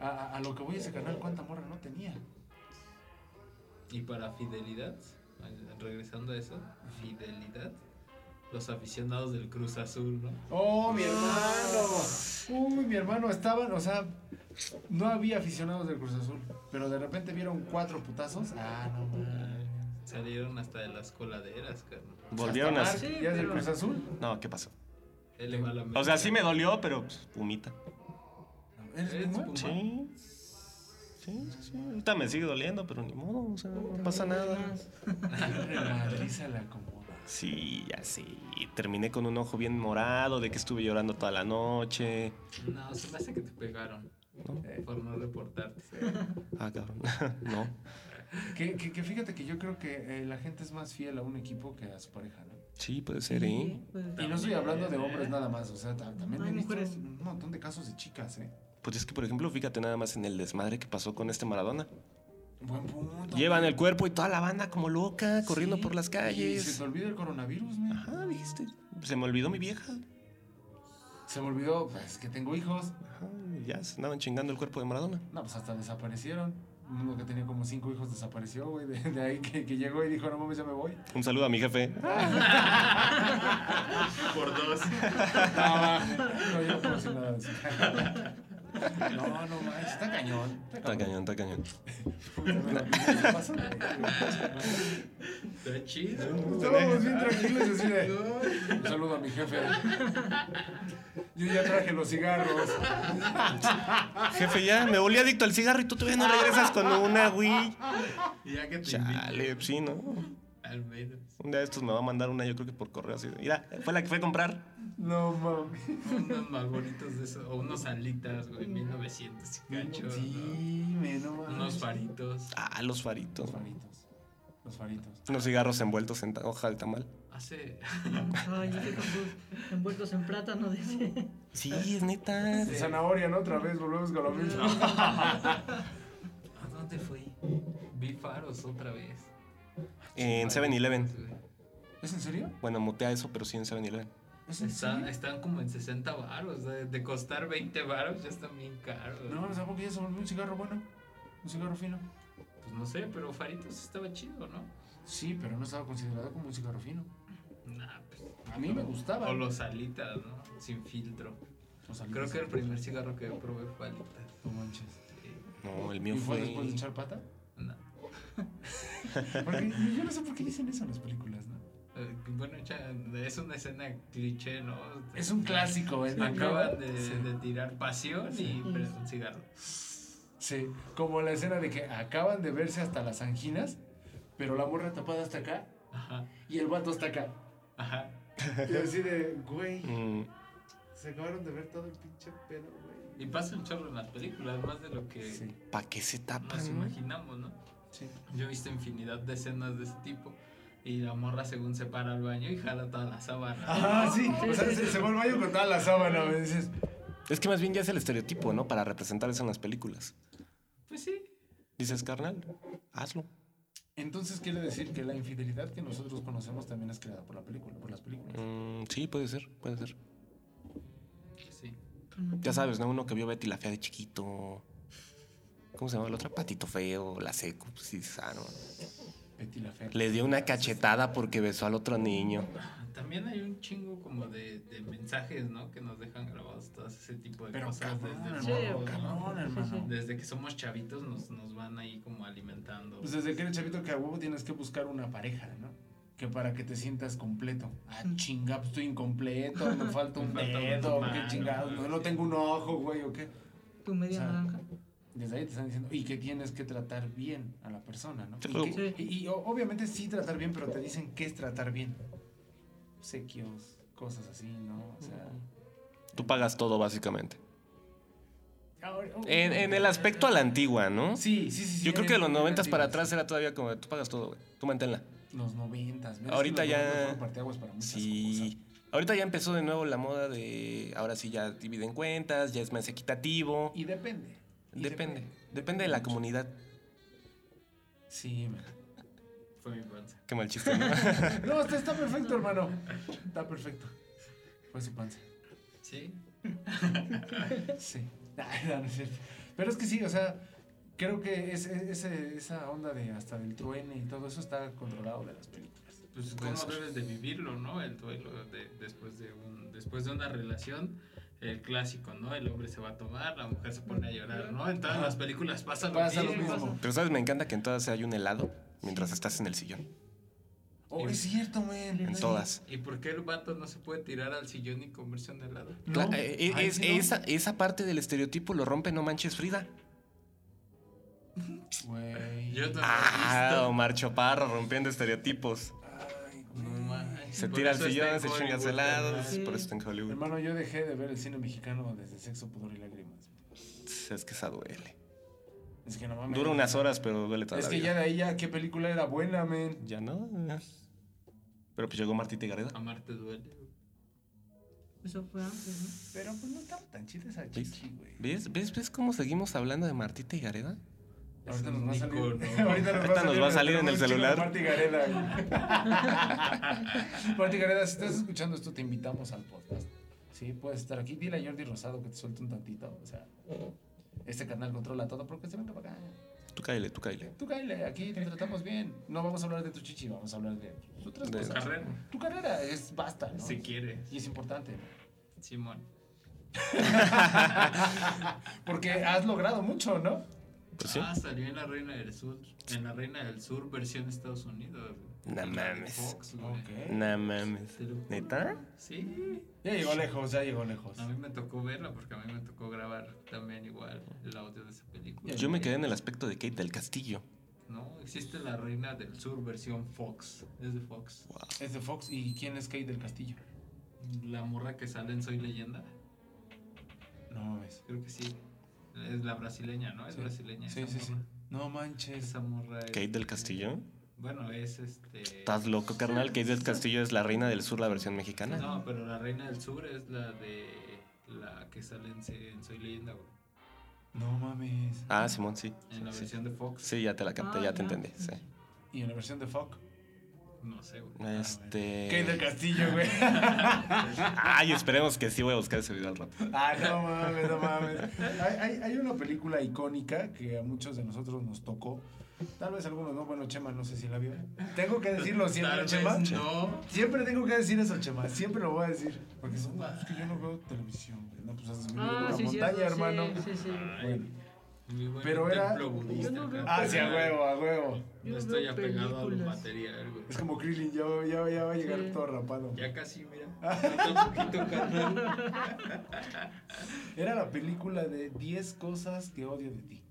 [SPEAKER 8] a, a- a lo que voy ese carnal, ¿cuánta morra no tenía?
[SPEAKER 1] Y para fidelidad, al- regresando a eso, fidelidad, los aficionados del Cruz Azul, ¿no?
[SPEAKER 8] ¡Oh, mi hermano! Uy, mi hermano, estaban, o sea, no había aficionados del Cruz Azul, pero de repente vieron cuatro putazos. Ah, no manches.
[SPEAKER 1] Salieron hasta de las coladeras, carnal.
[SPEAKER 2] Volvieron a...
[SPEAKER 8] Hasta Mark
[SPEAKER 4] Sí,
[SPEAKER 8] ya es del
[SPEAKER 4] pero-
[SPEAKER 8] Cruz Azul.
[SPEAKER 2] No, ¿qué pasó?
[SPEAKER 1] Él le va a la América.
[SPEAKER 2] O sea, sí me dolió, pero pues, pumita.
[SPEAKER 8] ¿Eres
[SPEAKER 1] ¿Eres
[SPEAKER 8] Puma?
[SPEAKER 1] Puma?
[SPEAKER 2] Sí. Sí, sí, sí. Ahorita me sigue doliendo, pero ni modo, o sea, no pasa nada.
[SPEAKER 8] Madriza la acomoda.
[SPEAKER 2] Sí, ya sí. Terminé con un ojo bien morado, de que estuve llorando toda la noche.
[SPEAKER 1] No, se me hace que te pegaron eh,
[SPEAKER 2] ¿No?
[SPEAKER 1] por no reportarte.
[SPEAKER 2] Ah, cabrón. no.
[SPEAKER 8] Que, que, que fíjate que yo creo que eh, la gente es más fiel a un equipo que a su pareja, ¿no?
[SPEAKER 2] Sí, puede ser, ¿eh?
[SPEAKER 8] Y
[SPEAKER 4] pues,
[SPEAKER 8] no estoy hablando de hombres nada más, o sea, ta- también
[SPEAKER 4] Hay
[SPEAKER 8] he visto
[SPEAKER 4] mujeres.
[SPEAKER 8] un montón de casos de chicas, ¿eh?
[SPEAKER 2] Pues es que, por ejemplo, fíjate nada más en el desmadre que pasó con este Maradona.
[SPEAKER 8] Buen punto.
[SPEAKER 2] Llevan el cuerpo y toda la banda como loca, corriendo
[SPEAKER 8] Sí.
[SPEAKER 2] por las
[SPEAKER 8] Y se
[SPEAKER 2] calles.
[SPEAKER 8] te olvida el coronavirus, ¿no?
[SPEAKER 2] Ajá, viste. Se me olvidó mi vieja.
[SPEAKER 8] Se me olvidó, pues, que tengo hijos.
[SPEAKER 2] Ajá, ya se andaban chingando el cuerpo de Maradona.
[SPEAKER 8] No, pues hasta desaparecieron. Uno que tenía como cinco hijos desapareció, güey, de, de ahí que, que llegó y dijo, no mames, ya me voy.
[SPEAKER 2] Un saludo a mi jefe.
[SPEAKER 8] Ah.
[SPEAKER 1] Por dos.
[SPEAKER 8] No, no, yo no conocí nada de eso. No, no, manches, está cañón.
[SPEAKER 2] Está cañón, está cañón.
[SPEAKER 8] ¿Qué pasa? güey?
[SPEAKER 1] Está chido.
[SPEAKER 8] Estábamos bien tranquilos así de. Un saludo a mi jefe. Yo ya traje los cigarros.
[SPEAKER 2] Jefe, ya me volví adicto al cigarro y tú todavía no regresas con una, güey.
[SPEAKER 1] Y Ya que te invito,
[SPEAKER 2] Chale, sí, ¿no?
[SPEAKER 1] al menos.
[SPEAKER 2] Un día de estos me va a mandar una, yo creo que por correo así. de, Mira, fue la que fue a comprar.
[SPEAKER 8] No mames.
[SPEAKER 1] Unos malbonitos de esos, o unos alitas, güey, 1900 y cacho. ¿no?
[SPEAKER 8] Sí, me no mames.
[SPEAKER 1] Unos faritos.
[SPEAKER 2] Ah, los faritos.
[SPEAKER 8] Los faritos. Los faritos.
[SPEAKER 2] Unos cigarros envueltos en ta- hoja de tamal.
[SPEAKER 1] Hace.
[SPEAKER 4] Ay, yo que envueltos en plátano, dice.
[SPEAKER 2] Sí,
[SPEAKER 8] Ah.
[SPEAKER 2] es neta.
[SPEAKER 8] De zanahoria, ¿no? Otra vez volvemos con lo mismo.
[SPEAKER 1] ¿A dónde fui? Vi faros otra vez.
[SPEAKER 2] En 7-Eleven.
[SPEAKER 8] ¿Es en serio?
[SPEAKER 2] Bueno, mutea eso, pero sí en 7-Eleven.
[SPEAKER 8] ¿Es en
[SPEAKER 1] Están,
[SPEAKER 8] serio?
[SPEAKER 1] están como en 60 varos. De, de costar 20 varos ya están bien caros.
[SPEAKER 8] No mames, ¿a poco ya se volvió un cigarro bueno? Un cigarro fino.
[SPEAKER 1] Pues no sé, pero faritos estaba chido, ¿no?
[SPEAKER 8] Sí, pero no estaba considerado como un cigarro fino.
[SPEAKER 1] Nah, pues.
[SPEAKER 8] A mí me gustaba.
[SPEAKER 1] O los alitas, ¿no? Sin filtro.
[SPEAKER 8] Los alitas.
[SPEAKER 1] Creo que el primer cigarro que probé fue alitas.
[SPEAKER 8] No manches.
[SPEAKER 2] No, el mío
[SPEAKER 8] ¿Y fue
[SPEAKER 2] fue.
[SPEAKER 8] después de echar pata?
[SPEAKER 1] No.
[SPEAKER 8] Porque yo no sé por qué dicen eso en las películas, ¿no?
[SPEAKER 1] Eh, Bueno, ya, es una escena cliché, ¿no?
[SPEAKER 8] Es un clásico, ¿eh?
[SPEAKER 1] Acaban de, de tirar pasión y prenden un cigarro.
[SPEAKER 8] Sí, como la escena de que acaban de verse hasta las anginas, pero la morra tapada hasta acá
[SPEAKER 1] Ajá,
[SPEAKER 8] y el vato hasta acá.
[SPEAKER 1] ajá.
[SPEAKER 8] Y yo así de, güey,
[SPEAKER 2] Mm,
[SPEAKER 8] se acabaron de ver todo el pinche pedo, güey.
[SPEAKER 1] Y pasa un chorro en las películas, más de lo que
[SPEAKER 8] Sí,
[SPEAKER 2] ¿Pa' qué se
[SPEAKER 1] nos
[SPEAKER 2] tapan? güey?
[SPEAKER 1] imaginamos, ¿no?
[SPEAKER 8] sí.
[SPEAKER 1] Yo he visto infinidad de escenas de ese tipo. Y la morra según se para al baño y jala toda la sábana.
[SPEAKER 8] Ah, sí, o sea, se, se va al baño con toda la sábana, me dices.
[SPEAKER 2] Es que más bien ya es el estereotipo, ¿no? Para representar eso en las películas.
[SPEAKER 1] Pues sí.
[SPEAKER 2] Dices, carnal, hazlo.
[SPEAKER 8] Entonces quiere decir que la infidelidad que nosotros conocemos también es creada por la película, por las películas.
[SPEAKER 2] Mm, sí, puede ser, puede ser.
[SPEAKER 1] pues Sí.
[SPEAKER 2] Ya sabes, ¿no? Uno que vio Betty la fea de chiquito. ¿Cómo se llama la otra? Patito feo, la seco. Pues sí, ah, no.
[SPEAKER 8] Betty la fea.
[SPEAKER 2] Le dio una cachetada porque besó al otro niño.
[SPEAKER 1] También hay un chingo como de, de mensajes, ¿no? Que nos dejan grabados todo ese tipo de
[SPEAKER 8] Pero
[SPEAKER 1] cosas.
[SPEAKER 8] cabrón,
[SPEAKER 1] desde,
[SPEAKER 4] Sí,
[SPEAKER 8] hermano, cabrón, hermano.
[SPEAKER 1] desde que somos chavitos nos, nos van ahí como alimentando.
[SPEAKER 8] Pues desde que eres chavito que a huevo tienes que buscar una pareja, ¿no? Que para que te sientas completo. Ah,
[SPEAKER 2] Hmm.
[SPEAKER 8] chinga, pues estoy incompleto, me falta un
[SPEAKER 1] Me falta una
[SPEAKER 8] dedo,
[SPEAKER 1] mano,
[SPEAKER 8] qué chingado,
[SPEAKER 1] ¿no?
[SPEAKER 8] no, no tengo un ojo, güey, o qué.
[SPEAKER 4] Tu media
[SPEAKER 8] O sea,
[SPEAKER 4] naranja.
[SPEAKER 8] Desde ahí te están diciendo, y que tienes que tratar bien a la persona, ¿no?
[SPEAKER 2] Claro.
[SPEAKER 8] Y, que- y- y o- obviamente sí tratar bien, pero te dicen qué es tratar bien. Sequios, cosas así, ¿no? O sea...
[SPEAKER 2] Hmm. Tú pagas todo, básicamente.
[SPEAKER 8] ahora- oh,
[SPEAKER 2] En, en el aspecto a la antigua, ¿no?
[SPEAKER 8] Sí, sí, sí. sí,
[SPEAKER 2] Yo creo que de
[SPEAKER 8] en-
[SPEAKER 2] los
[SPEAKER 8] en
[SPEAKER 2] noventas para
[SPEAKER 8] antiguos.
[SPEAKER 2] atrás era todavía como, de, tú pagas todo, güey. Tú manténla.
[SPEAKER 8] Los noventas. ¿ves?
[SPEAKER 2] Ahorita
[SPEAKER 8] Es que
[SPEAKER 2] ya-
[SPEAKER 8] los noventas fueron parteaguas para muchas
[SPEAKER 2] Sí. Ahorita ya empezó de nuevo la moda de, ahora sí ya dividen cuentas, ya es más equitativo.
[SPEAKER 8] cosas. Y depende. y
[SPEAKER 2] Depende, depende de la comunidad.
[SPEAKER 8] Sí, man.
[SPEAKER 1] Fue mi panza.
[SPEAKER 2] Qué mal chiste, ¿no?
[SPEAKER 8] No, está, está perfecto, hermano. Está perfecto. Fue su panza.
[SPEAKER 1] Sí.
[SPEAKER 8] Sí. Ay, no, no es cierto. Pero es que sí, o sea, creo que es- es- ese- esa onda de hasta del truene y todo eso está controlado de las películas.
[SPEAKER 1] Pues
[SPEAKER 2] Puede
[SPEAKER 1] cómo
[SPEAKER 2] ser.
[SPEAKER 1] debes de vivirlo, ¿no? El duelo de, después, de un, después de una relación. El clásico, ¿no? El hombre se va a tomar, la mujer se pone a llorar, ¿no? En todas las películas pasa lo
[SPEAKER 8] Pasa lo
[SPEAKER 1] mismo.
[SPEAKER 8] mismo.
[SPEAKER 2] Pero sabes, me encanta que en todas hay un helado mientras estás en el sillón.
[SPEAKER 8] Oh, es cierto, men.
[SPEAKER 2] En todas.
[SPEAKER 1] ¿Y por qué el vato no se puede tirar al sillón y comerse un helado?
[SPEAKER 8] No,
[SPEAKER 2] Cla- eh, eh,
[SPEAKER 8] ahí
[SPEAKER 2] es-
[SPEAKER 8] sí no.
[SPEAKER 2] esa, esa parte del estereotipo lo rompe No Manches Frida.
[SPEAKER 8] Güey.
[SPEAKER 1] Yo no
[SPEAKER 2] Ah, Omar Choparro rompiendo estereotipos.
[SPEAKER 8] Ay,
[SPEAKER 1] No
[SPEAKER 8] güey.
[SPEAKER 1] manches,
[SPEAKER 2] Se
[SPEAKER 1] por
[SPEAKER 2] tira al
[SPEAKER 1] eso está
[SPEAKER 2] sillón,
[SPEAKER 1] en
[SPEAKER 2] se chinga
[SPEAKER 1] Hollywood,
[SPEAKER 2] helados.
[SPEAKER 1] ¿verdad?
[SPEAKER 4] Sí.
[SPEAKER 2] Por eso está en Hollywood.
[SPEAKER 8] Hermano, yo dejé de ver el cine mexicano desde Sexo, Pudor y Lágrimas.
[SPEAKER 2] Es que esa duele.
[SPEAKER 8] Es que no mames.
[SPEAKER 2] Dura unas horas, pero duele toda
[SPEAKER 8] Es
[SPEAKER 2] la
[SPEAKER 8] que ya
[SPEAKER 2] vida.
[SPEAKER 8] de ahí ya, ¿qué película era buena, men?
[SPEAKER 2] Ya no. Pero pues llegó Martita y Gareda.
[SPEAKER 1] Amarte duele.
[SPEAKER 4] Eso fue antes,
[SPEAKER 8] Pero pues no estaba tan chida esa chichi, güey.
[SPEAKER 2] ¿Ves, ves, ¿Ves cómo seguimos hablando de Martita y Gareda?
[SPEAKER 8] Ahorita nos va a
[SPEAKER 1] Es
[SPEAKER 8] salir.
[SPEAKER 1] un icono.
[SPEAKER 8] Ahorita nos,
[SPEAKER 2] Ahorita nos va a salir en el
[SPEAKER 8] teléfono
[SPEAKER 2] celular.
[SPEAKER 8] de Marti Gareda. güey. Marti Gareda, si estás escuchando esto, te invitamos al podcast. Sí, puedes estar aquí. Dile a Jordi Rosado que te suelte un tantito. O sea, este canal controla todo porque se venga para acá.
[SPEAKER 2] Tú cáele, tú cáele.
[SPEAKER 8] Tú cállate, aquí te tratamos bien. No vamos a hablar de tu chichi, vamos a hablar de otras
[SPEAKER 2] De-
[SPEAKER 8] cosas.
[SPEAKER 1] Carrera,
[SPEAKER 8] Tu carrera es basta, ¿no?
[SPEAKER 1] si quiere,
[SPEAKER 8] Y es importante. ¿no?
[SPEAKER 1] Simón.
[SPEAKER 8] Porque has logrado mucho, ¿no?
[SPEAKER 2] Pues sí.
[SPEAKER 1] Ah, salió en la Reina del Sur. En la Reina del Sur, versión Estados Unidos. güey.
[SPEAKER 2] No
[SPEAKER 1] En la de
[SPEAKER 2] mames.
[SPEAKER 1] Fox, güey.
[SPEAKER 2] No mames.
[SPEAKER 1] Te lo juro.
[SPEAKER 2] ¿Neta?
[SPEAKER 1] Sí.
[SPEAKER 8] Ya llegó lejos, ya llegó lejos.
[SPEAKER 1] A mí me tocó verla porque a mí me tocó grabar también igual el audio de esa película.
[SPEAKER 2] Yo me quedé en el aspecto de Kate del Castillo.
[SPEAKER 1] No, existe la Reina del Sur, versión Fox. Es de Fox.
[SPEAKER 8] Es de Fox. ¿Y quién es Kate del Castillo?
[SPEAKER 1] La morra que sale en Soy Leyenda.
[SPEAKER 8] No mames.
[SPEAKER 1] Creo que sí. Es la brasileña, ¿no? Es
[SPEAKER 8] Sí.
[SPEAKER 1] brasileña.
[SPEAKER 8] Sí,
[SPEAKER 1] esa
[SPEAKER 8] sí, sí.
[SPEAKER 1] morra.
[SPEAKER 8] No manches.
[SPEAKER 1] Esa morra es-
[SPEAKER 2] Kate del Castillo.
[SPEAKER 1] Bueno, es este.
[SPEAKER 2] Estás loco, carnal. Kate del Castillo es la reina del sur, la versión mexicana.
[SPEAKER 1] No, pero la reina del sur es la de. La que sale en, Se- en Soy Leyenda, güey.
[SPEAKER 8] No mames.
[SPEAKER 2] Ah, Simón, sí.
[SPEAKER 1] En la
[SPEAKER 2] Sí, sí.
[SPEAKER 1] versión de Fox.
[SPEAKER 2] Sí, ya te la capté,
[SPEAKER 4] Ah,
[SPEAKER 2] ya te
[SPEAKER 4] ya.
[SPEAKER 2] entendí. Sí.
[SPEAKER 8] Y en la versión de Fuck.
[SPEAKER 1] No sé, güey. Ah,
[SPEAKER 2] Este.
[SPEAKER 8] Kate del Castillo, güey.
[SPEAKER 2] Ay, esperemos que sí voy a buscar ese video al rato.
[SPEAKER 8] Ah, no mames, no mames. Hay, hay- hay una película icónica que a muchos de nosotros nos tocó. Tal vez algunos no. Bueno, Chema, no sé si la vio. Tengo que decirlo siempre,
[SPEAKER 1] Tal vez
[SPEAKER 8] Chema.
[SPEAKER 1] no.
[SPEAKER 8] Siempre tengo que decir eso, Chema. Siempre lo voy a decir. Porque son, "Ah, es que yo no veo televisión, güey. No, pues haces mi
[SPEAKER 4] Ah, sí,
[SPEAKER 8] montaña,
[SPEAKER 4] cierto, sí,
[SPEAKER 8] hermano.
[SPEAKER 4] Sí, sí.
[SPEAKER 8] Bueno.
[SPEAKER 1] Muy buen
[SPEAKER 8] Pero era-
[SPEAKER 1] templo budista,
[SPEAKER 4] Yo no veo-
[SPEAKER 1] acá.
[SPEAKER 8] Ah, sí, a huevo, a huevo.
[SPEAKER 4] Yo
[SPEAKER 1] No
[SPEAKER 4] no
[SPEAKER 1] estoy
[SPEAKER 4] veo
[SPEAKER 1] apegado al
[SPEAKER 4] películas.
[SPEAKER 1] material, güey.
[SPEAKER 8] Es como Krillin, ya, va- ya, va- ya va a llegar
[SPEAKER 4] Sí.
[SPEAKER 8] todo rapado.
[SPEAKER 1] Ya casi, mira. Falta un poquito, carnal.
[SPEAKER 8] Era la película de 10 cosas que odio de ti.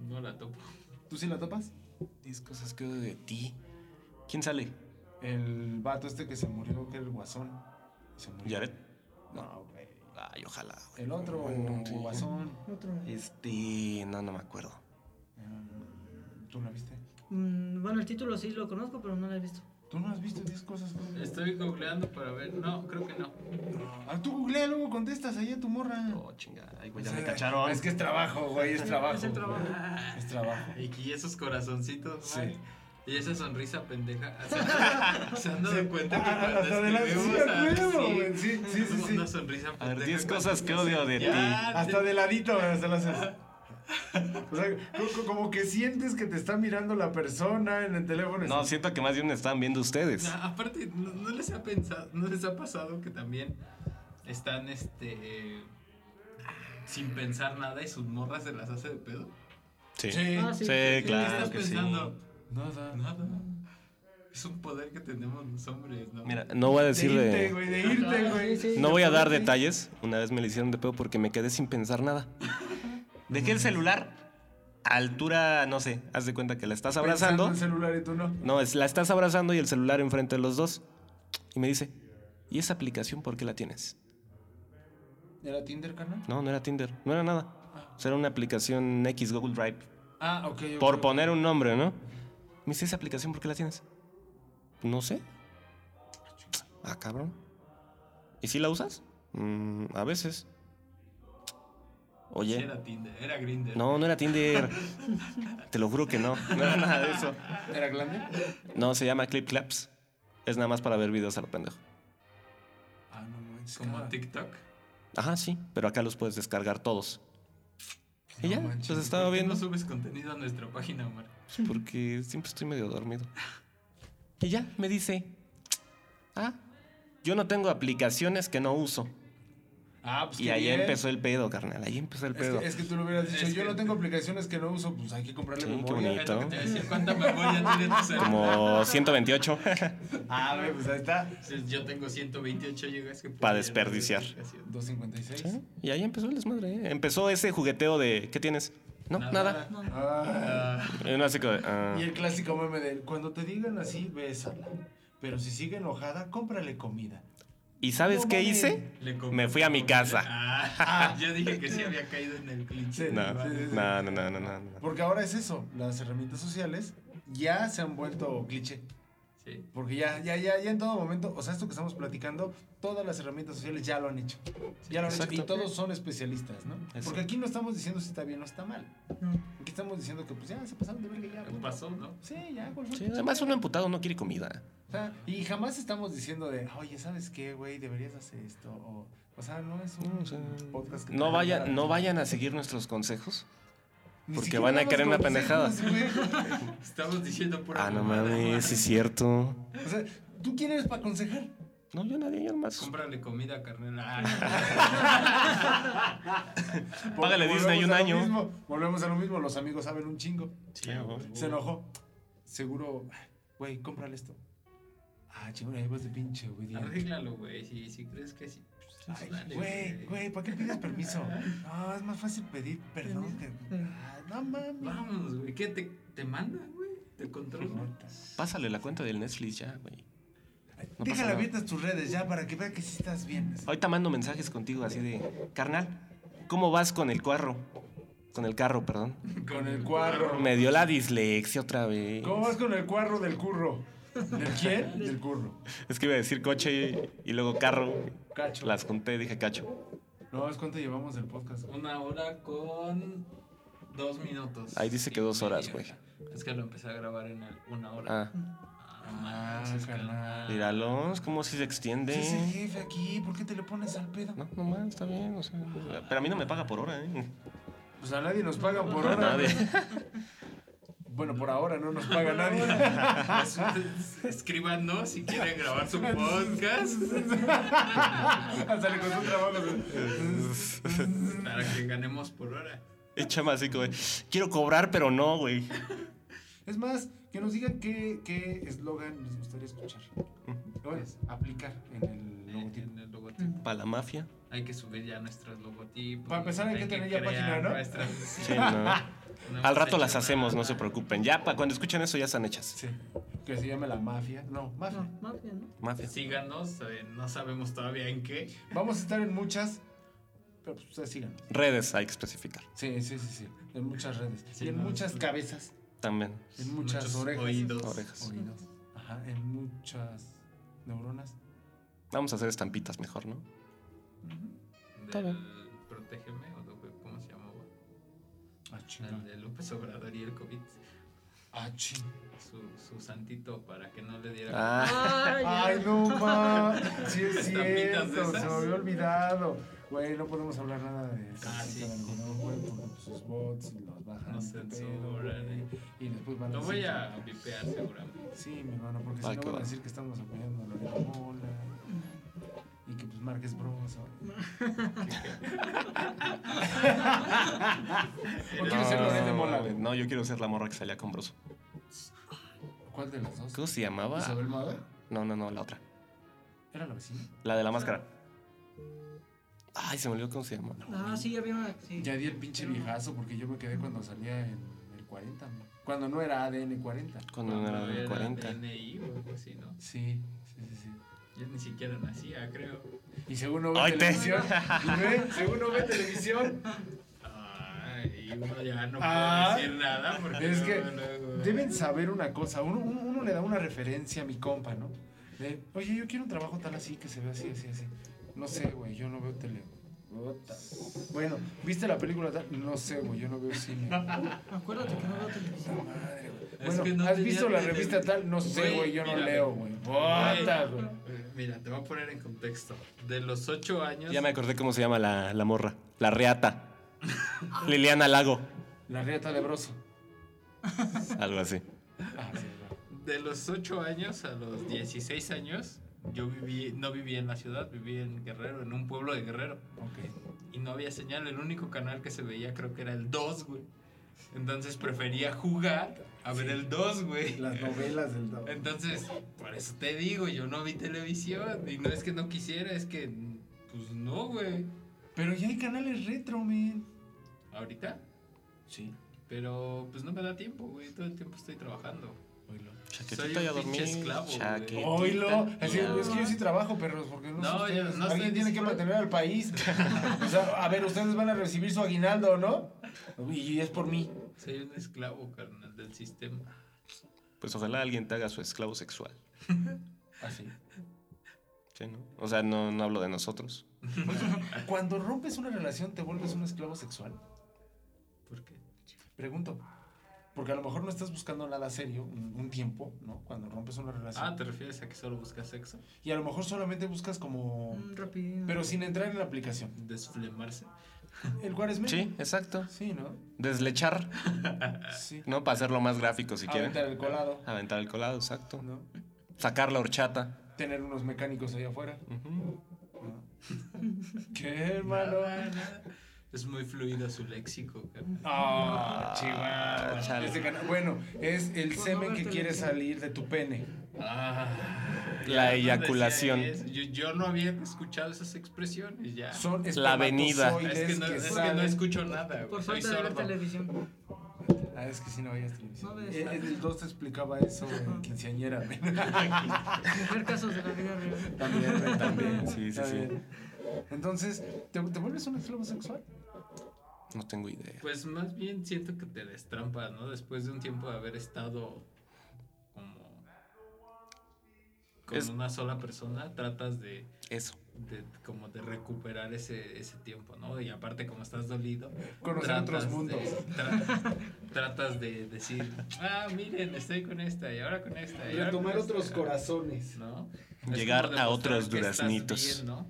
[SPEAKER 1] No la topo.
[SPEAKER 8] ¿Tú sí la tapas?
[SPEAKER 2] 10 cosas que odio de ti. ¿Quién sale?
[SPEAKER 8] El vato este que se murió, que era el guasón. Se murió.
[SPEAKER 2] ¿Yaret?
[SPEAKER 8] No, güey.
[SPEAKER 2] Ay, ojalá. güey.
[SPEAKER 8] El otro
[SPEAKER 2] Bueno, sí.
[SPEAKER 8] guasón.
[SPEAKER 2] Este. No, no me acuerdo.
[SPEAKER 8] Mm, ¿Tú la viste?
[SPEAKER 4] Mm, bueno, el título sí lo conozco, pero no lo he visto.
[SPEAKER 8] ¿Tú no has visto 10 cosas? que odio de ti?
[SPEAKER 1] Estoy googleando para ver. No, creo que no.
[SPEAKER 8] Ah, tú googlea, luego contestas ahí a tu morra.
[SPEAKER 2] Oh, chinga. Ay, güey, ya
[SPEAKER 8] O
[SPEAKER 2] me
[SPEAKER 8] sea,
[SPEAKER 2] cacharon.
[SPEAKER 8] Es que es trabajo, güey, es trabajo.
[SPEAKER 4] Es el trabajo.
[SPEAKER 8] güey. Es trabajo.
[SPEAKER 1] Y esos corazoncitos,
[SPEAKER 8] Sí.
[SPEAKER 1] man. Y esa sonrisa pendeja. O sea, ¿Se han dado cuenta que
[SPEAKER 8] Ah,
[SPEAKER 1] cuando
[SPEAKER 8] hasta de la- sí,
[SPEAKER 1] escribimos
[SPEAKER 8] a huevo,
[SPEAKER 1] así,
[SPEAKER 8] güey, sí, sí, sí, sí.
[SPEAKER 1] Una sonrisa pendeja.
[SPEAKER 2] A ver, 10
[SPEAKER 1] cuando
[SPEAKER 2] cosas que
[SPEAKER 1] escribes-
[SPEAKER 2] odio de
[SPEAKER 1] Ya,
[SPEAKER 2] ti.
[SPEAKER 1] te-
[SPEAKER 8] Hasta de ladito, güey, hasta lo haces. O sea, co- co- como que sientes que te está mirando la persona en el teléfono.
[SPEAKER 2] No, siento que más bien me están viendo ustedes.
[SPEAKER 1] No, aparte, no, no les ha pensado, no les ha pasado que también están este eh, sin pensar nada y sus morras se las hace de pedo.
[SPEAKER 2] Sí.
[SPEAKER 8] Sí.
[SPEAKER 4] Ah,
[SPEAKER 2] Sí,
[SPEAKER 4] sí.
[SPEAKER 1] ¿Qué
[SPEAKER 2] claro
[SPEAKER 1] estás
[SPEAKER 2] que
[SPEAKER 1] pensando?
[SPEAKER 2] sí.
[SPEAKER 8] Nada.
[SPEAKER 1] Nada. Es un poder que tenemos los hombres, ¿no?
[SPEAKER 2] Mira, no voy a
[SPEAKER 8] De
[SPEAKER 2] decir
[SPEAKER 8] irte,
[SPEAKER 2] de.
[SPEAKER 8] güey, de irte,
[SPEAKER 4] Ajá,
[SPEAKER 8] güey.
[SPEAKER 4] Ah, sí, sí.
[SPEAKER 2] No voy a dar detalles. Una vez me le hicieron de pedo porque me quedé sin pensar nada. Dejé el celular a altura, no sé, haz de cuenta que la estás abrazando.
[SPEAKER 8] Pensando en celular y tú no.
[SPEAKER 2] No, es, la estás abrazando y el celular enfrente de los dos. Y me dice, ¿y esa aplicación por qué la tienes?
[SPEAKER 8] ¿Era Tinder, carnal?
[SPEAKER 2] No, no era Tinder, no era nada. O sea, era una aplicación X Google Drive.
[SPEAKER 8] Ah, ok. ok,
[SPEAKER 2] Por
[SPEAKER 8] ok.
[SPEAKER 2] poner un nombre, ¿no? Me dice, ¿esa aplicación por qué la tienes? No sé. Ah, cabrón. ¿Y si la usas? "Mm, a veces.
[SPEAKER 1] Sí
[SPEAKER 2] Oye.
[SPEAKER 1] Era Tinder, era Grindr.
[SPEAKER 2] No, no era Tinder. Te lo juro que no. No era nada de eso.
[SPEAKER 8] ¿Era grande?
[SPEAKER 2] No, se llama Clip Claps. Es nada más para ver videos a lo pendejo.
[SPEAKER 8] Ah, no, manches.
[SPEAKER 1] Como
[SPEAKER 8] cara.
[SPEAKER 1] TikTok.
[SPEAKER 2] Ajá, sí, pero acá los puedes descargar todos. Y
[SPEAKER 8] No
[SPEAKER 2] ya,
[SPEAKER 8] manches,
[SPEAKER 2] los
[SPEAKER 1] ¿Por
[SPEAKER 2] estaba
[SPEAKER 1] qué
[SPEAKER 2] viendo
[SPEAKER 1] no subes contenido a nuestra página, Omar?
[SPEAKER 2] pues, porque siempre estoy medio dormido. Y ya, me dice, ah, yo no tengo aplicaciones que no uso.
[SPEAKER 8] Ah, pues
[SPEAKER 2] y
[SPEAKER 8] qué
[SPEAKER 2] ahí
[SPEAKER 8] bien.
[SPEAKER 2] empezó el pedo, carnal, ahí empezó el
[SPEAKER 8] Es
[SPEAKER 2] pedo.
[SPEAKER 8] que, es que tú lo hubieras dicho.
[SPEAKER 1] Es
[SPEAKER 8] Yo
[SPEAKER 1] que-
[SPEAKER 8] no tengo aplicaciones que no uso, pues hay que comprarle
[SPEAKER 2] Sí, qué
[SPEAKER 8] memoria.
[SPEAKER 2] bonito.
[SPEAKER 1] Es lo que te decía, ¿cuánta memoria tiene tu celular?
[SPEAKER 2] Como 128.
[SPEAKER 8] Ah, güey, pues ahí está.
[SPEAKER 1] Dices, Yo tengo 128 gigas que
[SPEAKER 2] Pa'
[SPEAKER 1] podría
[SPEAKER 2] desperdiciar.
[SPEAKER 1] haber aplicado.
[SPEAKER 8] 256.
[SPEAKER 2] Sí, y ahí empezó el desmadre, ¿eh? empezó ese jugueteo de, ¿qué tienes? No, nada.
[SPEAKER 8] Ah.
[SPEAKER 2] Y uno así como de, "Ah".
[SPEAKER 8] Y el clásico meme de cuando te digan así, bésala. Pero si sigue enojada, cómprale comida.
[SPEAKER 2] ¿Y sabes
[SPEAKER 8] No
[SPEAKER 2] qué
[SPEAKER 8] mames.
[SPEAKER 2] hice?
[SPEAKER 1] Le compré-
[SPEAKER 2] Me fui a mi casa.
[SPEAKER 1] Ah, yo dije que sí había caído en el
[SPEAKER 8] Sí,
[SPEAKER 1] cliché.
[SPEAKER 2] No,
[SPEAKER 8] sí, sí, sí.
[SPEAKER 2] no, no, no, no, no, no.
[SPEAKER 8] Porque ahora es eso, las herramientas sociales ya se han vuelto cliché.
[SPEAKER 1] Sí.
[SPEAKER 8] Porque ya, ya, ya, ya en todo momento, o sea, esto que estamos platicando, todas las herramientas sociales ya lo han hecho. Ya lo han hecho. Y
[SPEAKER 2] Exacto.
[SPEAKER 8] todos son especialistas, ¿no?
[SPEAKER 2] Eso.
[SPEAKER 8] Porque aquí no estamos diciendo si está bien o está mal.
[SPEAKER 4] No.
[SPEAKER 8] Aquí estamos diciendo que pues ya se pasaron de verga ya. punto.
[SPEAKER 1] Pasó, ¿no?
[SPEAKER 8] Sí, ya, güey.
[SPEAKER 2] Sí, además uno amputado no quiere comida.
[SPEAKER 8] O sea, y jamás estamos diciendo de, oye, ¿sabes qué, güey? Deberías hacer esto. O, o sea, no es un
[SPEAKER 2] No, o sea,
[SPEAKER 8] podcast que
[SPEAKER 2] No
[SPEAKER 8] te
[SPEAKER 2] vayan,
[SPEAKER 8] prepara.
[SPEAKER 2] no vayan a seguir nuestros consejos.
[SPEAKER 8] Ni
[SPEAKER 2] porque
[SPEAKER 8] siquiera
[SPEAKER 2] van a
[SPEAKER 8] damos
[SPEAKER 2] querer una
[SPEAKER 8] consejos, güey.
[SPEAKER 1] Estamos diciendo pura
[SPEAKER 2] Ah, no
[SPEAKER 1] mamada.
[SPEAKER 2] mames, sí es cierto.
[SPEAKER 8] O sea, ¿tú quién eres para aconsejar?
[SPEAKER 2] No, yo nadie, yo más.
[SPEAKER 1] Cómprale comida, carnal. Ah,
[SPEAKER 2] Págale
[SPEAKER 8] Volvemos
[SPEAKER 2] Disney un
[SPEAKER 8] a lo
[SPEAKER 2] año.
[SPEAKER 8] mismo, volvemos a lo mismo, los amigos saben un chingo.
[SPEAKER 2] Sí, a huevo.
[SPEAKER 8] Se enojó. Seguro, güey, cómprale esto. Ah, chingón, ahí vas de pinche, güey. diente.
[SPEAKER 1] Arréglalo, güey. Si, si crees que sí. pues,
[SPEAKER 8] Ay,
[SPEAKER 1] dale,
[SPEAKER 8] Güey, güey, ¿para qué pides permiso? No, es más fácil pedir perdón que. Ah, no mames.
[SPEAKER 1] Vamos, güey. ¿Qué te, te mandan, güey? Te controlan.
[SPEAKER 2] Pásale la cuenta del Netflix ya, güey.
[SPEAKER 8] Ay,
[SPEAKER 6] No pasa
[SPEAKER 8] Déjala
[SPEAKER 6] nada.
[SPEAKER 8] abiertas tus redes ya para que vea que sí estás bien.
[SPEAKER 2] Ahorita mando mensajes contigo así de, carnal, ¿cómo vas con el cuarro? Con el carro, perdón.
[SPEAKER 8] Con el cuarro.
[SPEAKER 2] Me dio la dislexia otra vez.
[SPEAKER 8] ¿Cómo vas con el cuarro del curro? ¿Del quién? Del curro.
[SPEAKER 2] Es que iba a decir coche y, y luego carro.
[SPEAKER 8] Cacho.
[SPEAKER 2] Las junté, dije cacho.
[SPEAKER 8] No, es cuánto llevamos del podcast.
[SPEAKER 1] Una hora con dos minutos.
[SPEAKER 2] Ahí dice que dos horas, güey.
[SPEAKER 1] Es que lo empecé a grabar en el- una hora.
[SPEAKER 2] Ah,
[SPEAKER 1] Ah, no manches,
[SPEAKER 8] Ah,
[SPEAKER 1] carnal.
[SPEAKER 2] míralos, cómo si se
[SPEAKER 8] ¿Qué es el
[SPEAKER 2] extiende.
[SPEAKER 8] jefe aquí? ¿Por qué te le pones al pedo?
[SPEAKER 2] No, nomás, está bien, o sea, Pero a mí no me paga por hora, ¿eh?
[SPEAKER 8] Pues a nadie nos pagan por
[SPEAKER 2] A
[SPEAKER 8] hora.
[SPEAKER 2] nadie.
[SPEAKER 8] Bueno, por ahora no nos paga nadie.
[SPEAKER 1] Escríbanos si quieren grabar su podcast
[SPEAKER 8] Hasta le costó trabajo.
[SPEAKER 1] para que ganemos por hora.
[SPEAKER 2] Échame así como, quiero cobrar, pero no, güey.
[SPEAKER 8] Es más, que nos digan qué, qué eslogan les gustaría escuchar. Bueno, aplicar en el logotipo.
[SPEAKER 1] En el logotipo.
[SPEAKER 2] Para la mafia.
[SPEAKER 1] Hay que subir ya nuestros logotipos.
[SPEAKER 8] Para empezar hay que tener ya
[SPEAKER 1] crear
[SPEAKER 8] página, ¿no?
[SPEAKER 1] nuestras-
[SPEAKER 2] Sí, no.
[SPEAKER 1] No hemos
[SPEAKER 2] Al rato
[SPEAKER 1] hecho
[SPEAKER 2] las
[SPEAKER 1] nada.
[SPEAKER 2] hacemos, no se preocupen. Ya, pa- cuando escuchen eso ya están hechas.
[SPEAKER 8] Sí. Que se llame la mafia. No, mafia.
[SPEAKER 4] No, más bien, ¿no?
[SPEAKER 2] Mafia.
[SPEAKER 1] Síganos, eh, no sabemos todavía en qué.
[SPEAKER 8] Vamos a estar en muchas, pero pues ustedes síganos.
[SPEAKER 2] Redes hay que especificar.
[SPEAKER 8] Sí, sí, sí, sí. En muchas redes.
[SPEAKER 1] Sí,
[SPEAKER 8] y en
[SPEAKER 1] no,
[SPEAKER 8] muchas
[SPEAKER 1] sí.
[SPEAKER 8] cabezas.
[SPEAKER 2] También.
[SPEAKER 8] En muchas
[SPEAKER 1] Muchos
[SPEAKER 8] orejas.
[SPEAKER 1] oídos.
[SPEAKER 2] Orejas.
[SPEAKER 8] Oídos. Ajá, en muchas neuronas.
[SPEAKER 2] Vamos a hacer estampitas mejor, ¿no? Está
[SPEAKER 1] Del
[SPEAKER 2] bien.
[SPEAKER 1] Protégeme, o lo que- ¿cómo se llamaba?
[SPEAKER 8] Ah,
[SPEAKER 1] El
[SPEAKER 8] chingada.
[SPEAKER 1] de López Obrador y el COVID.
[SPEAKER 8] Ah, ching.
[SPEAKER 1] Su, su santito para que no le diera.
[SPEAKER 2] Ah,
[SPEAKER 4] Ah, ya.
[SPEAKER 8] Ay, no ma. Sí, es
[SPEAKER 1] Estampitas de
[SPEAKER 8] cierto. Se
[SPEAKER 1] esas.
[SPEAKER 8] me había olvidado. Güey, no podemos hablar nada de eso.
[SPEAKER 1] Ah, sí.
[SPEAKER 8] No, güey, porque sus bots los bajan.
[SPEAKER 1] Nos
[SPEAKER 8] de pedo,
[SPEAKER 1] censuran,
[SPEAKER 8] güey,
[SPEAKER 1] eh.
[SPEAKER 8] Y después van a
[SPEAKER 1] Lo voy
[SPEAKER 8] decir-
[SPEAKER 1] a vipear seguramente.
[SPEAKER 8] Sí, mi hermano, porque
[SPEAKER 2] Va,
[SPEAKER 8] si no
[SPEAKER 2] que
[SPEAKER 8] van a
[SPEAKER 2] va.
[SPEAKER 8] decir que estamos apoyando a Loreto Mola. Y que pues Márquez Bros. ahora. ¿O quieres ser Loreto Mola, güey?
[SPEAKER 2] No, yo quiero ser la morra que salía con Broso.
[SPEAKER 8] ¿Cuál de las dos?
[SPEAKER 2] ¿Cómo se llamaba?
[SPEAKER 8] ¿Isabel Mada?
[SPEAKER 2] No, no, no, la otra.
[SPEAKER 8] Ah. ¿Era la vecina?
[SPEAKER 2] La de la máscara. Ay, se me olvidó cómo se llama.
[SPEAKER 4] Ah, sí, ya vi una. Sí.
[SPEAKER 8] Ya di el pinche viejazo porque yo me quedé cuando salía en el 40. güey. Cuando no era ADN 40.
[SPEAKER 2] Cuando no era de 40.
[SPEAKER 1] DNI o algo así, ¿no?
[SPEAKER 8] Sí, sí, sí, sí.
[SPEAKER 1] Yo ni siquiera nacía, creo.
[SPEAKER 8] Y según no ve
[SPEAKER 2] Ay, te-
[SPEAKER 8] televisión. ¿Ve? Según no ve televisión.
[SPEAKER 1] Ay, uno ya no puede
[SPEAKER 8] Ah.
[SPEAKER 1] decir nada porque.
[SPEAKER 8] Es que
[SPEAKER 1] luego, luego-
[SPEAKER 8] deben saber una cosa. Uno, uno- uno le da una referencia a mi compa, ¿no? De, oye, yo quiero un trabajo tal así, que se vea así, así, así. No sé, güey, yo no veo tele. Puta. Bueno, ¿viste la película tal? No sé, güey, yo no veo cine.
[SPEAKER 4] Acuérdate que no veo televisión.
[SPEAKER 8] Madre, güey.
[SPEAKER 1] Es
[SPEAKER 8] Bueno,
[SPEAKER 1] que no
[SPEAKER 8] ¿has
[SPEAKER 1] tenía
[SPEAKER 8] visto la
[SPEAKER 1] tele.
[SPEAKER 8] revista tal? No sé,
[SPEAKER 1] Güey,
[SPEAKER 8] güey, yo no
[SPEAKER 1] mira,
[SPEAKER 8] leo,
[SPEAKER 1] güey.
[SPEAKER 8] güey. Puta,
[SPEAKER 1] Güey. eh,
[SPEAKER 8] güey.
[SPEAKER 1] Mira, te voy a poner en contexto. De los ocho años.
[SPEAKER 2] Ya me acordé cómo se llama la, la morra. La reata. Liliana Lago.
[SPEAKER 8] La riata de broso.
[SPEAKER 2] Algo así.
[SPEAKER 8] Ah, sí, güey.
[SPEAKER 1] De los 8 años a los 16 años, yo viví, no viví en la ciudad, viví en Guerrero, en un pueblo de Guerrero.
[SPEAKER 8] Ok.
[SPEAKER 1] Y no había señal, el único canal que se veía creo que era el 2, güey. Entonces prefería jugar a ver el 2, güey.
[SPEAKER 8] Las novelas del Dao.
[SPEAKER 1] Entonces, por eso te digo, yo no vi televisión. Y no es que no quisiera, es que, pues no, güey.
[SPEAKER 8] Pero ya hay canales retro, men.
[SPEAKER 1] Ahorita.
[SPEAKER 8] Sí.
[SPEAKER 1] Pero pues no me da tiempo, güey. Todo el tiempo estoy trabajando.
[SPEAKER 2] Chaquetita ya
[SPEAKER 1] un
[SPEAKER 2] dormí.
[SPEAKER 1] pinche esclavo, güey.
[SPEAKER 2] Chaquetita.
[SPEAKER 8] Oílo,
[SPEAKER 1] Quitan-
[SPEAKER 8] es, que- es que yo sí trabajo, perros, porque no,
[SPEAKER 1] No,
[SPEAKER 8] sé ustedes.
[SPEAKER 1] yo no
[SPEAKER 8] Alguien
[SPEAKER 1] estoy
[SPEAKER 8] tiene que
[SPEAKER 1] dispuesto.
[SPEAKER 8] mantener al país. o sea, a ver, ustedes van a recibir su aguinaldo, ¿no? Y es por mí.
[SPEAKER 1] Soy un esclavo, carnal, del sistema.
[SPEAKER 2] Pues ojalá alguien te haga su esclavo sexual.
[SPEAKER 8] Así.
[SPEAKER 2] Sí, ¿no? O sea, no, no hablo de nosotros.
[SPEAKER 8] Cuando rompes una relación, ¿te vuelves un esclavo sexual?
[SPEAKER 1] ¿Por qué?
[SPEAKER 8] Pregunto. Porque a lo mejor no estás buscando nada serio un, un tiempo, ¿no? Cuando rompes una relación.
[SPEAKER 1] Ah, ¿te refieres a que solo buscas sexo?
[SPEAKER 8] Y a lo mejor solamente buscas como.
[SPEAKER 4] Mm, rapidín.
[SPEAKER 8] Pero sin entrar en la aplicación.
[SPEAKER 1] Desflemarse.
[SPEAKER 8] El Juárez
[SPEAKER 2] Sí, exacto.
[SPEAKER 8] Sí, ¿no?
[SPEAKER 2] Deslechar,
[SPEAKER 8] Sí.
[SPEAKER 2] ¿no? Para hacerlo más gráfico
[SPEAKER 1] Ah,
[SPEAKER 2] si quieren.
[SPEAKER 8] Aventar el colado,
[SPEAKER 2] Aventar el colado, exacto.
[SPEAKER 8] ¿no?
[SPEAKER 2] Sacar la horchata.
[SPEAKER 8] Tener unos mecánicos allá afuera.
[SPEAKER 2] Ujú.
[SPEAKER 1] Mm.
[SPEAKER 8] ¿Qué, hermano?
[SPEAKER 4] Ah,
[SPEAKER 1] Es muy fluido su léxico, carnal.
[SPEAKER 8] Ah, chihuahua.
[SPEAKER 2] chale.
[SPEAKER 8] Este cana- bueno, es el
[SPEAKER 4] Pues no
[SPEAKER 8] semen
[SPEAKER 4] ves
[SPEAKER 8] que quiere
[SPEAKER 4] televisión.
[SPEAKER 8] salir de tu pene.
[SPEAKER 1] Ah,
[SPEAKER 2] La
[SPEAKER 1] ya no decía
[SPEAKER 2] eyaculación.
[SPEAKER 1] eso. Yo, yo no había escuchado esas expresiones ya.
[SPEAKER 8] Son
[SPEAKER 2] La avenida.
[SPEAKER 8] espermatozoides
[SPEAKER 1] Ah, es que no, es que no
[SPEAKER 8] salen-
[SPEAKER 1] escucho nada, güey.
[SPEAKER 4] Por
[SPEAKER 1] Soy
[SPEAKER 4] falta de ver
[SPEAKER 1] sordo.
[SPEAKER 4] televisión.
[SPEAKER 8] Ah, es que si no veías televisión.
[SPEAKER 4] No ves
[SPEAKER 8] Eh,
[SPEAKER 4] nada.
[SPEAKER 8] el 2 te explicaba eso en quinceañera. men.
[SPEAKER 4] Ver casos de la vida real.
[SPEAKER 8] también, men, también.
[SPEAKER 2] Sí, sí, sí.
[SPEAKER 8] también. Entonces, ¿te, te vuelves un esclavo sexual?
[SPEAKER 2] No tengo idea.
[SPEAKER 1] Pues más bien siento que te destrampa, ¿no? Después de un tiempo de haber estado como con
[SPEAKER 2] Es-
[SPEAKER 1] una sola persona, tratas de,
[SPEAKER 2] Eso.
[SPEAKER 1] de como de recuperar ese, ese tiempo, ¿no? Y aparte como estás dolido,
[SPEAKER 8] Conocer otros mundos.
[SPEAKER 1] De, tra- tratas de decir, ah, miren, estoy con esta y ahora con esta
[SPEAKER 2] Eh,
[SPEAKER 1] y ahora con
[SPEAKER 7] Retomar
[SPEAKER 1] esta",
[SPEAKER 7] otros corazones.
[SPEAKER 1] ¿no?
[SPEAKER 2] Llegar
[SPEAKER 1] Es como
[SPEAKER 2] a
[SPEAKER 1] demostrar
[SPEAKER 2] otros
[SPEAKER 1] que estás
[SPEAKER 2] duraznitos.
[SPEAKER 1] bien, ¿no?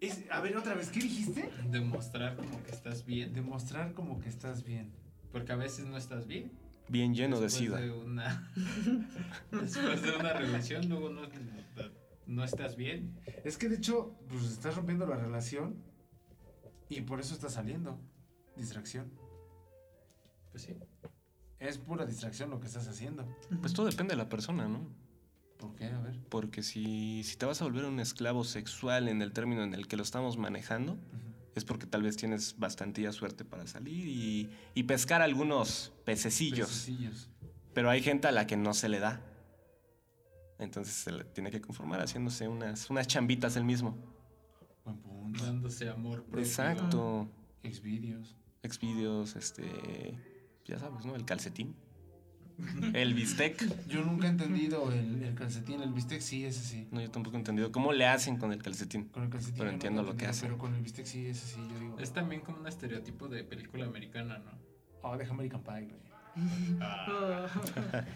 [SPEAKER 8] Es- a ver, otra vez, ¿qué dijiste?
[SPEAKER 1] Demostrar como que estás bien,
[SPEAKER 8] Demostrar como que estás bien.
[SPEAKER 1] porque a veces no estás bien.
[SPEAKER 2] Bien lleno de
[SPEAKER 1] después
[SPEAKER 2] sida.
[SPEAKER 1] de una- después de una relación, luego no, no estás bien.
[SPEAKER 8] Es que de hecho, pues estás rompiendo la relación y por eso estás saliendo. Distracción.
[SPEAKER 1] Pues sí.
[SPEAKER 8] Es pura distracción lo que estás haciendo.
[SPEAKER 2] Pues todo depende de la persona, ¿no?
[SPEAKER 8] ¿Por qué? A ver.
[SPEAKER 2] Porque si, si te vas a volver un esclavo sexual en el término en el que lo estamos manejando, es porque tal vez tienes bastantilla suerte para salir y, y pescar algunos pececillos.
[SPEAKER 8] Pececillos.
[SPEAKER 2] Pero hay gente a la que no se le da. Entonces se le tiene que conformar haciéndose unas, unas chambitas él mismo.
[SPEAKER 8] Buen punto.
[SPEAKER 1] Dándose amor propio.
[SPEAKER 2] Exacto.
[SPEAKER 8] Exvideos.
[SPEAKER 2] Exvideos, este. Ya sabes, ¿no? El calcetín. El bistec.
[SPEAKER 8] Yo nunca he entendido el, el calcetín, el bistec sí, ese sí.
[SPEAKER 2] No, yo tampoco he entendido. ¿Cómo le hacen con el calcetín?
[SPEAKER 8] Con el calcetín.
[SPEAKER 2] Pero
[SPEAKER 8] yo nunca
[SPEAKER 2] entiendo
[SPEAKER 8] he
[SPEAKER 2] lo que
[SPEAKER 8] entendido,
[SPEAKER 2] hace.
[SPEAKER 8] Pero con el bistec sí, ese sí, yo digo.
[SPEAKER 1] Es también como un estereotipo de película americana, ¿no?
[SPEAKER 8] Oh, deja American Pie, güey.
[SPEAKER 4] Ah.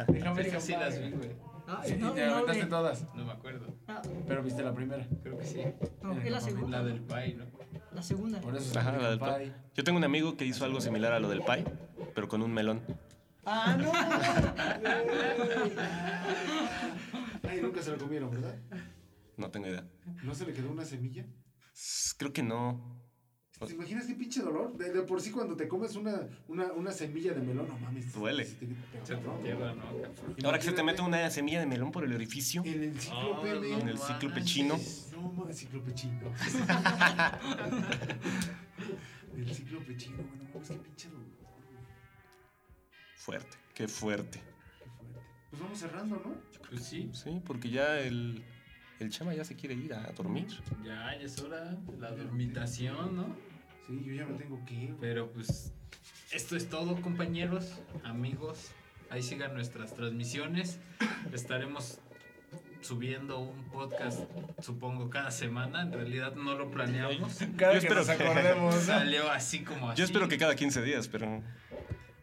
[SPEAKER 8] Deja American
[SPEAKER 1] Esas sí
[SPEAKER 8] Pie.
[SPEAKER 1] las vi,
[SPEAKER 8] güey.
[SPEAKER 1] güey.
[SPEAKER 8] Y
[SPEAKER 4] Ay,
[SPEAKER 8] y
[SPEAKER 4] no,
[SPEAKER 8] te
[SPEAKER 4] no,
[SPEAKER 8] aventaste
[SPEAKER 4] ve.
[SPEAKER 8] todas.
[SPEAKER 1] No me acuerdo.
[SPEAKER 4] Ah,
[SPEAKER 8] Pero viste la primera.
[SPEAKER 1] Creo que sí.
[SPEAKER 4] no, es la
[SPEAKER 1] La
[SPEAKER 4] segunda.
[SPEAKER 1] del pie, ¿no?
[SPEAKER 4] La segunda.
[SPEAKER 8] Por eso es
[SPEAKER 2] Ajá, la del
[SPEAKER 8] American
[SPEAKER 2] pie.
[SPEAKER 8] Pie.
[SPEAKER 2] Yo tengo un amigo que hizo algo similar a lo del pie, pero con un melón.
[SPEAKER 7] ¡Ah, no!
[SPEAKER 8] Ay, nunca se lo comieron, ¿verdad?
[SPEAKER 2] No tengo idea.
[SPEAKER 8] ¿No se le quedó una semilla?
[SPEAKER 2] S- Creo que no. Pues
[SPEAKER 8] ¿Te imaginas qué pinche dolor? De, de por sí cuando te comes una, una, una semilla de melón, no mames.
[SPEAKER 2] Duele.
[SPEAKER 8] se te- pero
[SPEAKER 1] Se te
[SPEAKER 8] cabrón.
[SPEAKER 1] entierra, ¿no? Acá.
[SPEAKER 2] Ahora que se te mete
[SPEAKER 8] Imagínate
[SPEAKER 2] una semilla de melón por el orificio.
[SPEAKER 8] En el cíclope,
[SPEAKER 1] Oh,
[SPEAKER 8] men.
[SPEAKER 2] En el
[SPEAKER 1] no
[SPEAKER 2] cíclope
[SPEAKER 1] manches.
[SPEAKER 2] chino.
[SPEAKER 8] No mames, cíclope chino. el cíclope chino, güey, no mames, qué pinche dolor. güey.
[SPEAKER 2] Fuerte, qué fuerte.
[SPEAKER 8] Qué fuerte. Pues vamos cerrando, ¿no?
[SPEAKER 1] Pues sí.
[SPEAKER 2] Sí, porque ya el, el chama ya se quiere ir a dormir.
[SPEAKER 1] Ya, ya es hora. de La dormitación, ¿no?
[SPEAKER 8] Sí, yo ya me tengo que ir. güey.
[SPEAKER 1] Pero pues esto es todo compañeros, amigos. Ahí sigan nuestras transmisiones. Estaremos subiendo un podcast, supongo, cada semana. En realidad no lo planeamos.
[SPEAKER 8] Cada
[SPEAKER 2] Yo
[SPEAKER 8] que
[SPEAKER 2] espero
[SPEAKER 8] nos
[SPEAKER 2] que-
[SPEAKER 8] acordemos. ¿no?
[SPEAKER 1] Salió así como así.
[SPEAKER 2] Yo espero que cada 15 días, pero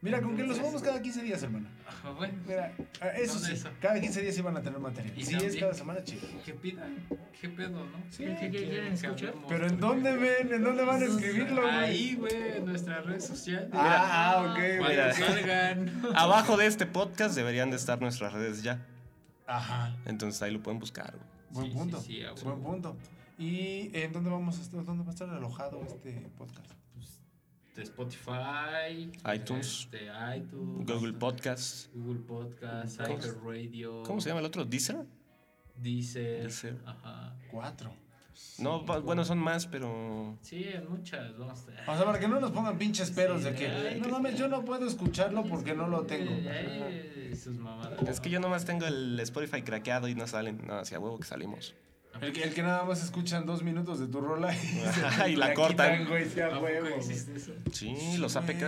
[SPEAKER 8] Mira, con que los vamos cada 15 días, hermano.
[SPEAKER 1] Ajá, bueno,
[SPEAKER 8] Mira, ah, eso sí,
[SPEAKER 1] Eso.
[SPEAKER 8] cada 15 días iban a tener material.
[SPEAKER 1] Y
[SPEAKER 8] Si es
[SPEAKER 1] también-
[SPEAKER 8] cada semana, chido.
[SPEAKER 1] que pidan. ¿Qué pedo, no?
[SPEAKER 8] Sí,
[SPEAKER 1] ¿Qué
[SPEAKER 4] ¿qué quieren escuchar?
[SPEAKER 1] hablemos?
[SPEAKER 8] Pero ¿en dónde ven? ¿En dónde van a escribirlo, güey?
[SPEAKER 1] Ahí, güey, en nuestras redes sociales.
[SPEAKER 8] Ah, ah, ok.
[SPEAKER 1] Cuando
[SPEAKER 2] mira.
[SPEAKER 1] salgan.
[SPEAKER 2] abajo de este podcast deberían de estar nuestras redes ya.
[SPEAKER 8] Ajá.
[SPEAKER 2] Entonces ahí lo pueden buscar.
[SPEAKER 8] Buen
[SPEAKER 1] Sí,
[SPEAKER 8] punto.
[SPEAKER 1] sí, sí, a
[SPEAKER 8] buen
[SPEAKER 1] huevo.
[SPEAKER 8] punto. ¿Y en dónde vamos a estar, dónde va a estar alojado este podcast?
[SPEAKER 1] De Spotify.
[SPEAKER 2] iTunes.
[SPEAKER 1] este, iTunes.
[SPEAKER 2] Google Podcast.
[SPEAKER 1] Google Podcast,
[SPEAKER 2] ¿Cómo
[SPEAKER 1] Cyber Radio.
[SPEAKER 2] ¿Cómo se llama el otro? ¿Deezer?
[SPEAKER 1] Deezer.
[SPEAKER 2] Deezer.
[SPEAKER 1] Ajá.
[SPEAKER 8] Cuatro.
[SPEAKER 2] No, va- bueno, son más, pero...
[SPEAKER 1] Sí, en muchas. Este, Vamos a...
[SPEAKER 8] O sea, para que no nos pongan pinches peros de que,
[SPEAKER 1] Ay,
[SPEAKER 8] no
[SPEAKER 1] que-
[SPEAKER 8] mames, yo no puedo escucharlo porque no lo tengo.
[SPEAKER 1] Eh, eh, sus mamadas.
[SPEAKER 2] Es que yo nomás tengo el Spotify craqueado y no salen. No, hacia huevo que salimos.
[SPEAKER 8] El que, el que nada más escuchan dos minutos de tu rola y,
[SPEAKER 2] Ajá,
[SPEAKER 8] se-
[SPEAKER 2] y la
[SPEAKER 8] quitan,
[SPEAKER 2] cortan.
[SPEAKER 8] güey, sí, a
[SPEAKER 1] ¿A poco
[SPEAKER 8] huevo, güey.
[SPEAKER 1] existe eso?
[SPEAKER 2] Sí, los APK.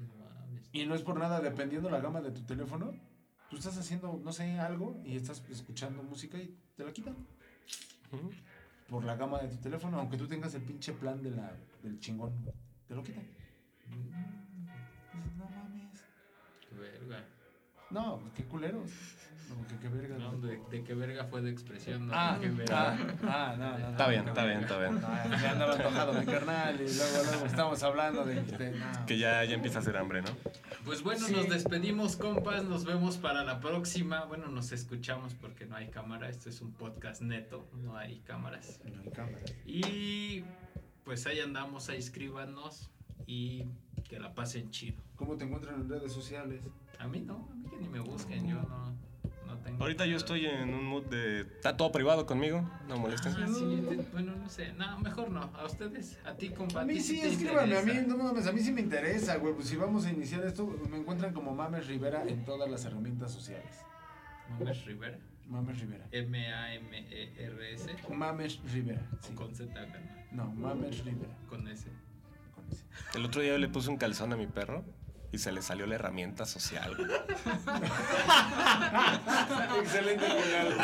[SPEAKER 1] No mames.
[SPEAKER 8] Y no es por nada, dependiendo la gama de tu teléfono, tú estás haciendo, no sé, algo y estás escuchando música y te la quitan.
[SPEAKER 2] Ujú.
[SPEAKER 8] Por la gama de tu teléfono, aunque tú tengas el pinche plan de la, del chingón, te lo quitan. Dices, No mames.
[SPEAKER 1] Qué verga.
[SPEAKER 8] No, pues, qué culeros. No, que qué verga.
[SPEAKER 1] No,
[SPEAKER 8] güey.
[SPEAKER 1] de, de qué verga fue de expresión. No,
[SPEAKER 8] Ah,
[SPEAKER 1] qué verga.
[SPEAKER 8] ah, ah, no, no, no.
[SPEAKER 2] Está bien, está bien, está bien.
[SPEAKER 8] No, ya andaba antojado mi carnal y luego, luego estamos hablando de... de- no.
[SPEAKER 2] Que ya, ya empieza a hacer hambre, ¿no?
[SPEAKER 1] Pues bueno,
[SPEAKER 8] Sí.
[SPEAKER 1] nos despedimos, compas. Nos vemos para la próxima. Bueno, nos escuchamos porque no hay cámara. Esto es un podcast neto. No hay cámaras.
[SPEAKER 8] No hay cámara.
[SPEAKER 1] Y pues ahí andamos, ahí escríbanos y que la pasen chido.
[SPEAKER 8] ¿Cómo te encuentran en redes sociales?
[SPEAKER 1] A mí no, a mí que ni me busquen, yo no, no tengo
[SPEAKER 2] Ahorita yo estoy en este. un mood de. Está todo privado conmigo, no molesten.
[SPEAKER 1] Ah, sí, te- bueno, no sé. No, mejor no. A ustedes, a ti, compa.
[SPEAKER 8] A
[SPEAKER 1] a
[SPEAKER 8] mí
[SPEAKER 1] ti
[SPEAKER 8] sí,
[SPEAKER 1] te
[SPEAKER 8] escríbanme, a mí,
[SPEAKER 1] interesa.
[SPEAKER 8] no mames, a mí sí me interesa, güey. Pues si vamos a iniciar esto, me encuentran como Mames Rivera en todas las herramientas sociales.
[SPEAKER 1] Mames Rivera.
[SPEAKER 8] Mames Rivera.
[SPEAKER 1] M-A-M-E-R-S.
[SPEAKER 8] Mames Rivera. sí.
[SPEAKER 1] O E con Z, carnal.
[SPEAKER 8] No, Mames Rivera.
[SPEAKER 1] Con S.
[SPEAKER 8] con ese.
[SPEAKER 2] El otro día le puse un calzón a mi perro y se le salió la herramienta social. güey.
[SPEAKER 8] Excelente final.